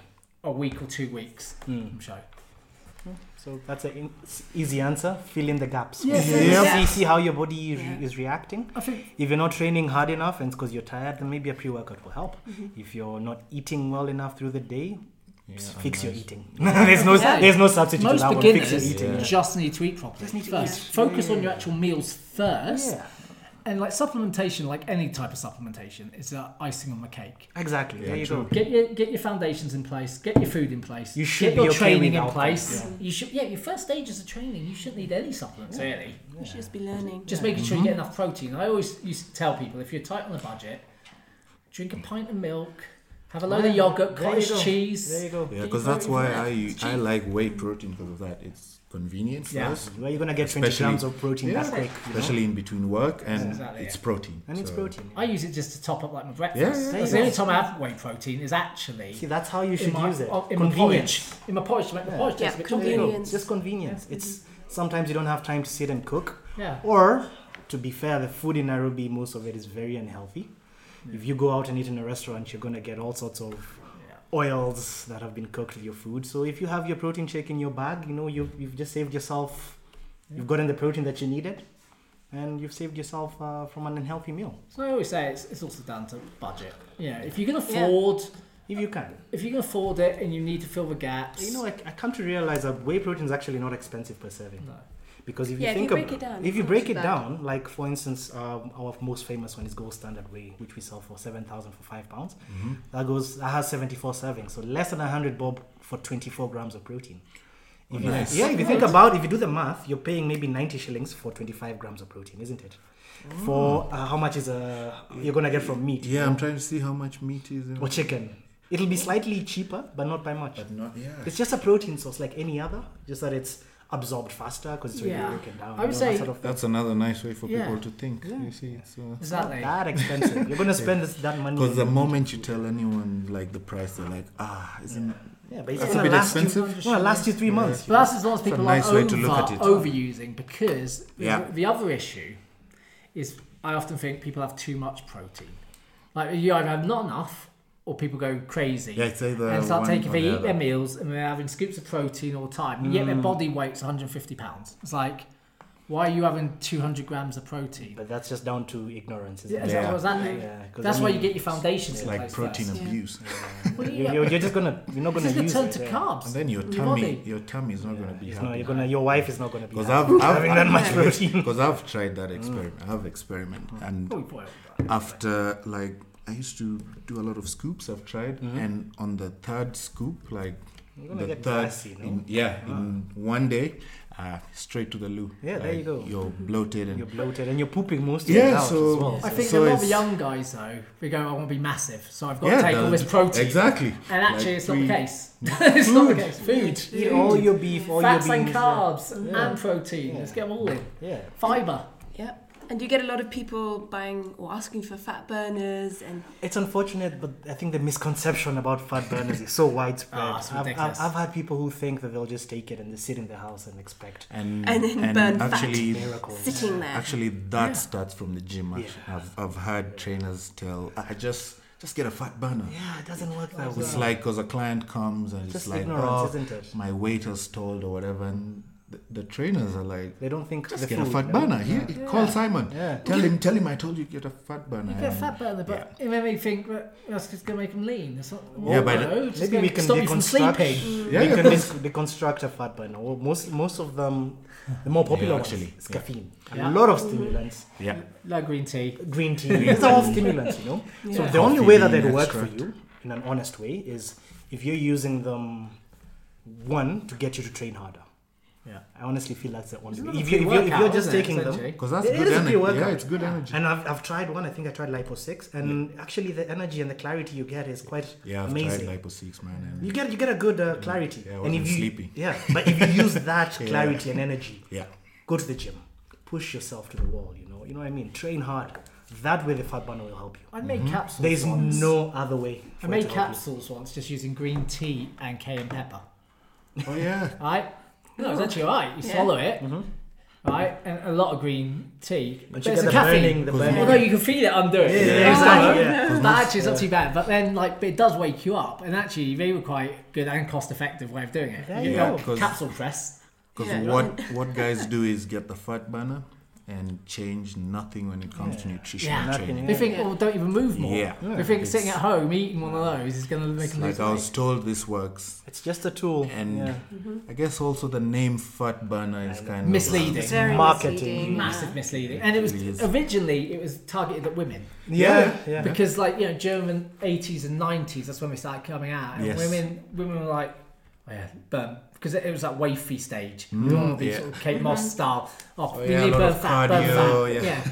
Speaker 4: a week or two weeks.
Speaker 3: Mm.
Speaker 4: I'm sure.
Speaker 3: So that's an easy answer. Fill in the gaps.
Speaker 4: Yeah,
Speaker 3: See-
Speaker 4: fill in the
Speaker 3: See,
Speaker 4: gaps.
Speaker 3: see how your body re-
Speaker 1: Yeah.
Speaker 3: is reacting.
Speaker 4: I think
Speaker 3: If you're not training hard enough and it's because you're tired, then maybe a pre-workout will help. If you're not eating well enough through the day,
Speaker 2: yeah,
Speaker 3: s- fix your
Speaker 2: nice.
Speaker 3: eating. there's no
Speaker 4: Yeah.
Speaker 3: there's no substitute to
Speaker 4: most
Speaker 3: that one. Fix your
Speaker 4: beginners
Speaker 3: eating.
Speaker 2: yeah.
Speaker 4: just need to eat properly.
Speaker 3: Just need to
Speaker 4: first.
Speaker 3: eat.
Speaker 4: Focus on
Speaker 3: Yeah.
Speaker 4: your actual meals first.
Speaker 3: Yeah.
Speaker 4: And like supplementation, like any type of supplementation, is uh, icing on the cake.
Speaker 3: Exactly.
Speaker 2: Yeah,
Speaker 3: there you
Speaker 2: true.
Speaker 3: go.
Speaker 4: Get your get your foundations in place. Get your food in place.
Speaker 3: You should
Speaker 4: get your
Speaker 3: be okay
Speaker 4: training in
Speaker 3: without
Speaker 4: place.
Speaker 3: them,
Speaker 4: You should yeah. Your first stages of training, you shouldn't need any supplements really.
Speaker 1: We should just be learning.
Speaker 4: Just making sure you get enough protein. I always used to tell people if you're tight on the budget, drink a pint of milk, have a load
Speaker 3: Yeah,
Speaker 4: of yogurt,
Speaker 3: there you
Speaker 4: cottage
Speaker 3: go. There
Speaker 4: cheese.
Speaker 3: you go.
Speaker 2: Yeah,
Speaker 4: Get
Speaker 2: because
Speaker 4: your
Speaker 2: that's why
Speaker 4: protein
Speaker 2: I
Speaker 4: from
Speaker 2: u- I like whey protein because of that. It's convenience
Speaker 4: Yeah.
Speaker 2: first,
Speaker 3: Where you're gonna get 20
Speaker 2: Especially-
Speaker 3: grams of protein
Speaker 2: Yeah.
Speaker 3: that quick? you know?
Speaker 2: especially in between work, and
Speaker 4: Exactly,
Speaker 2: it's
Speaker 4: yeah.
Speaker 2: protein.
Speaker 3: And it's
Speaker 2: So-
Speaker 3: protein.
Speaker 4: I use it just to top up like my breakfast.
Speaker 2: Yeah, yeah,
Speaker 4: That's
Speaker 3: yeah.
Speaker 4: the only time I have whey protein is actually
Speaker 3: See, that's how you
Speaker 4: in
Speaker 3: should
Speaker 4: my,
Speaker 3: use it.
Speaker 4: oh, in my porridge.
Speaker 3: Convenience.
Speaker 4: In my porridge to make my
Speaker 3: Yeah.
Speaker 4: porridge taste
Speaker 1: Yeah,
Speaker 4: a
Speaker 3: There you
Speaker 4: bit
Speaker 3: go.
Speaker 4: convenient.
Speaker 1: Convenience.
Speaker 3: Just convenience. It's sometimes you don't have time to sit and cook.
Speaker 4: Yeah.
Speaker 3: Or, to be fair, the food in Nairobi, most of it is very unhealthy. If you go out and eat in a restaurant, you're gonna get all sorts of oils that have been cooked with your food. So if you have your protein shake in your bag, you know you you've just saved yourself. You've gotten the protein that you needed, and you've saved yourself uh, from an unhealthy meal
Speaker 4: So I always say it's, it's also down to budget. Yeah, if you can
Speaker 1: Yeah.
Speaker 4: afford,
Speaker 3: if you can.
Speaker 4: if you can afford it, and you need to fill the gaps,
Speaker 3: You know, I, I come to realize that whey protein is actually not expensive per serving.
Speaker 4: No.
Speaker 3: Because if you
Speaker 1: Yeah, if
Speaker 3: think
Speaker 1: you
Speaker 3: ab-
Speaker 1: break it down,
Speaker 3: if you
Speaker 1: it's
Speaker 3: break
Speaker 1: not
Speaker 3: it
Speaker 1: too bad.
Speaker 3: down, like for instance, um, our most famous one is Gold Standard Whey, which we sell for seven thousand for five pounds.
Speaker 2: Mm-hmm.
Speaker 3: That goes that has seventy four servings, so less than hundred bob for twenty four grams of protein. If you-
Speaker 2: Nice.
Speaker 3: Yeah, if you think about, if you do the math, you're paying maybe ninety shillings for twenty five grams of protein, isn't it? For uh, how much is uh, you're gonna get from meat
Speaker 2: Yeah, I'm trying to see how much meat is in.
Speaker 3: or chicken? It'll be slightly cheaper, but not by much.
Speaker 2: But not yeah.
Speaker 3: It's just a protein source like any other, just that it's absorbed faster because it's already
Speaker 4: Yeah.
Speaker 3: broken down.
Speaker 4: I would
Speaker 3: you know, that
Speaker 4: say-
Speaker 3: sort of thing.
Speaker 2: That's another nice way for
Speaker 4: Yeah.
Speaker 2: people to think.
Speaker 3: Yeah.
Speaker 2: You see, it's
Speaker 4: is
Speaker 3: It's
Speaker 4: that
Speaker 3: not
Speaker 4: like-
Speaker 3: that expensive. You're gonna spend this, that money.
Speaker 2: because the moment you tell anyone like the price, they're like, ah, isn't
Speaker 3: yeah, but it's
Speaker 2: that's a
Speaker 3: gonna
Speaker 2: bit
Speaker 3: last
Speaker 2: expensive.
Speaker 3: You, gonna last you three months.
Speaker 4: But that's as long as people
Speaker 2: nice
Speaker 4: are
Speaker 2: way
Speaker 4: over,
Speaker 2: to look at it.
Speaker 4: overusing because the-
Speaker 2: Yeah.
Speaker 4: the, other issue is I often think people have too much protein. Like you either have not enough or people go crazy
Speaker 2: Yeah, it's either
Speaker 4: and start
Speaker 2: one
Speaker 4: taking
Speaker 2: or
Speaker 4: they
Speaker 2: the
Speaker 4: eat their
Speaker 2: other. Mm.
Speaker 4: meals and they're having scoops of protein all the time. And Yet their body weight's 150 pounds. It's like why are you having 200 grams of protein?
Speaker 3: But that's just down to ignorance, isn't
Speaker 4: Yeah,
Speaker 3: it?
Speaker 4: is that- what's that mean?
Speaker 3: Yeah, 'cause
Speaker 4: That's
Speaker 3: I
Speaker 4: why
Speaker 3: mean,
Speaker 4: you get your foundations
Speaker 2: it's
Speaker 4: in
Speaker 2: like
Speaker 4: place
Speaker 2: protein
Speaker 4: first.
Speaker 1: Yeah.
Speaker 2: abuse?
Speaker 4: Well,
Speaker 3: you-
Speaker 4: yeah,
Speaker 3: You're, you're just gonna you're not gonna
Speaker 4: This is
Speaker 3: use
Speaker 4: the turn
Speaker 3: it.
Speaker 4: to
Speaker 3: yeah.
Speaker 2: And
Speaker 4: carbs.
Speaker 2: then your
Speaker 4: Your
Speaker 2: tummy,
Speaker 4: body.
Speaker 2: your tummy is not going to be
Speaker 3: It's
Speaker 2: happy.
Speaker 3: not, you're gonna your wife is not gonna be
Speaker 2: Because
Speaker 3: happy
Speaker 2: I've, I've
Speaker 3: having that much protein.
Speaker 2: Because I've tried that experiment. I've experimented, and
Speaker 4: Probably boiled, but-
Speaker 2: after like I used to do a lot of scoops. I've tried, and on the third scoop, like
Speaker 3: Mm-hmm. You're gonna
Speaker 2: the
Speaker 3: get
Speaker 2: third,
Speaker 3: gassy, no? Ah.
Speaker 2: in, yeah, in one day, uh, straight to the loo.
Speaker 3: Yeah, there you
Speaker 2: Like,
Speaker 3: go.
Speaker 2: You're bloated and
Speaker 3: You're bloated and you're pooping most of it
Speaker 2: Yeah,
Speaker 3: out
Speaker 2: so-
Speaker 3: as well.
Speaker 4: I think
Speaker 2: So
Speaker 4: a lot of
Speaker 2: it's-
Speaker 4: young guys though, they go, I want to be massive, so I've got
Speaker 2: Yeah,
Speaker 4: to take all
Speaker 2: the-
Speaker 4: this protein.
Speaker 2: exactly.
Speaker 4: And actually,
Speaker 2: Like
Speaker 4: it's not
Speaker 2: we-
Speaker 4: the case. it's not the case. Food.
Speaker 3: Eat all your beef, all
Speaker 4: Fats
Speaker 3: your
Speaker 4: and
Speaker 3: beans. yeah.
Speaker 4: carbs
Speaker 3: Yeah.
Speaker 4: and protein. Let's get them all in.
Speaker 3: Yeah.
Speaker 4: Fiber.
Speaker 1: Yeah. And you get a lot of people buying or asking for fat burners and
Speaker 3: It's unfortunate, but I think the misconception about fat burners is so widespread.
Speaker 4: Ah, it's
Speaker 3: I've, I've,
Speaker 4: ridiculous.
Speaker 3: I've had people who think that they'll just take it and they sit in the house and expect
Speaker 2: and
Speaker 1: And then burn fat.
Speaker 2: actually
Speaker 3: miracles.
Speaker 1: sitting there.
Speaker 2: actually that starts from the gym. Actually, I've I've heard trainers tell I just just get a fat burner.
Speaker 3: Yeah, it doesn't work that way.
Speaker 2: It's like because a client comes and it's
Speaker 3: Just
Speaker 2: like,
Speaker 3: ignorance,
Speaker 2: oh,
Speaker 3: isn't it?
Speaker 2: my weight has told or whatever, and the, the trainers are like,
Speaker 3: They don't think
Speaker 2: just
Speaker 3: the
Speaker 2: get
Speaker 3: food,
Speaker 2: a fat
Speaker 3: no?
Speaker 2: burner. He, he- Call
Speaker 4: Yeah.
Speaker 2: Simon.
Speaker 3: Yeah.
Speaker 2: Tell him, tell him I told you get a fat burner.
Speaker 4: You get a
Speaker 2: and-
Speaker 4: fat burner, but it made me think that that's just gonna make him lean. It's not,
Speaker 2: Yeah, but
Speaker 4: no, it's just
Speaker 3: Maybe we
Speaker 4: gonna
Speaker 3: can
Speaker 4: stop you from
Speaker 3: deconstruct.
Speaker 4: sleeping.
Speaker 2: Yeah,
Speaker 3: we
Speaker 2: yeah,
Speaker 3: can
Speaker 2: of course.
Speaker 3: dis- deconstruct a fat burner. Well, most most of them, the more popular
Speaker 2: Yeah,
Speaker 3: ones,
Speaker 2: actually,
Speaker 3: is
Speaker 2: yeah.
Speaker 3: caffeine.
Speaker 4: Yeah.
Speaker 3: A lot of stimulants,
Speaker 2: Yeah.
Speaker 4: Like green tea.
Speaker 3: green tea. These are all stimulants, you know. So
Speaker 4: Yeah.
Speaker 3: the only
Speaker 2: Coffee
Speaker 3: way that
Speaker 2: bean
Speaker 3: they'd work for
Speaker 2: extract.
Speaker 3: you in an honest way is if you're using them one to get you to train harder.
Speaker 4: Yeah.
Speaker 3: I honestly feel that's the only.
Speaker 4: It's
Speaker 3: Way.
Speaker 4: not
Speaker 3: If,
Speaker 4: a
Speaker 3: you, if, you're, if
Speaker 4: pre-workout,
Speaker 3: you're just
Speaker 4: is it,
Speaker 3: taking them,
Speaker 4: essentially?
Speaker 2: Because that's
Speaker 3: It
Speaker 2: good
Speaker 3: is a
Speaker 2: energy.
Speaker 3: pre-workout.
Speaker 2: Yeah, it's good energy.
Speaker 3: and I've, I've tried one. I think I tried Lipo Six, and actually the energy and the clarity you get is quite
Speaker 2: Yeah, I've
Speaker 3: amazing.
Speaker 2: tried Lipo 6, man. And
Speaker 3: You get you get a good uh, clarity.
Speaker 2: Yeah, I
Speaker 3: and
Speaker 2: wasn't
Speaker 3: if you,
Speaker 2: sleepy.
Speaker 3: Yeah, but if you use that clarity and energy,
Speaker 2: yeah.
Speaker 3: go to the gym, push yourself to the wall. You know, you know what I mean. Train hard. That way, the fat burner will help you.
Speaker 4: I made capsules.
Speaker 3: There's
Speaker 4: once.
Speaker 3: Mm-hmm. no other way.
Speaker 4: I
Speaker 3: for it
Speaker 4: made
Speaker 3: to help you.
Speaker 4: capsules once just using green tea and cayenne pepper.
Speaker 2: Oh, yeah.
Speaker 4: Right? No, it's actually alright. You
Speaker 1: Oh. Yeah.
Speaker 4: swallow it. Right, and a lot of green tea.
Speaker 3: Mm-hmm. But you
Speaker 4: There's
Speaker 3: get
Speaker 4: a
Speaker 3: the
Speaker 4: caffeine.
Speaker 3: burning, the burning.
Speaker 4: Although you can feel it under it.
Speaker 3: Yeah,
Speaker 2: yeah,
Speaker 4: Exactly.
Speaker 3: yeah.
Speaker 4: But actually, it's not too bad. But then, like, but it does wake you up. And actually, they were quite good and cost-effective way of doing it.
Speaker 3: There
Speaker 4: You
Speaker 3: you
Speaker 4: got
Speaker 3: go.
Speaker 4: a
Speaker 2: 'Cause-
Speaker 4: Capsule press.
Speaker 2: Because
Speaker 1: Yeah.
Speaker 2: what what guys do is get the fat burner and change nothing when it comes to nutrition
Speaker 4: Yeah.
Speaker 2: and training.
Speaker 4: They think, oh, don't even move more.
Speaker 2: Yeah.
Speaker 4: They think
Speaker 2: It's-
Speaker 4: sitting at home eating one of those is going to make them
Speaker 2: Like
Speaker 4: lose
Speaker 2: I
Speaker 4: weight.
Speaker 2: was told, this works,
Speaker 3: It's just a tool.
Speaker 2: and Mm-hmm.
Speaker 3: yeah.
Speaker 2: I guess also the name fat burner is kind of
Speaker 4: misleading.
Speaker 1: It's very
Speaker 3: Marketing.
Speaker 1: misleading, yeah.
Speaker 4: Massive misleading. And it was
Speaker 2: Please.
Speaker 4: originally it was targeted at women
Speaker 3: yeah, yeah,
Speaker 4: because like you know German 80s and 90s that's when they started coming out and
Speaker 2: Yes.
Speaker 4: women women were like oh yeah burn because it, it was that wafy stage. you don't want to
Speaker 2: Mm,
Speaker 4: be
Speaker 2: yeah.
Speaker 4: sort of Kate
Speaker 3: Mm-hmm.
Speaker 4: Moss style. Oh,
Speaker 2: Oh,
Speaker 4: we
Speaker 2: yeah, a
Speaker 4: need
Speaker 2: lot
Speaker 4: burn
Speaker 2: of
Speaker 4: fat, burn
Speaker 2: cardio,
Speaker 4: fat.
Speaker 2: yeah.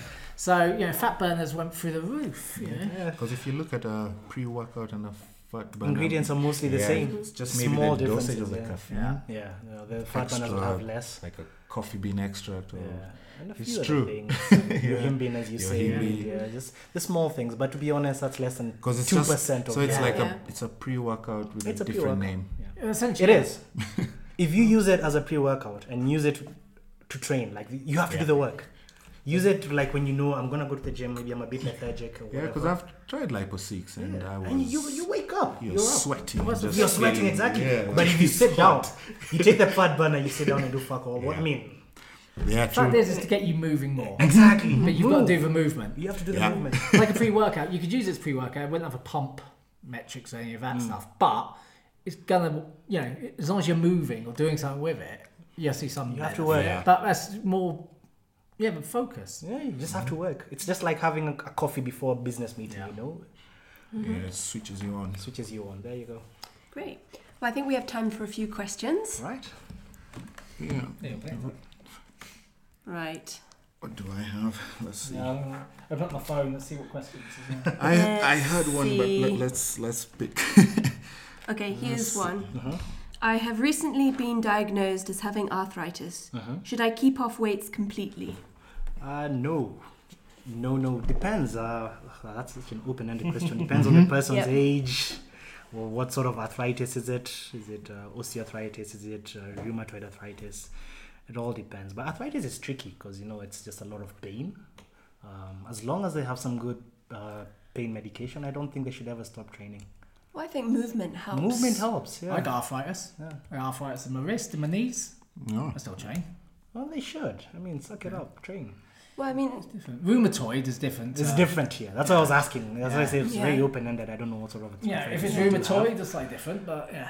Speaker 4: So you know fat burners went through the roof. You know?
Speaker 2: Because uh, if you look at a pre-workout and a fat burner,
Speaker 3: Ingredients are mostly the
Speaker 2: yeah,
Speaker 3: same.
Speaker 2: It's just maybe
Speaker 3: Small
Speaker 2: the dosage
Speaker 3: differences,
Speaker 2: of the
Speaker 3: yeah.
Speaker 2: caffeine,
Speaker 3: Yeah, no, the fat burners will
Speaker 2: Extra.
Speaker 3: have less.
Speaker 2: like a coffee bean extract or
Speaker 3: Yeah, and a few
Speaker 2: It's
Speaker 3: other
Speaker 2: true.
Speaker 3: things. Your himbin, as you
Speaker 2: Your
Speaker 3: say,
Speaker 2: himbin.
Speaker 3: yeah, just the small things. But to be honest, that's less than
Speaker 2: because it's
Speaker 3: two
Speaker 2: just
Speaker 3: percent of.
Speaker 2: so it's
Speaker 4: Yeah.
Speaker 2: like
Speaker 1: Yeah.
Speaker 2: a it's a pre-workout with
Speaker 3: It's
Speaker 2: a
Speaker 3: a
Speaker 2: different
Speaker 3: pre-workout.
Speaker 2: name.
Speaker 4: Essentially,
Speaker 3: It is. if you use it as a pre-workout and use it to train, like you have to do
Speaker 2: Yeah.
Speaker 3: the work. Use it like when you know I'm gonna go to the gym. Maybe I'm a bit lethargic or
Speaker 2: Yeah,
Speaker 3: whatever.
Speaker 2: because I've tried lipo six and I was
Speaker 3: and you you wake up.
Speaker 2: you're,
Speaker 3: You're, up.
Speaker 2: sweating,
Speaker 4: What's the-
Speaker 2: just
Speaker 3: You're sweating
Speaker 2: feeling-
Speaker 3: exactly.
Speaker 2: Yeah,
Speaker 3: but if you
Speaker 2: it's
Speaker 3: sit
Speaker 2: hot.
Speaker 3: down, you take the fat burner, you sit down and do fuck all. What
Speaker 2: Yeah.
Speaker 3: I mean?
Speaker 2: yeah,
Speaker 4: Fact
Speaker 2: true.
Speaker 4: is, is to get you moving more.
Speaker 3: Exactly.
Speaker 4: But you've got to do the movement.
Speaker 3: You have to do
Speaker 2: Yeah.
Speaker 3: the movement.
Speaker 4: like a pre-workout, you could use it as pre-workout. It wouldn't have a pump metrics or any of
Speaker 2: Mm.
Speaker 4: that stuff, but it's gonna, you know, as long as you're moving or doing something with it, you'll see something.
Speaker 3: You have to
Speaker 4: benefit.
Speaker 3: work.
Speaker 2: Yeah.
Speaker 4: But that's more, yeah, but focus.
Speaker 3: Yeah, you just have to work. It's just like having a, a coffee before a business meeting. You know,
Speaker 2: Yeah, it switches you on.
Speaker 3: switches you on. There you go.
Speaker 1: Great. Well, I think we have time for a few questions.
Speaker 3: Right.
Speaker 2: Yeah.
Speaker 1: Right.
Speaker 2: What do I have? Let's see.
Speaker 4: Open up my phone. Let's see what questions.
Speaker 2: I I
Speaker 1: Let's
Speaker 2: had one, but
Speaker 1: see.
Speaker 2: let, let's let's pick.
Speaker 1: Okay, here's one.
Speaker 3: Uh-huh.
Speaker 1: I have recently been diagnosed as having arthritis. Should I keep off weights completely?
Speaker 3: Uh, no. No, no. Depends. Uh, that's such an open ended question. Depends on the person's
Speaker 1: Mm-hmm. Yep.
Speaker 3: age. Well, what sort of arthritis is it? Is it uh, osteoarthritis? Is it uh, rheumatoid arthritis? It all depends. But arthritis is tricky because, you know, it's just a lot of pain. Um, as long as they have some good uh, pain medication, I don't think they should ever stop training.
Speaker 1: Well, I think movement helps.
Speaker 3: Movement helps, yeah.
Speaker 4: I got arthritis.
Speaker 3: Yeah.
Speaker 4: I got arthritis in my wrist and my knees.
Speaker 2: no.
Speaker 4: I still train.
Speaker 3: Well, they should. I mean, suck it up, train.
Speaker 1: Well, I mean,
Speaker 4: Different. Rheumatoid is different.
Speaker 3: It's
Speaker 4: uh,
Speaker 3: different here. That's what I was asking. That's why I say it's very
Speaker 1: Yeah.
Speaker 3: open ended. I don't know what sort of
Speaker 4: Yeah,
Speaker 3: arthritis
Speaker 4: if it's
Speaker 3: they do have.
Speaker 4: rheumatoid, it's like different, but yeah.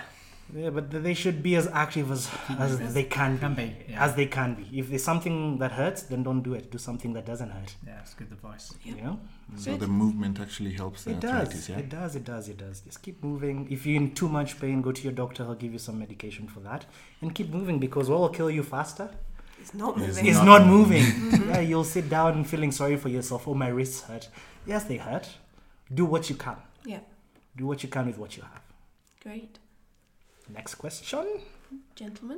Speaker 3: Yeah, but th- they should be as active as as they can
Speaker 4: Can
Speaker 3: be,
Speaker 4: be, yeah.
Speaker 3: as they can be. If there's something that hurts, then don't do it. Do something that doesn't hurt.
Speaker 4: Yeah, it's good advice.
Speaker 3: You know,
Speaker 2: So the movement actually helps the
Speaker 3: it
Speaker 2: arthritis.
Speaker 3: does.
Speaker 2: Yeah.
Speaker 3: It does. It does. It does. Just keep moving. If you're in too much pain, go to your doctor. He'll give you some medication for that, and keep moving because what will kill you faster
Speaker 1: it's not
Speaker 2: It's
Speaker 1: moving.
Speaker 3: is
Speaker 2: not
Speaker 3: not moving.
Speaker 4: Mm-hmm.
Speaker 3: yeah, you'll sit down feeling sorry for yourself. Oh, my wrists hurt. Yes, they hurt. Do what you can.
Speaker 1: Yeah,
Speaker 3: Do what you can with what you have.
Speaker 1: great.
Speaker 3: Next question.
Speaker 1: Gentlemen?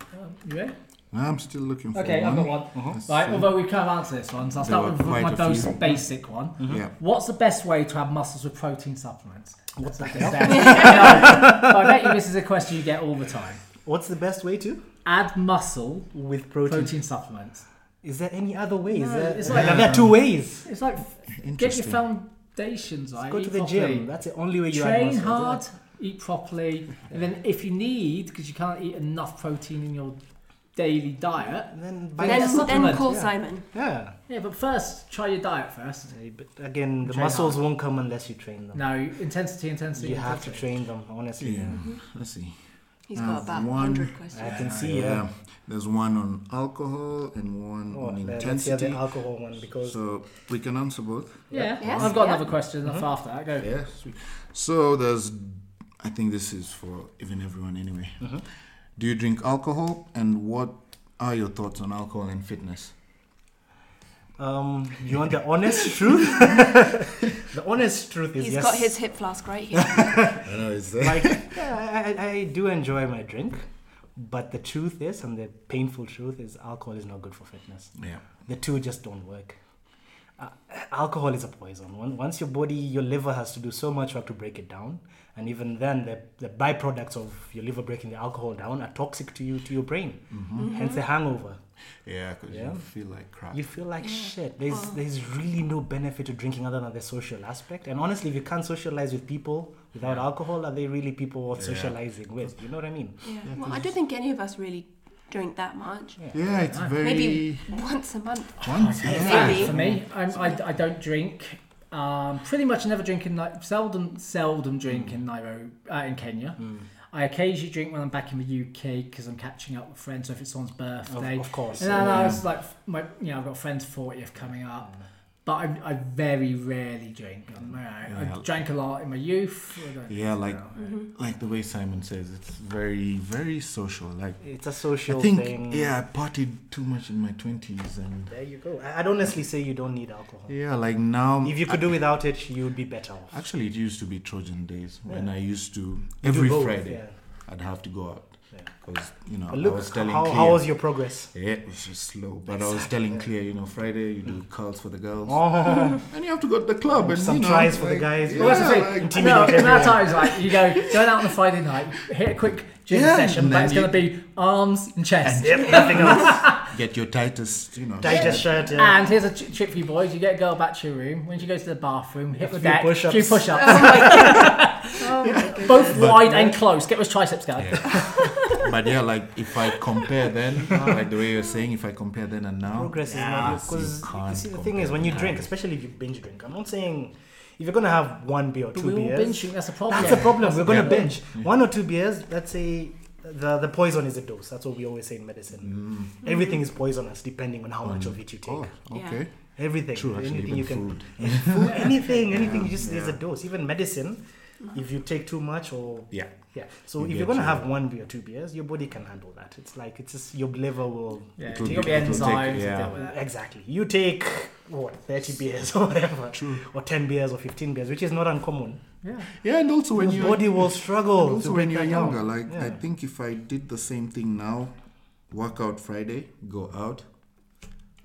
Speaker 4: Um, you ready?
Speaker 2: No, I'm still looking for
Speaker 4: Okay,
Speaker 2: one.
Speaker 4: I've got one.
Speaker 2: Mm-hmm. Let's
Speaker 4: Right,
Speaker 2: see.
Speaker 4: although we can't answer this one, so I'll
Speaker 2: There
Speaker 4: start
Speaker 2: were
Speaker 4: with
Speaker 2: quite
Speaker 4: my
Speaker 2: a
Speaker 4: most
Speaker 2: few.
Speaker 4: basic one.
Speaker 2: Yeah.
Speaker 4: What's the best way to have muscles with protein supplements?
Speaker 3: What the
Speaker 4: Like I
Speaker 3: hell?
Speaker 4: said, I bet you this is a question you get all the time.
Speaker 3: What's the best way to
Speaker 4: Add muscle
Speaker 3: with protein?
Speaker 4: protein supplements.
Speaker 3: Is there any other way? Is
Speaker 4: No,
Speaker 3: there,
Speaker 4: it's
Speaker 3: there
Speaker 4: like-
Speaker 3: are two ways.
Speaker 4: It's like
Speaker 3: Mm-hmm.
Speaker 4: get your
Speaker 2: Interesting.
Speaker 4: foundations right.
Speaker 3: Go to
Speaker 4: eat
Speaker 3: the
Speaker 4: properly.
Speaker 3: gym. That's the only way you add
Speaker 4: Train
Speaker 3: muscle.
Speaker 4: hard, eat properly, and then if you need, because you can't eat enough protein in your daily diet.
Speaker 3: Then by
Speaker 4: Then-
Speaker 1: Then,
Speaker 4: Yes.
Speaker 1: then call
Speaker 3: Yeah.
Speaker 1: Simon.
Speaker 3: yeah.
Speaker 4: Yeah, but first try your diet first.
Speaker 3: Uh, But again, the
Speaker 4: Train
Speaker 3: muscles
Speaker 4: hard.
Speaker 3: won't come unless you train them.
Speaker 4: No intensity, intensity.
Speaker 3: you have to
Speaker 4: intensity.
Speaker 3: train them, honestly.
Speaker 2: Yeah. Let's see.
Speaker 1: He's
Speaker 2: Uh,
Speaker 1: got about
Speaker 2: one-
Speaker 1: 100 questions.
Speaker 3: I can see. Yeah.
Speaker 2: Yeah. There's one on alcohol and one
Speaker 3: Oh,
Speaker 2: on
Speaker 3: let- let's hear the
Speaker 2: intensity.
Speaker 3: alcohol one because
Speaker 2: So we can answer both.
Speaker 4: Yeah,
Speaker 1: Yes,
Speaker 4: I've got
Speaker 1: yeah.
Speaker 4: another question
Speaker 3: Mm-hmm.
Speaker 4: after that. Go.
Speaker 2: Yeah, sweet. So there's, I think this is for even everyone anyway.
Speaker 3: Mm-hmm.
Speaker 2: Do you drink alcohol, and what are your thoughts on alcohol and fitness?
Speaker 3: um, you want the honest truth. the honest truth is
Speaker 1: He's
Speaker 3: yes.
Speaker 1: got his hip flask right here.
Speaker 2: I know it's
Speaker 3: like yeah, I, I, I do enjoy my drink, but the truth is, and the painful truth is, alcohol is not good for fitness.
Speaker 2: yeah,
Speaker 3: the two just don't work. Uh, alcohol is a poison. One- Once your body, your liver has to do so much work to break it down, and even then, the, the byproducts of your liver breaking the alcohol down are toxic to you, to your brain.
Speaker 2: Mm-hmm.
Speaker 3: Hence the hangover.
Speaker 2: yeah, because
Speaker 3: Yeah.
Speaker 2: you feel like crap.
Speaker 3: You feel like shit. There's there's really no benefit to drinking other than the social aspect. And honestly, if you can't socialize with people without alcohol, are they really people worth
Speaker 2: Yeah.
Speaker 3: socializing with? You know what I mean?
Speaker 1: Yeah. Well, I don't think any of us really drink that much.
Speaker 2: yeah, it's
Speaker 3: Ah,
Speaker 2: very
Speaker 1: Maybe once a month.
Speaker 2: once.
Speaker 4: Ah,
Speaker 1: Maybe.
Speaker 4: for me, I'm, I, I don't drink. Um, pretty much never drink in Ni- seldom seldom drink in Nairobi uh, in Kenya. I occasionally drink when I'm back in the UK because I'm catching up with friends. So if it's someone's
Speaker 3: Of,
Speaker 4: birthday,
Speaker 3: of course.
Speaker 4: and then I
Speaker 3: Yeah.
Speaker 4: was like, my you know I've got friends' fortieth coming up. But I, I very rarely drink. I'm, you know,
Speaker 2: Yeah.
Speaker 4: I drank a lot in my youth. I don't-
Speaker 2: Yeah, like
Speaker 4: know.
Speaker 2: like the way Simon says, it's very very social. Like
Speaker 3: It's a social
Speaker 2: I think
Speaker 3: thing.
Speaker 2: yeah, I partied too much in my twenties, and
Speaker 3: There you go. I- I'd honestly say you don't need alcohol.
Speaker 2: yeah, like now.
Speaker 3: If you could do without it, you would be better off.
Speaker 2: Actually, it used to be Trojan days when
Speaker 3: Yeah.
Speaker 2: I used to
Speaker 3: You do
Speaker 2: every
Speaker 3: both,
Speaker 2: Friday.
Speaker 3: yeah.
Speaker 2: I'd have to go out
Speaker 3: Yeah.
Speaker 2: because you know
Speaker 3: But
Speaker 2: I
Speaker 3: look,
Speaker 2: was telling
Speaker 3: how,
Speaker 2: Clear.
Speaker 3: how was your progress?
Speaker 2: yeah, it was just slow, but I was telling Clear, you know, Friday you do curls for the girls,
Speaker 3: Oh,
Speaker 2: and you have to go to the club and
Speaker 3: Some
Speaker 2: you know,
Speaker 3: tries for the
Speaker 2: like,
Speaker 3: guys.
Speaker 2: Yeah,
Speaker 4: Well, that's the
Speaker 2: like-
Speaker 4: thing.
Speaker 3: Intimidate
Speaker 4: no, there
Speaker 3: everyone.
Speaker 4: are times like you go going out on a Friday night, hit a quick gym
Speaker 2: Yeah,
Speaker 4: session,
Speaker 2: and
Speaker 4: but
Speaker 2: then
Speaker 4: it's
Speaker 2: you-
Speaker 4: going to be arms and chest.
Speaker 3: yep, nothing else.
Speaker 2: get your tightest, you know,
Speaker 3: Digest shirt. Yeah.
Speaker 4: And here's a ch- trick for you boys: you get a girl back to your room. When she goes to the bathroom, hit
Speaker 3: A
Speaker 4: the
Speaker 3: few
Speaker 4: deck,
Speaker 3: push-ups.
Speaker 4: few push-ups, both wide and close. Get those triceps going.
Speaker 2: but yeah, like if I compare then, like the way you're saying, if I compare then and now,
Speaker 3: Progress
Speaker 2: yeah,
Speaker 3: is not because
Speaker 2: Ah, you
Speaker 3: you
Speaker 2: can't
Speaker 3: see the thing is when you
Speaker 2: compare.
Speaker 3: drink, especially if you binge drink. I'm not saying if you're gonna have one beer or
Speaker 4: But
Speaker 3: two
Speaker 4: we all
Speaker 3: beers.
Speaker 4: binge drink. That's a problem.
Speaker 3: That's the problem. We're gonna
Speaker 2: Yeah.
Speaker 3: binge one or two beers. Let's say the the poison is a dose. That's what we always say in medicine.
Speaker 2: Mm.
Speaker 3: Everything is poisonous depending on how much of it you take.
Speaker 2: Oh, okay.
Speaker 3: Everything.
Speaker 2: True, actually, even
Speaker 3: anything you can.
Speaker 2: food.
Speaker 3: food, anything, anything. You just there's a
Speaker 2: yeah.
Speaker 3: dose. Even medicine, if you take too much or
Speaker 2: Yeah.
Speaker 3: yeah. So
Speaker 2: You
Speaker 3: if you're
Speaker 2: get
Speaker 3: gonna
Speaker 2: your-
Speaker 3: have one beer, two beers, your body can handle that. It's like it's just your liver will
Speaker 4: Yeah,
Speaker 2: It will
Speaker 4: you got the
Speaker 2: be- it will take-
Speaker 4: enzymes. to
Speaker 2: yeah.
Speaker 4: deal with that.
Speaker 3: exactly. You take what thirty beers or whatever,
Speaker 2: True.
Speaker 3: or ten beers or fifteen beers, which is not uncommon.
Speaker 4: Yeah.
Speaker 2: Yeah, and also when
Speaker 3: your
Speaker 2: you're
Speaker 3: body will struggle.
Speaker 2: also
Speaker 3: to
Speaker 2: when
Speaker 3: break
Speaker 2: you're
Speaker 3: that down.
Speaker 2: younger, like I
Speaker 3: Yeah.
Speaker 2: think if I did the same thing now, work out Friday, go out,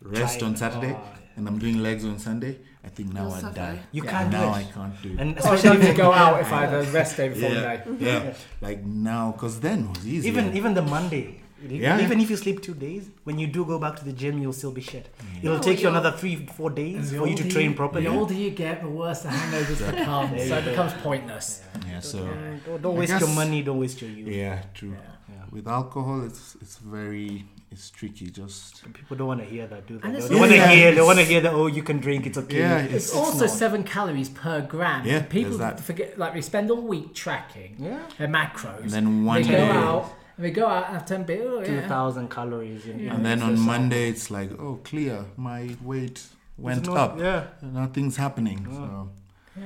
Speaker 2: rest
Speaker 3: Try-
Speaker 2: on Saturday,
Speaker 3: oh, yeah.
Speaker 2: and I'm doing legs on Sunday, I think now
Speaker 1: You'll
Speaker 2: I
Speaker 1: suffer.
Speaker 2: die.
Speaker 3: You
Speaker 2: Yeah.
Speaker 3: can't do
Speaker 2: now
Speaker 3: it.
Speaker 2: I can't do it.
Speaker 3: and
Speaker 4: I was
Speaker 3: especially
Speaker 4: going to
Speaker 3: if
Speaker 4: go out if I had a rest day before
Speaker 2: yeah,
Speaker 4: day.
Speaker 2: yeah, like now, cause then it was easy.
Speaker 3: even even the Monday.
Speaker 2: Yeah.
Speaker 3: Even if you sleep two days, when you do go back to the gym, you'll still be shit. It'll
Speaker 1: No,
Speaker 3: take you
Speaker 1: you'll-
Speaker 3: another three, four days for you to train properly.
Speaker 4: The older you get, the worse the hangovers become.
Speaker 3: There
Speaker 4: so
Speaker 3: you
Speaker 4: it
Speaker 3: go.
Speaker 4: becomes pointless.
Speaker 2: yeah, so
Speaker 3: Don't, don't
Speaker 2: I
Speaker 3: waste your
Speaker 2: guess-
Speaker 3: money. Don't waste your youth.
Speaker 2: yeah, true.
Speaker 3: Yeah.
Speaker 2: With alcohol, it's it's very it's tricky. Just
Speaker 3: People don't want to hear that, do they?
Speaker 4: And
Speaker 3: They
Speaker 4: it's
Speaker 3: don't want to
Speaker 2: also-
Speaker 3: hear. They want to hear that. Oh, you can drink. It's okay.
Speaker 2: yeah, it's,
Speaker 4: It's, also
Speaker 3: not.
Speaker 4: seven calories per gram.
Speaker 2: Yeah,
Speaker 4: people
Speaker 2: there's that.
Speaker 4: forget. Like we spend all week tracking
Speaker 3: Yeah.
Speaker 4: their macros,
Speaker 2: And then one
Speaker 4: we go
Speaker 2: day-
Speaker 4: out and we go out and have ten beers. Oh,
Speaker 3: Two
Speaker 4: yeah.
Speaker 3: thousand calories. In,
Speaker 2: and then on
Speaker 3: uh,
Speaker 2: Monday it's like oh clear, my weight went
Speaker 3: not-
Speaker 2: up.
Speaker 3: Yeah.
Speaker 2: Nothing's happening. So.
Speaker 4: yeah,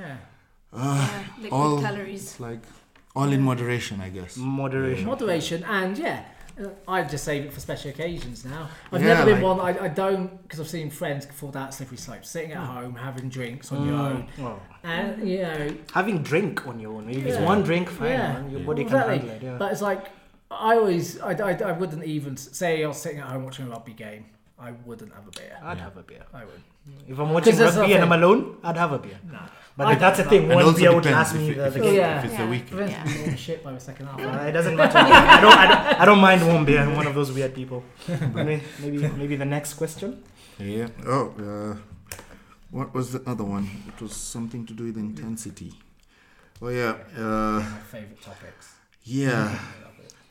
Speaker 1: Yeah, liquid
Speaker 2: all-
Speaker 1: calories.
Speaker 2: It's like all in moderation, I guess.
Speaker 3: Mm. Moderation.
Speaker 4: moderation and yeah. uh, I just save it for special occasions now. I've
Speaker 2: Yeah,
Speaker 4: never been
Speaker 2: like-
Speaker 4: one. I, I don't because I've seen friends fall down slippery slopes, sitting at home having drinks on your own,
Speaker 3: Oh.
Speaker 4: and you know
Speaker 3: Having drink on your own. Maybe it's
Speaker 4: Yeah.
Speaker 3: one drink. Fine.
Speaker 4: Yeah.
Speaker 3: man, Your body can
Speaker 4: Exactly.
Speaker 3: handle it. Yeah.
Speaker 4: But it's like I always, I, I, I wouldn't even say I was sitting at home watching a rugby game. I wouldn't have a beer.
Speaker 3: I'd have a beer.
Speaker 4: I would.
Speaker 3: If I'm watching
Speaker 4: that's
Speaker 3: rugby
Speaker 4: the
Speaker 3: and I'm
Speaker 4: thing.
Speaker 3: alone, I'd have a beer.
Speaker 4: Nah.
Speaker 3: But
Speaker 4: I-
Speaker 3: that's the thing.
Speaker 2: and
Speaker 3: One
Speaker 2: also
Speaker 3: beer would
Speaker 2: depends
Speaker 3: last
Speaker 2: if,
Speaker 3: me
Speaker 2: it-
Speaker 3: the,
Speaker 2: if,
Speaker 3: the
Speaker 2: it's,
Speaker 3: game.
Speaker 4: Oh, Yeah.
Speaker 2: if it's a
Speaker 1: Yeah.
Speaker 2: weekend.
Speaker 4: Prevents
Speaker 1: Yeah.
Speaker 4: me from shit by the second half.
Speaker 3: Uh, it doesn't matter. I don't. I don't. I don't mind one beer. I'm one of those weird people. Maybe, maybe, maybe the next question.
Speaker 2: Yeah. Oh, uh, what was the other one? It was something to do with intensity. Oh yeah, uh,
Speaker 4: my favourite topics.
Speaker 2: yeah.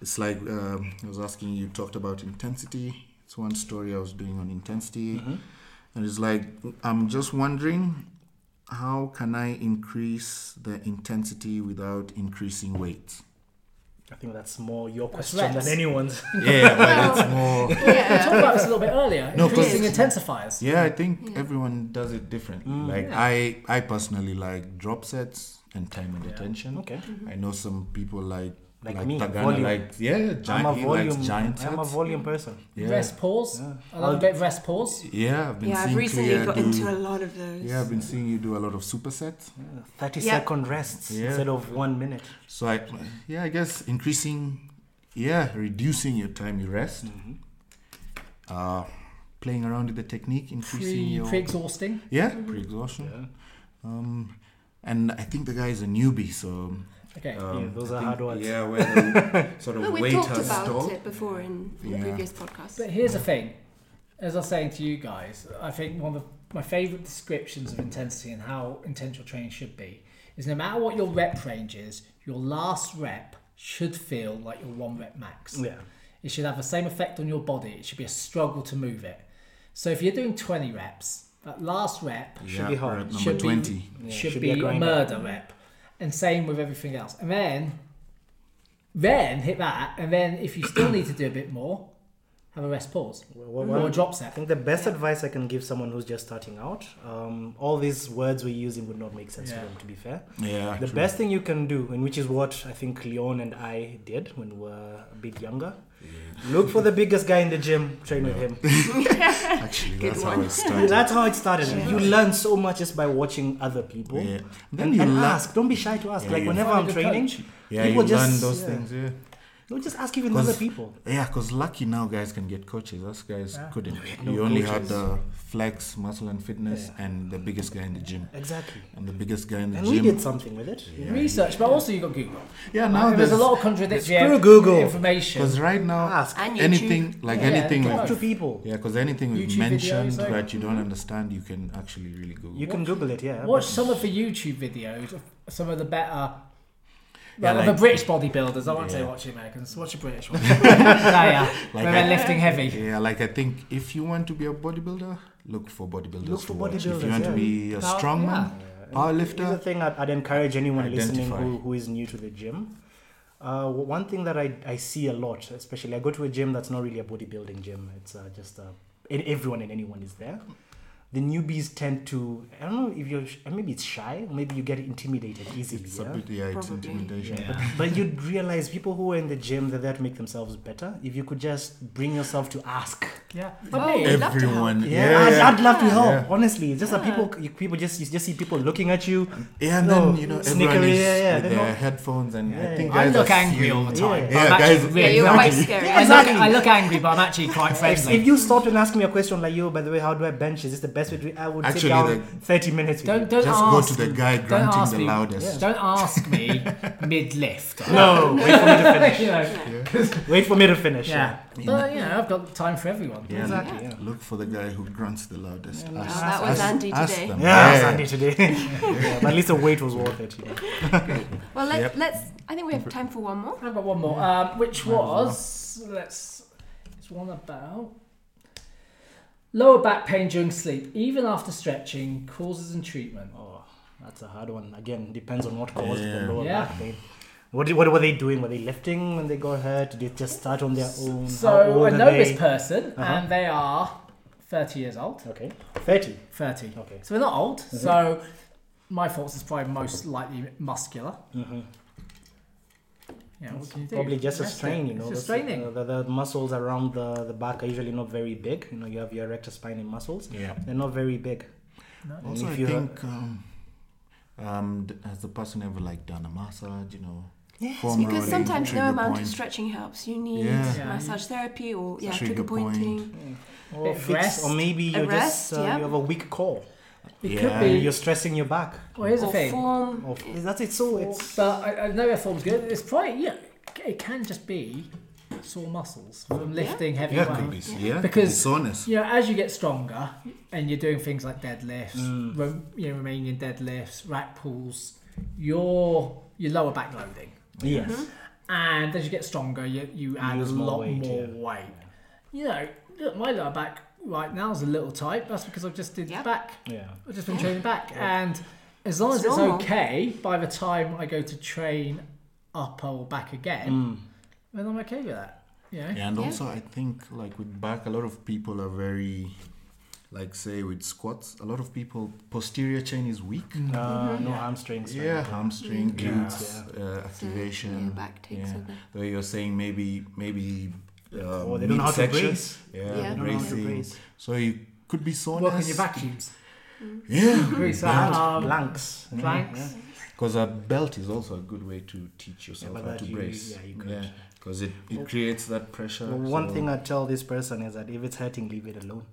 Speaker 2: It's like um, I was asking you talked about intensity. It's one story I was doing on intensity,
Speaker 3: Mm-hmm.
Speaker 2: and it's like I'm just wondering how can I increase the intensity without increasing weight?
Speaker 3: I think that's more your question
Speaker 4: reps.
Speaker 3: than anyone's.
Speaker 2: Yeah, but it's more.
Speaker 4: We talked about this a little bit earlier.
Speaker 2: No, 'cause-
Speaker 4: increasing intensifiers.
Speaker 2: Yeah, I think everyone does it differently.
Speaker 3: Mm.
Speaker 2: like I, I personally like drop sets and time and attention.
Speaker 3: Okay.
Speaker 2: I know some people like
Speaker 3: Like me,
Speaker 2: Tagana
Speaker 3: volume.
Speaker 2: like yeah,
Speaker 3: I'm
Speaker 2: giant,
Speaker 3: a
Speaker 2: he likes
Speaker 3: volume.
Speaker 2: giant
Speaker 3: I'm a
Speaker 2: sets.
Speaker 3: volume person.
Speaker 2: yeah.
Speaker 4: Rest pause. I love a
Speaker 3: I'll-
Speaker 4: bit of rest pause.
Speaker 2: yeah, I've been
Speaker 1: Yeah, I've
Speaker 2: seeing
Speaker 1: recently
Speaker 2: Clea
Speaker 1: got
Speaker 2: do-
Speaker 1: into a lot of those.
Speaker 2: Yeah, I've been seeing you do a lot of supersets.
Speaker 3: Thirty second
Speaker 1: Yeah.
Speaker 3: rests
Speaker 2: Yeah.
Speaker 3: instead of one minute.
Speaker 2: So I, yeah, I guess increasing, yeah, reducing your time you rest,
Speaker 3: Mm-hmm.
Speaker 2: uh, playing around with the technique, increasing
Speaker 4: Pre,
Speaker 2: your
Speaker 4: pre-exhausting.
Speaker 2: yeah
Speaker 3: Mm-hmm.
Speaker 2: pre-exhaustion. Um, and I think the guy is a newbie, so
Speaker 4: Okay.
Speaker 2: um,
Speaker 3: those
Speaker 2: I
Speaker 3: are
Speaker 2: think,
Speaker 3: hard words.
Speaker 2: Yeah, where the sort of
Speaker 1: Well, we
Speaker 2: weight
Speaker 1: Oh, talked
Speaker 2: has
Speaker 1: about
Speaker 2: stalled.
Speaker 1: it before in the
Speaker 2: Yeah.
Speaker 1: previous podcast.
Speaker 4: But here's the thing, as I was saying to you guys, I think one of my favourite descriptions of intensity and how intentional training should be is no matter what your rep range is, your last rep should feel like your one rep max.
Speaker 3: Yeah.
Speaker 4: It should have the same effect on your body. It should be a struggle to move it. So if you're doing 20 reps, that last rep
Speaker 2: Yeah,
Speaker 3: be
Speaker 2: we're
Speaker 3: hard.
Speaker 2: at number
Speaker 4: should
Speaker 2: twenty.
Speaker 4: be should,
Speaker 3: should
Speaker 4: be,
Speaker 3: be a
Speaker 4: a,
Speaker 3: grinder.
Speaker 4: murder rep, and same with everything else. And then, then hit that, and then if you still need to do a bit more, have a rest pause
Speaker 3: Well,
Speaker 4: or a drop
Speaker 3: I
Speaker 4: set.
Speaker 3: think the best advice I can give someone who's just starting out, um, all these words we're using would not make sense
Speaker 4: Yeah.
Speaker 3: to them, to be fair.
Speaker 2: Yeah,
Speaker 3: The
Speaker 2: true.
Speaker 3: best thing you can do, and which is what I think Leon and I did when we were a bit younger, look for the biggest guy in the gym, train with him.
Speaker 2: Actually, that's how
Speaker 1: one.
Speaker 2: it started.
Speaker 3: That's how it started. You learn so much just by watching other people.
Speaker 2: Yeah. Then
Speaker 3: And,
Speaker 2: you
Speaker 3: and
Speaker 2: learn-
Speaker 3: ask. Don't be shy to ask.
Speaker 2: Yeah,
Speaker 3: like
Speaker 2: yeah.
Speaker 3: whenever
Speaker 4: Find
Speaker 3: I'm
Speaker 4: a good
Speaker 3: training,
Speaker 4: coach.
Speaker 2: Yeah,
Speaker 3: people
Speaker 2: you
Speaker 3: just
Speaker 2: learn those
Speaker 3: yeah.
Speaker 2: things. Yeah.
Speaker 3: They'll just ask even
Speaker 2: 'Cause-
Speaker 3: other people.
Speaker 2: Yeah, because lucky now guys can get coaches. Us guys couldn't.
Speaker 3: no
Speaker 2: you only had
Speaker 3: coaches.
Speaker 2: the flex, muscle and fitness, and the biggest guy in the gym.
Speaker 3: Exactly.
Speaker 2: And the biggest guy in the
Speaker 3: And we
Speaker 2: gym.
Speaker 3: did something with it.
Speaker 4: Research, but also you got Google.
Speaker 2: Yeah,
Speaker 4: Now
Speaker 2: now
Speaker 4: there's, a lot of contradictory
Speaker 3: Screw Google.
Speaker 4: information.
Speaker 2: Because right now,
Speaker 3: Ask.
Speaker 1: And YouTube.
Speaker 2: anything like
Speaker 4: Yeah,
Speaker 2: anything
Speaker 4: yeah,
Speaker 2: we've-
Speaker 3: Talk to people.
Speaker 2: yeah, because anything we've
Speaker 4: YouTube videos,
Speaker 2: mentioned
Speaker 4: like-
Speaker 2: that you don't understand, you can actually really Google.
Speaker 3: You can Google it, yeah.
Speaker 4: Watch some of the YouTube videos of some of the better.
Speaker 2: Yeah,
Speaker 4: well,
Speaker 2: like-
Speaker 4: the British bodybuilders. I won't say
Speaker 2: Yeah.
Speaker 4: watch the Americans. Watch the British ones. they are when
Speaker 2: I-
Speaker 4: they're lifting heavy.
Speaker 2: Yeah, like I think if you want to be a bodybuilder, look for bodybuilders.
Speaker 3: Look for
Speaker 2: to watch. If you
Speaker 3: bodybuilders,
Speaker 2: want to
Speaker 3: yeah.
Speaker 2: be a
Speaker 4: Now-
Speaker 2: strongman,
Speaker 3: Here's the
Speaker 2: powerlifter,
Speaker 3: thing I'd, I'd encourage anyone
Speaker 2: Identify.
Speaker 3: listening who, who is new to the gym. Uh, w- one thing that I, I see a lot, especially I go to a gym that's not really a bodybuilding gym. It's uh, just uh, and everyone and anyone is there. The newbies tend to I don't know if you're sh- maybe it's shy, maybe you get intimidated easily.
Speaker 2: it's a
Speaker 3: yeah?
Speaker 2: bit yeah, it's
Speaker 1: Probably.
Speaker 2: intimidation.
Speaker 3: But, but you'd realize people who are in the gym they're there to make themselves better. If you could just bring yourself to ask.
Speaker 4: Yeah.
Speaker 1: Oh,
Speaker 4: But me,
Speaker 1: I'd love to help.
Speaker 2: Everyone,
Speaker 3: Yeah, I'd, I'd love to help.
Speaker 2: Yeah.
Speaker 3: Honestly, it's just that people you, people just you just see people looking at you.
Speaker 2: Yeah, and
Speaker 3: No,
Speaker 2: then you know everyone
Speaker 3: sneakery,
Speaker 2: is
Speaker 3: yeah, yeah,
Speaker 2: with
Speaker 3: they're
Speaker 2: their
Speaker 3: not-
Speaker 2: headphones, and I
Speaker 3: Yeah,
Speaker 2: think
Speaker 3: yeah.
Speaker 4: I
Speaker 2: guys
Speaker 4: look
Speaker 2: are
Speaker 4: angry
Speaker 2: seeing-
Speaker 4: all the time.
Speaker 2: Yeah,
Speaker 4: I'm actually
Speaker 2: guys-
Speaker 1: yeah,
Speaker 4: really
Speaker 1: you're
Speaker 4: grumpy.
Speaker 1: quite scary.
Speaker 4: I look,
Speaker 3: Exactly.
Speaker 4: I look angry, but I'm actually quite
Speaker 3: If,
Speaker 4: friendly.
Speaker 3: if you stopped and asked me a question like, "Yo, by the way, how do I bench? Is this the best way to?" do-" I would sit
Speaker 2: Actually,
Speaker 3: down
Speaker 2: the-
Speaker 3: thirty minutes. With
Speaker 4: don't
Speaker 3: you.
Speaker 4: don't
Speaker 2: Just go
Speaker 4: ask,
Speaker 2: to the guy
Speaker 4: don't
Speaker 2: grunting
Speaker 4: ask
Speaker 2: the
Speaker 4: me-
Speaker 2: loudest.
Speaker 4: Don't ask me mid lift.
Speaker 3: No, wait for me to finish.
Speaker 4: you know,
Speaker 3: Wait for me to finish.
Speaker 4: yeah. But you know, I've got time for everyone.
Speaker 2: Yeah,
Speaker 3: Exactly,
Speaker 2: look-
Speaker 3: yeah.
Speaker 2: Look for the guy who grunts the loudest. Ask-
Speaker 1: Oh, that was
Speaker 2: ask-
Speaker 1: Andy
Speaker 2: ask
Speaker 1: today.
Speaker 2: them.
Speaker 3: Yeah,
Speaker 2: Yeah.
Speaker 3: Sunday today. yeah, but at least the wait was worth it. You know?
Speaker 1: Well, let,
Speaker 2: Yep.
Speaker 1: let's. I think we have time for one more.
Speaker 4: I've got one more, um, which was let's. It's one about lower back pain during sleep, even after stretching, causes and treatment.
Speaker 3: Oh, that's a hard one. Again, depends on what caused
Speaker 2: Yeah.
Speaker 3: the lower
Speaker 4: Yeah.
Speaker 3: back pain. What, did- what were they doing? Were they lifting when they got hurt? Did they just start on their own? How
Speaker 4: So
Speaker 3: old
Speaker 4: I
Speaker 3: are
Speaker 4: know
Speaker 3: they?
Speaker 4: this person,
Speaker 3: Uh-huh.
Speaker 4: and they are thirty years old.
Speaker 3: Okay, thirty.
Speaker 4: 30.
Speaker 3: Okay.
Speaker 4: So they're not old.
Speaker 3: Mm-hmm.
Speaker 4: So my thoughts is probably most likely muscular. Yeah, what can you do?
Speaker 3: Probably just a
Speaker 4: Rest it.
Speaker 3: strain, you know.
Speaker 4: It's just
Speaker 3: that's-
Speaker 4: straining.
Speaker 3: uh, the, the muscles around the, the back are usually not very big. You know, you have your rectus spinae muscles.
Speaker 2: Yeah.
Speaker 3: They're not very big. And
Speaker 2: Also,
Speaker 3: if
Speaker 2: I
Speaker 3: you ha-
Speaker 2: think um, um, d- has the person ever like done a massage? You know, yes,
Speaker 1: Because sometimes no amount of stretching helps. You need
Speaker 2: Yeah.
Speaker 4: Yeah.
Speaker 1: massage therapy or yeah,
Speaker 2: Trigger
Speaker 1: trigger,
Speaker 2: point.
Speaker 1: pointing.
Speaker 3: or,
Speaker 4: Bit
Speaker 3: fix-
Speaker 4: rest.
Speaker 3: or maybe
Speaker 1: A
Speaker 3: you're
Speaker 1: rest,
Speaker 3: just uh,
Speaker 1: yeah.
Speaker 3: you have a weak core.
Speaker 4: It
Speaker 2: Yeah.
Speaker 4: could be.
Speaker 3: You're stressing your back.
Speaker 4: Well, here's the
Speaker 1: Or
Speaker 4: thing.
Speaker 1: form.
Speaker 3: Or, that's it. So it's
Speaker 4: But I, I know their form's good. It's probably, yeah, it can just be sore muscles from lifting heavy
Speaker 2: Yeah, it could be.
Speaker 4: weights.
Speaker 2: s- Yeah,
Speaker 4: Because-
Speaker 2: because soreness.
Speaker 4: You know, as you get stronger and you're doing things like deadlifts,
Speaker 3: Mm.
Speaker 4: Rom- you know, Romanian deadlifts, rack pulls, your, your lower back loading.
Speaker 3: yes.
Speaker 4: and as you get stronger, you, you add
Speaker 3: lose
Speaker 4: a
Speaker 3: more
Speaker 4: lot
Speaker 3: weight,
Speaker 4: more
Speaker 3: yeah.
Speaker 4: weight. You know, look, my lower back right now is a little tight. That's because I've just did
Speaker 1: Yep.
Speaker 4: back.
Speaker 3: Yeah.
Speaker 4: I've just been training back, and as long
Speaker 1: It's
Speaker 4: as it's
Speaker 1: normal.
Speaker 4: okay, by the time I go to train up or back again,
Speaker 2: Hmm.
Speaker 4: then I'm okay with that. You know?
Speaker 2: Yeah, and
Speaker 1: Yeah.
Speaker 2: also I think like with back, a lot of people are very, like say with squats, a lot of people posterior chain is weak.
Speaker 3: Uh,
Speaker 4: Mm-hmm.
Speaker 3: no hamstrings. right?
Speaker 2: Yeah, hamstring,
Speaker 3: Yeah.
Speaker 2: glutes, Uh,
Speaker 1: So,
Speaker 2: activation.
Speaker 1: yeah, back takes
Speaker 2: yeah.
Speaker 1: over.
Speaker 2: Though you're saying maybe maybe. Uh,
Speaker 3: Or Oh, they don't know how to
Speaker 2: midsection.
Speaker 3: brace.
Speaker 2: Yeah,
Speaker 1: Yeah. They
Speaker 3: don't know how to
Speaker 2: bracing.
Speaker 3: brace.
Speaker 2: So you could be soreness.
Speaker 4: Work on your vacuums.
Speaker 2: Yeah,
Speaker 4: Grease that, um,
Speaker 3: Blanks.
Speaker 4: planks.
Speaker 3: Yeah.
Speaker 2: because a belt is also a good way to teach yourself
Speaker 3: but
Speaker 2: how
Speaker 3: that
Speaker 2: to
Speaker 3: you-
Speaker 2: brace.
Speaker 3: yeah, you could. Oh.
Speaker 2: because it, it creates that pressure.
Speaker 3: Well, one
Speaker 2: so-
Speaker 3: thing I tell this person is that if it's hurting, leave it alone.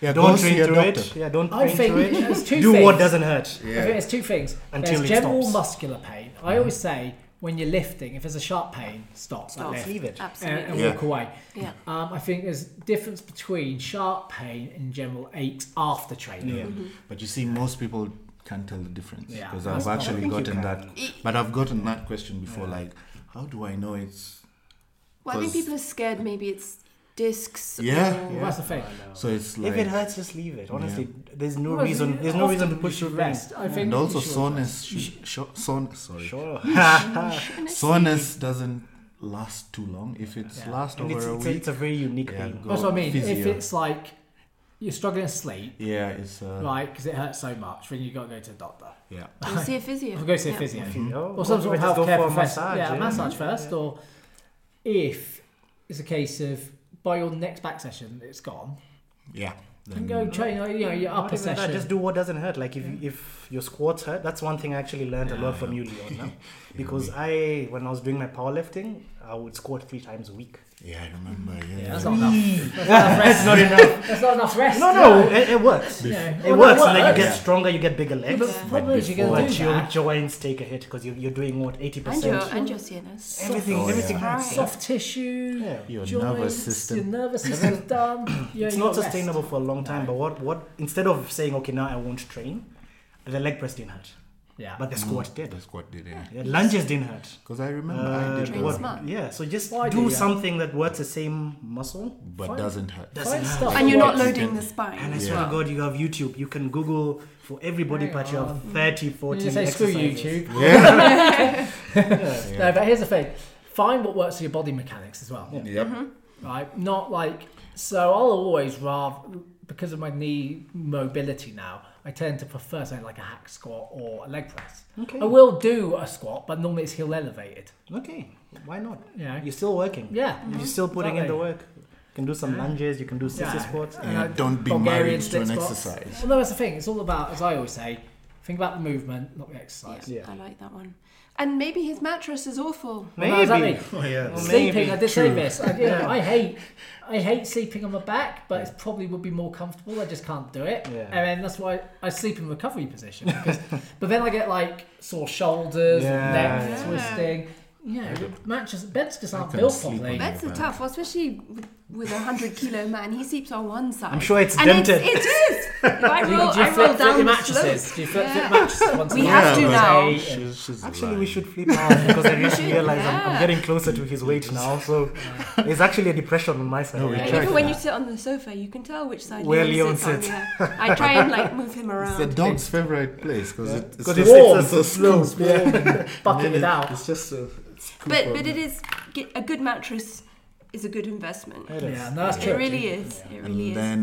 Speaker 2: yeah, go
Speaker 3: Don't
Speaker 2: see
Speaker 3: train
Speaker 2: a
Speaker 3: through it.
Speaker 2: doctor.
Speaker 3: Yeah, don't
Speaker 4: I
Speaker 3: train
Speaker 4: think
Speaker 3: through it.
Speaker 4: there's two
Speaker 3: Do
Speaker 4: things.
Speaker 3: what doesn't hurt.
Speaker 4: I think
Speaker 2: Yeah,
Speaker 4: there's two things.
Speaker 3: Until
Speaker 4: there's
Speaker 3: it
Speaker 4: general
Speaker 3: stops.
Speaker 4: muscular pain. I always say when you're lifting, if there's a sharp pain, stop. like
Speaker 1: Stop.
Speaker 4: lift,
Speaker 3: Leave it.
Speaker 4: and,
Speaker 1: Absolutely.
Speaker 4: and
Speaker 2: Yeah.
Speaker 4: walk away.
Speaker 1: Yeah.
Speaker 4: Um, I think there's difference between sharp pain and general aches after training.
Speaker 3: Yeah.
Speaker 2: but you see, most people can't tell the difference
Speaker 4: Yeah.
Speaker 2: because
Speaker 4: Most
Speaker 2: I've
Speaker 4: people-
Speaker 3: I
Speaker 2: actually
Speaker 3: think you
Speaker 2: gotten
Speaker 3: can.
Speaker 2: that. But I've gotten that question before, like, how do I know it's
Speaker 1: Well, I think
Speaker 2: 'Cause-
Speaker 1: people are scared. Maybe it's discs.
Speaker 2: Yeah.
Speaker 1: or-
Speaker 4: Well, that's the thing.
Speaker 2: so? It's like
Speaker 3: If it hurts, just leave it. Honestly, there's no
Speaker 4: Well,
Speaker 3: reason. There's no
Speaker 4: often
Speaker 3: reason to
Speaker 4: you
Speaker 3: push
Speaker 4: should
Speaker 3: through
Speaker 4: rest.
Speaker 3: rest.
Speaker 4: I think
Speaker 2: and
Speaker 4: you
Speaker 2: also
Speaker 4: should
Speaker 2: soreness. should- sho- son, sorry,
Speaker 3: Sure.
Speaker 2: soreness doesn't last too long. If it's
Speaker 4: Yeah.
Speaker 2: last
Speaker 3: And
Speaker 2: over
Speaker 3: it's,
Speaker 2: a
Speaker 3: it's, a,
Speaker 2: week,
Speaker 3: it's a very unique
Speaker 2: yeah,
Speaker 3: thing.
Speaker 2: go
Speaker 4: That's what I mean. If
Speaker 2: physio.
Speaker 4: it's like you're struggling to sleep,
Speaker 2: yeah, it's uh,
Speaker 4: right, because it hurts so much, then you got to go to the doctor.
Speaker 2: yeah.
Speaker 1: Or see a physio.
Speaker 4: Or go see a
Speaker 1: Yeah.
Speaker 4: physio.
Speaker 2: Mm-hmm.
Speaker 3: Oh,
Speaker 4: Or some sort of
Speaker 3: just go
Speaker 4: healthcare
Speaker 3: for a
Speaker 4: professional. yeah, a massage
Speaker 3: Yeah,
Speaker 4: first. Or if it's a case of by your next back session, it's gone.
Speaker 2: Yeah.
Speaker 4: And go train, you know, your
Speaker 3: Not
Speaker 4: upper
Speaker 3: even that,
Speaker 4: session.
Speaker 3: just do what doesn't hurt. Like if if your squats hurt, that's one thing I actually learned a lot from you, Leon. huh? Because I, when I was doing my powerlifting, I would squat three times a week.
Speaker 2: Yeah, I remember. Yeah.
Speaker 4: Yeah, that's not enough. That's not
Speaker 3: Not
Speaker 4: enough rest.
Speaker 3: enough.
Speaker 4: That's not enough rest.
Speaker 3: No, no, it, it works.
Speaker 4: You know,
Speaker 3: It works.
Speaker 4: Well,
Speaker 3: Like you get
Speaker 2: Yeah.
Speaker 3: stronger, you get bigger
Speaker 4: but
Speaker 3: legs.
Speaker 4: the problem is you're going
Speaker 3: But
Speaker 4: to do
Speaker 3: your
Speaker 4: that.
Speaker 3: joints take a hit because you're, you're doing what eighty
Speaker 1: And your,
Speaker 3: percent.
Speaker 1: and your CNS.
Speaker 3: Everything,
Speaker 2: Oh, yeah.
Speaker 3: everything hurts.
Speaker 1: Right.
Speaker 4: Soft tissue,
Speaker 3: Yeah.
Speaker 2: Your
Speaker 4: joints,
Speaker 2: nervous
Speaker 4: Your
Speaker 2: system.
Speaker 4: nervous system's done. You know,
Speaker 3: It's
Speaker 4: you
Speaker 3: not
Speaker 4: gotta rest.
Speaker 3: sustainable for a long time. But what what instead of saying okay now I won't train, the leg press didn't hurt,
Speaker 4: Yeah.
Speaker 3: but the squat did.
Speaker 2: That's what did it.
Speaker 3: Yeah, lunges didn't hurt.
Speaker 2: Because I remember
Speaker 3: Uh,
Speaker 2: I did
Speaker 1: Train
Speaker 3: what-
Speaker 2: one,
Speaker 1: smart.
Speaker 3: Yeah, so just
Speaker 4: Why
Speaker 3: do
Speaker 4: do that?
Speaker 3: something that works the same muscle.
Speaker 2: but
Speaker 4: Fine.
Speaker 2: doesn't hurt.
Speaker 4: Find stuff
Speaker 1: And you're not
Speaker 4: that works.
Speaker 1: loading the spine.
Speaker 3: And I
Speaker 1: as
Speaker 3: swear
Speaker 1: well.
Speaker 3: to God, you have YouTube. You can Google for every body
Speaker 4: Hang
Speaker 3: part. You have
Speaker 4: on.
Speaker 3: 30, 40
Speaker 4: You say screw
Speaker 3: exercises."
Speaker 4: YouTube.
Speaker 2: Yeah.
Speaker 4: No, but here's the thing. Find what works for your body mechanics as well.
Speaker 2: yep.
Speaker 4: Right? Not like so I'll always rather because of my knee mobility now, I tend to prefer something like a hack squat or a leg press.
Speaker 3: Okay.
Speaker 4: I will do a squat, but normally it's heel elevated.
Speaker 3: Okay, why not?
Speaker 4: You know?
Speaker 3: You're still working.
Speaker 4: Yeah.
Speaker 3: You're still putting in the
Speaker 4: Exactly.
Speaker 3: work. You can do some lunges. You can do sissy
Speaker 4: Yeah.
Speaker 3: squats.
Speaker 4: And I-
Speaker 2: Don't be
Speaker 4: Bulgarian
Speaker 2: married to
Speaker 4: split
Speaker 2: an
Speaker 4: squats.
Speaker 2: exercise.
Speaker 4: Well, no, that's the thing. It's all about, as I always say, think about the movement, not the exercise.
Speaker 1: Yeah,
Speaker 3: Yeah.
Speaker 1: I like that one. And maybe his mattress is awful.
Speaker 4: Well, no, exactly.
Speaker 3: Oh, yeah.
Speaker 4: Sleeping,
Speaker 3: Maybe.
Speaker 4: I did say
Speaker 3: True.
Speaker 4: this. I, you know, I hate, I hate sleeping on my back, but it probably would be more comfortable. I just can't do it,
Speaker 3: Yeah.
Speaker 4: and then that's why I sleep in recovery position. Because, but then I get like sore shoulders,
Speaker 3: Yeah.
Speaker 4: neck
Speaker 1: Yeah.
Speaker 4: twisting. You know, matches beds just aren't
Speaker 2: can
Speaker 4: built
Speaker 2: sleep on
Speaker 4: properly.
Speaker 2: it.
Speaker 1: That's a tough one, especially with- with a 100 kilo man. He sleeps on one side.
Speaker 3: I'm sure it's
Speaker 1: and it's,
Speaker 3: dented.
Speaker 1: it is! If I
Speaker 4: Do you,
Speaker 1: roll,
Speaker 4: do you
Speaker 1: I
Speaker 4: flip,
Speaker 1: roll
Speaker 4: flip
Speaker 1: down
Speaker 4: your
Speaker 1: the
Speaker 4: mattresses?
Speaker 1: slopes.
Speaker 4: Do you flip,
Speaker 1: Yeah.
Speaker 4: flip mattresses once
Speaker 1: We
Speaker 4: in a
Speaker 1: have
Speaker 4: while?
Speaker 1: to
Speaker 2: but
Speaker 1: now.
Speaker 2: She's, she's
Speaker 3: Actually, we
Speaker 2: lying.
Speaker 3: should flip out because I just realize I'm, I'm
Speaker 1: Yeah.
Speaker 3: getting closer to his weight now. So there's actually a depression on my side.
Speaker 2: No, we
Speaker 1: And
Speaker 2: tried
Speaker 1: even when you
Speaker 2: that.
Speaker 1: sit on the sofa, you can tell which side
Speaker 3: Where
Speaker 1: Leon
Speaker 3: Leon
Speaker 1: sits.
Speaker 3: sits.
Speaker 1: On, yeah. I try and like move him
Speaker 2: It's the
Speaker 1: around.
Speaker 2: dog's favorite place because it, it's,
Speaker 3: Because
Speaker 2: just-
Speaker 3: it's-
Speaker 4: Warm,
Speaker 3: it's a slope,
Speaker 4: it's warm, bucking it out.
Speaker 2: It's just a.
Speaker 1: But but it is get, a good mattress is a good investment.
Speaker 3: It is.
Speaker 4: Yeah, no, that's
Speaker 1: It
Speaker 4: true.
Speaker 1: really is. It really
Speaker 2: And
Speaker 1: is.
Speaker 2: then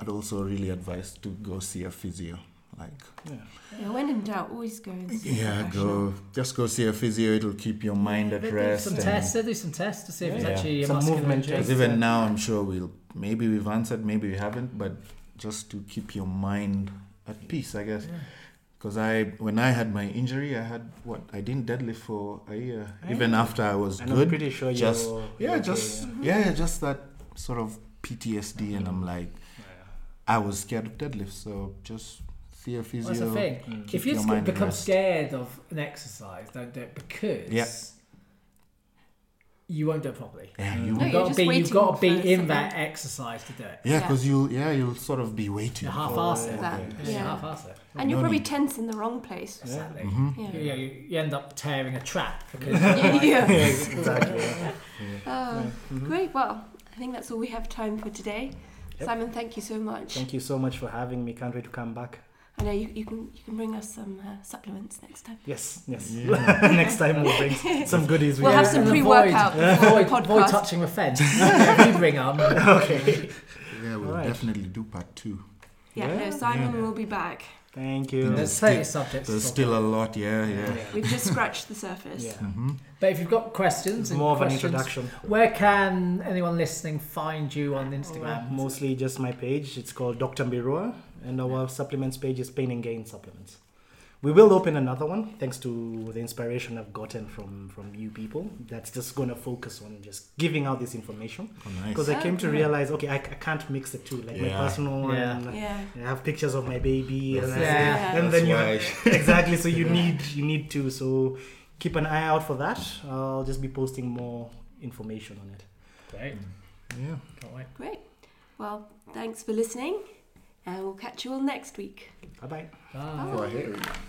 Speaker 2: I'd also really advise to go see a physio. Like,
Speaker 1: yeah, when in doubt, always go and see a
Speaker 2: yeah,
Speaker 1: professional.
Speaker 2: go just go see a physio. It'll keep your mind at
Speaker 4: They do
Speaker 2: rest.
Speaker 4: Some
Speaker 2: and-
Speaker 4: tests. They do some tests to see if it's
Speaker 2: Yeah.
Speaker 4: actually a
Speaker 3: Some
Speaker 4: muscular
Speaker 3: movement
Speaker 4: injury.
Speaker 3: tests.
Speaker 2: Because even now, I'm sure we'll maybe we've answered, maybe we haven't, but just to keep your mind at peace, I guess. Because I, when I had my injury, I had what I didn't deadlift for a year, even after I was
Speaker 3: And I'm
Speaker 2: good.
Speaker 3: pretty sure
Speaker 2: just
Speaker 3: you're-
Speaker 2: yeah,
Speaker 3: you're
Speaker 2: just yeah. just that sort of PTSD, and I'm like, I was scared of deadlifts, so just see a physio.
Speaker 4: That's the thing.
Speaker 2: keep
Speaker 4: If you
Speaker 2: Mm. your
Speaker 4: sc-
Speaker 2: mind at
Speaker 4: become
Speaker 2: rest.
Speaker 4: scared of an exercise, don't do it because
Speaker 2: Yeah.
Speaker 4: you won't do it properly.
Speaker 2: Yeah,
Speaker 1: No,
Speaker 2: you would.
Speaker 4: You've
Speaker 1: you're
Speaker 4: got to
Speaker 1: just
Speaker 4: be,
Speaker 1: waiting
Speaker 4: you've got to be
Speaker 1: for
Speaker 4: in that
Speaker 1: something.
Speaker 4: exercise to do it.
Speaker 2: Yeah, because you'll yeah you'll sort of be waiting.
Speaker 4: You
Speaker 2: for-
Speaker 4: half-ass it.
Speaker 1: That,
Speaker 4: You
Speaker 1: yeah. Mm-hmm.
Speaker 4: half-ass it.
Speaker 1: And you're
Speaker 2: No
Speaker 1: probably
Speaker 2: need.
Speaker 1: tense in the wrong place.
Speaker 4: Exactly.
Speaker 1: Yeah.
Speaker 4: You, you, you end up tearing a trap because
Speaker 1: Yeah, yeah.
Speaker 3: exactly. yeah.
Speaker 1: Oh, Great. Well, I think that's all we have time for today.
Speaker 3: Yep.
Speaker 1: Simon, thank you so much.
Speaker 3: Thank you so much for having me. Can't wait to come back.
Speaker 1: I know you, you can you can bring us some uh, supplements next time.
Speaker 3: Yes, yes.
Speaker 2: Yeah.
Speaker 3: Next time we'll bring some goodies.
Speaker 1: We'll have
Speaker 3: can-
Speaker 1: some
Speaker 4: and
Speaker 1: pre-workout
Speaker 4: avoid-
Speaker 1: before the
Speaker 4: avoid, avoid
Speaker 1: podcast.
Speaker 4: touching the fence. yeah, you bring on.
Speaker 3: Okay.
Speaker 2: Yeah, we'll
Speaker 3: Alright.
Speaker 2: definitely do part two.
Speaker 1: Yeah,
Speaker 3: Yeah.
Speaker 1: no, Simon
Speaker 2: Yeah.
Speaker 1: will be back.
Speaker 3: Thank you.
Speaker 2: Yeah.
Speaker 4: There's so many subjects. to
Speaker 2: There's
Speaker 4: talk
Speaker 2: still
Speaker 4: about.
Speaker 2: a lot. Yeah, yeah.
Speaker 1: We've just scratched the surface.
Speaker 3: Yeah.
Speaker 2: hmm
Speaker 4: But if you've got questions,
Speaker 3: It's
Speaker 4: and
Speaker 3: more of an
Speaker 4: questions,
Speaker 3: introduction.
Speaker 4: Where can anyone listening find you on Instagram?
Speaker 3: Mostly just my page. It's called Dr. Mbirua, and our supplements page is Pain and Gain Supplements. We will open another one thanks to the inspiration I've gotten from from you people. That's just going to focus on just giving out this information
Speaker 2: Oh, nice.
Speaker 3: because I came to
Speaker 1: Okay.
Speaker 3: realize okay, I, I can't mix the two like my
Speaker 2: Yeah.
Speaker 3: personal
Speaker 4: Yeah.
Speaker 3: and
Speaker 1: Yeah.
Speaker 3: I have pictures of my baby and, I-
Speaker 4: Yeah.
Speaker 3: and
Speaker 2: That's
Speaker 3: then you
Speaker 2: why.
Speaker 3: exactly so you need you need to so keep an eye out for that. I'll just be posting more information on it.
Speaker 4: Great.
Speaker 2: Yeah.
Speaker 4: Can't wait.
Speaker 1: Great. Well, thanks for listening, and we'll catch you all next week.
Speaker 3: Bye bye.
Speaker 4: Bye.
Speaker 1: Bye.
Speaker 2: Go ahead.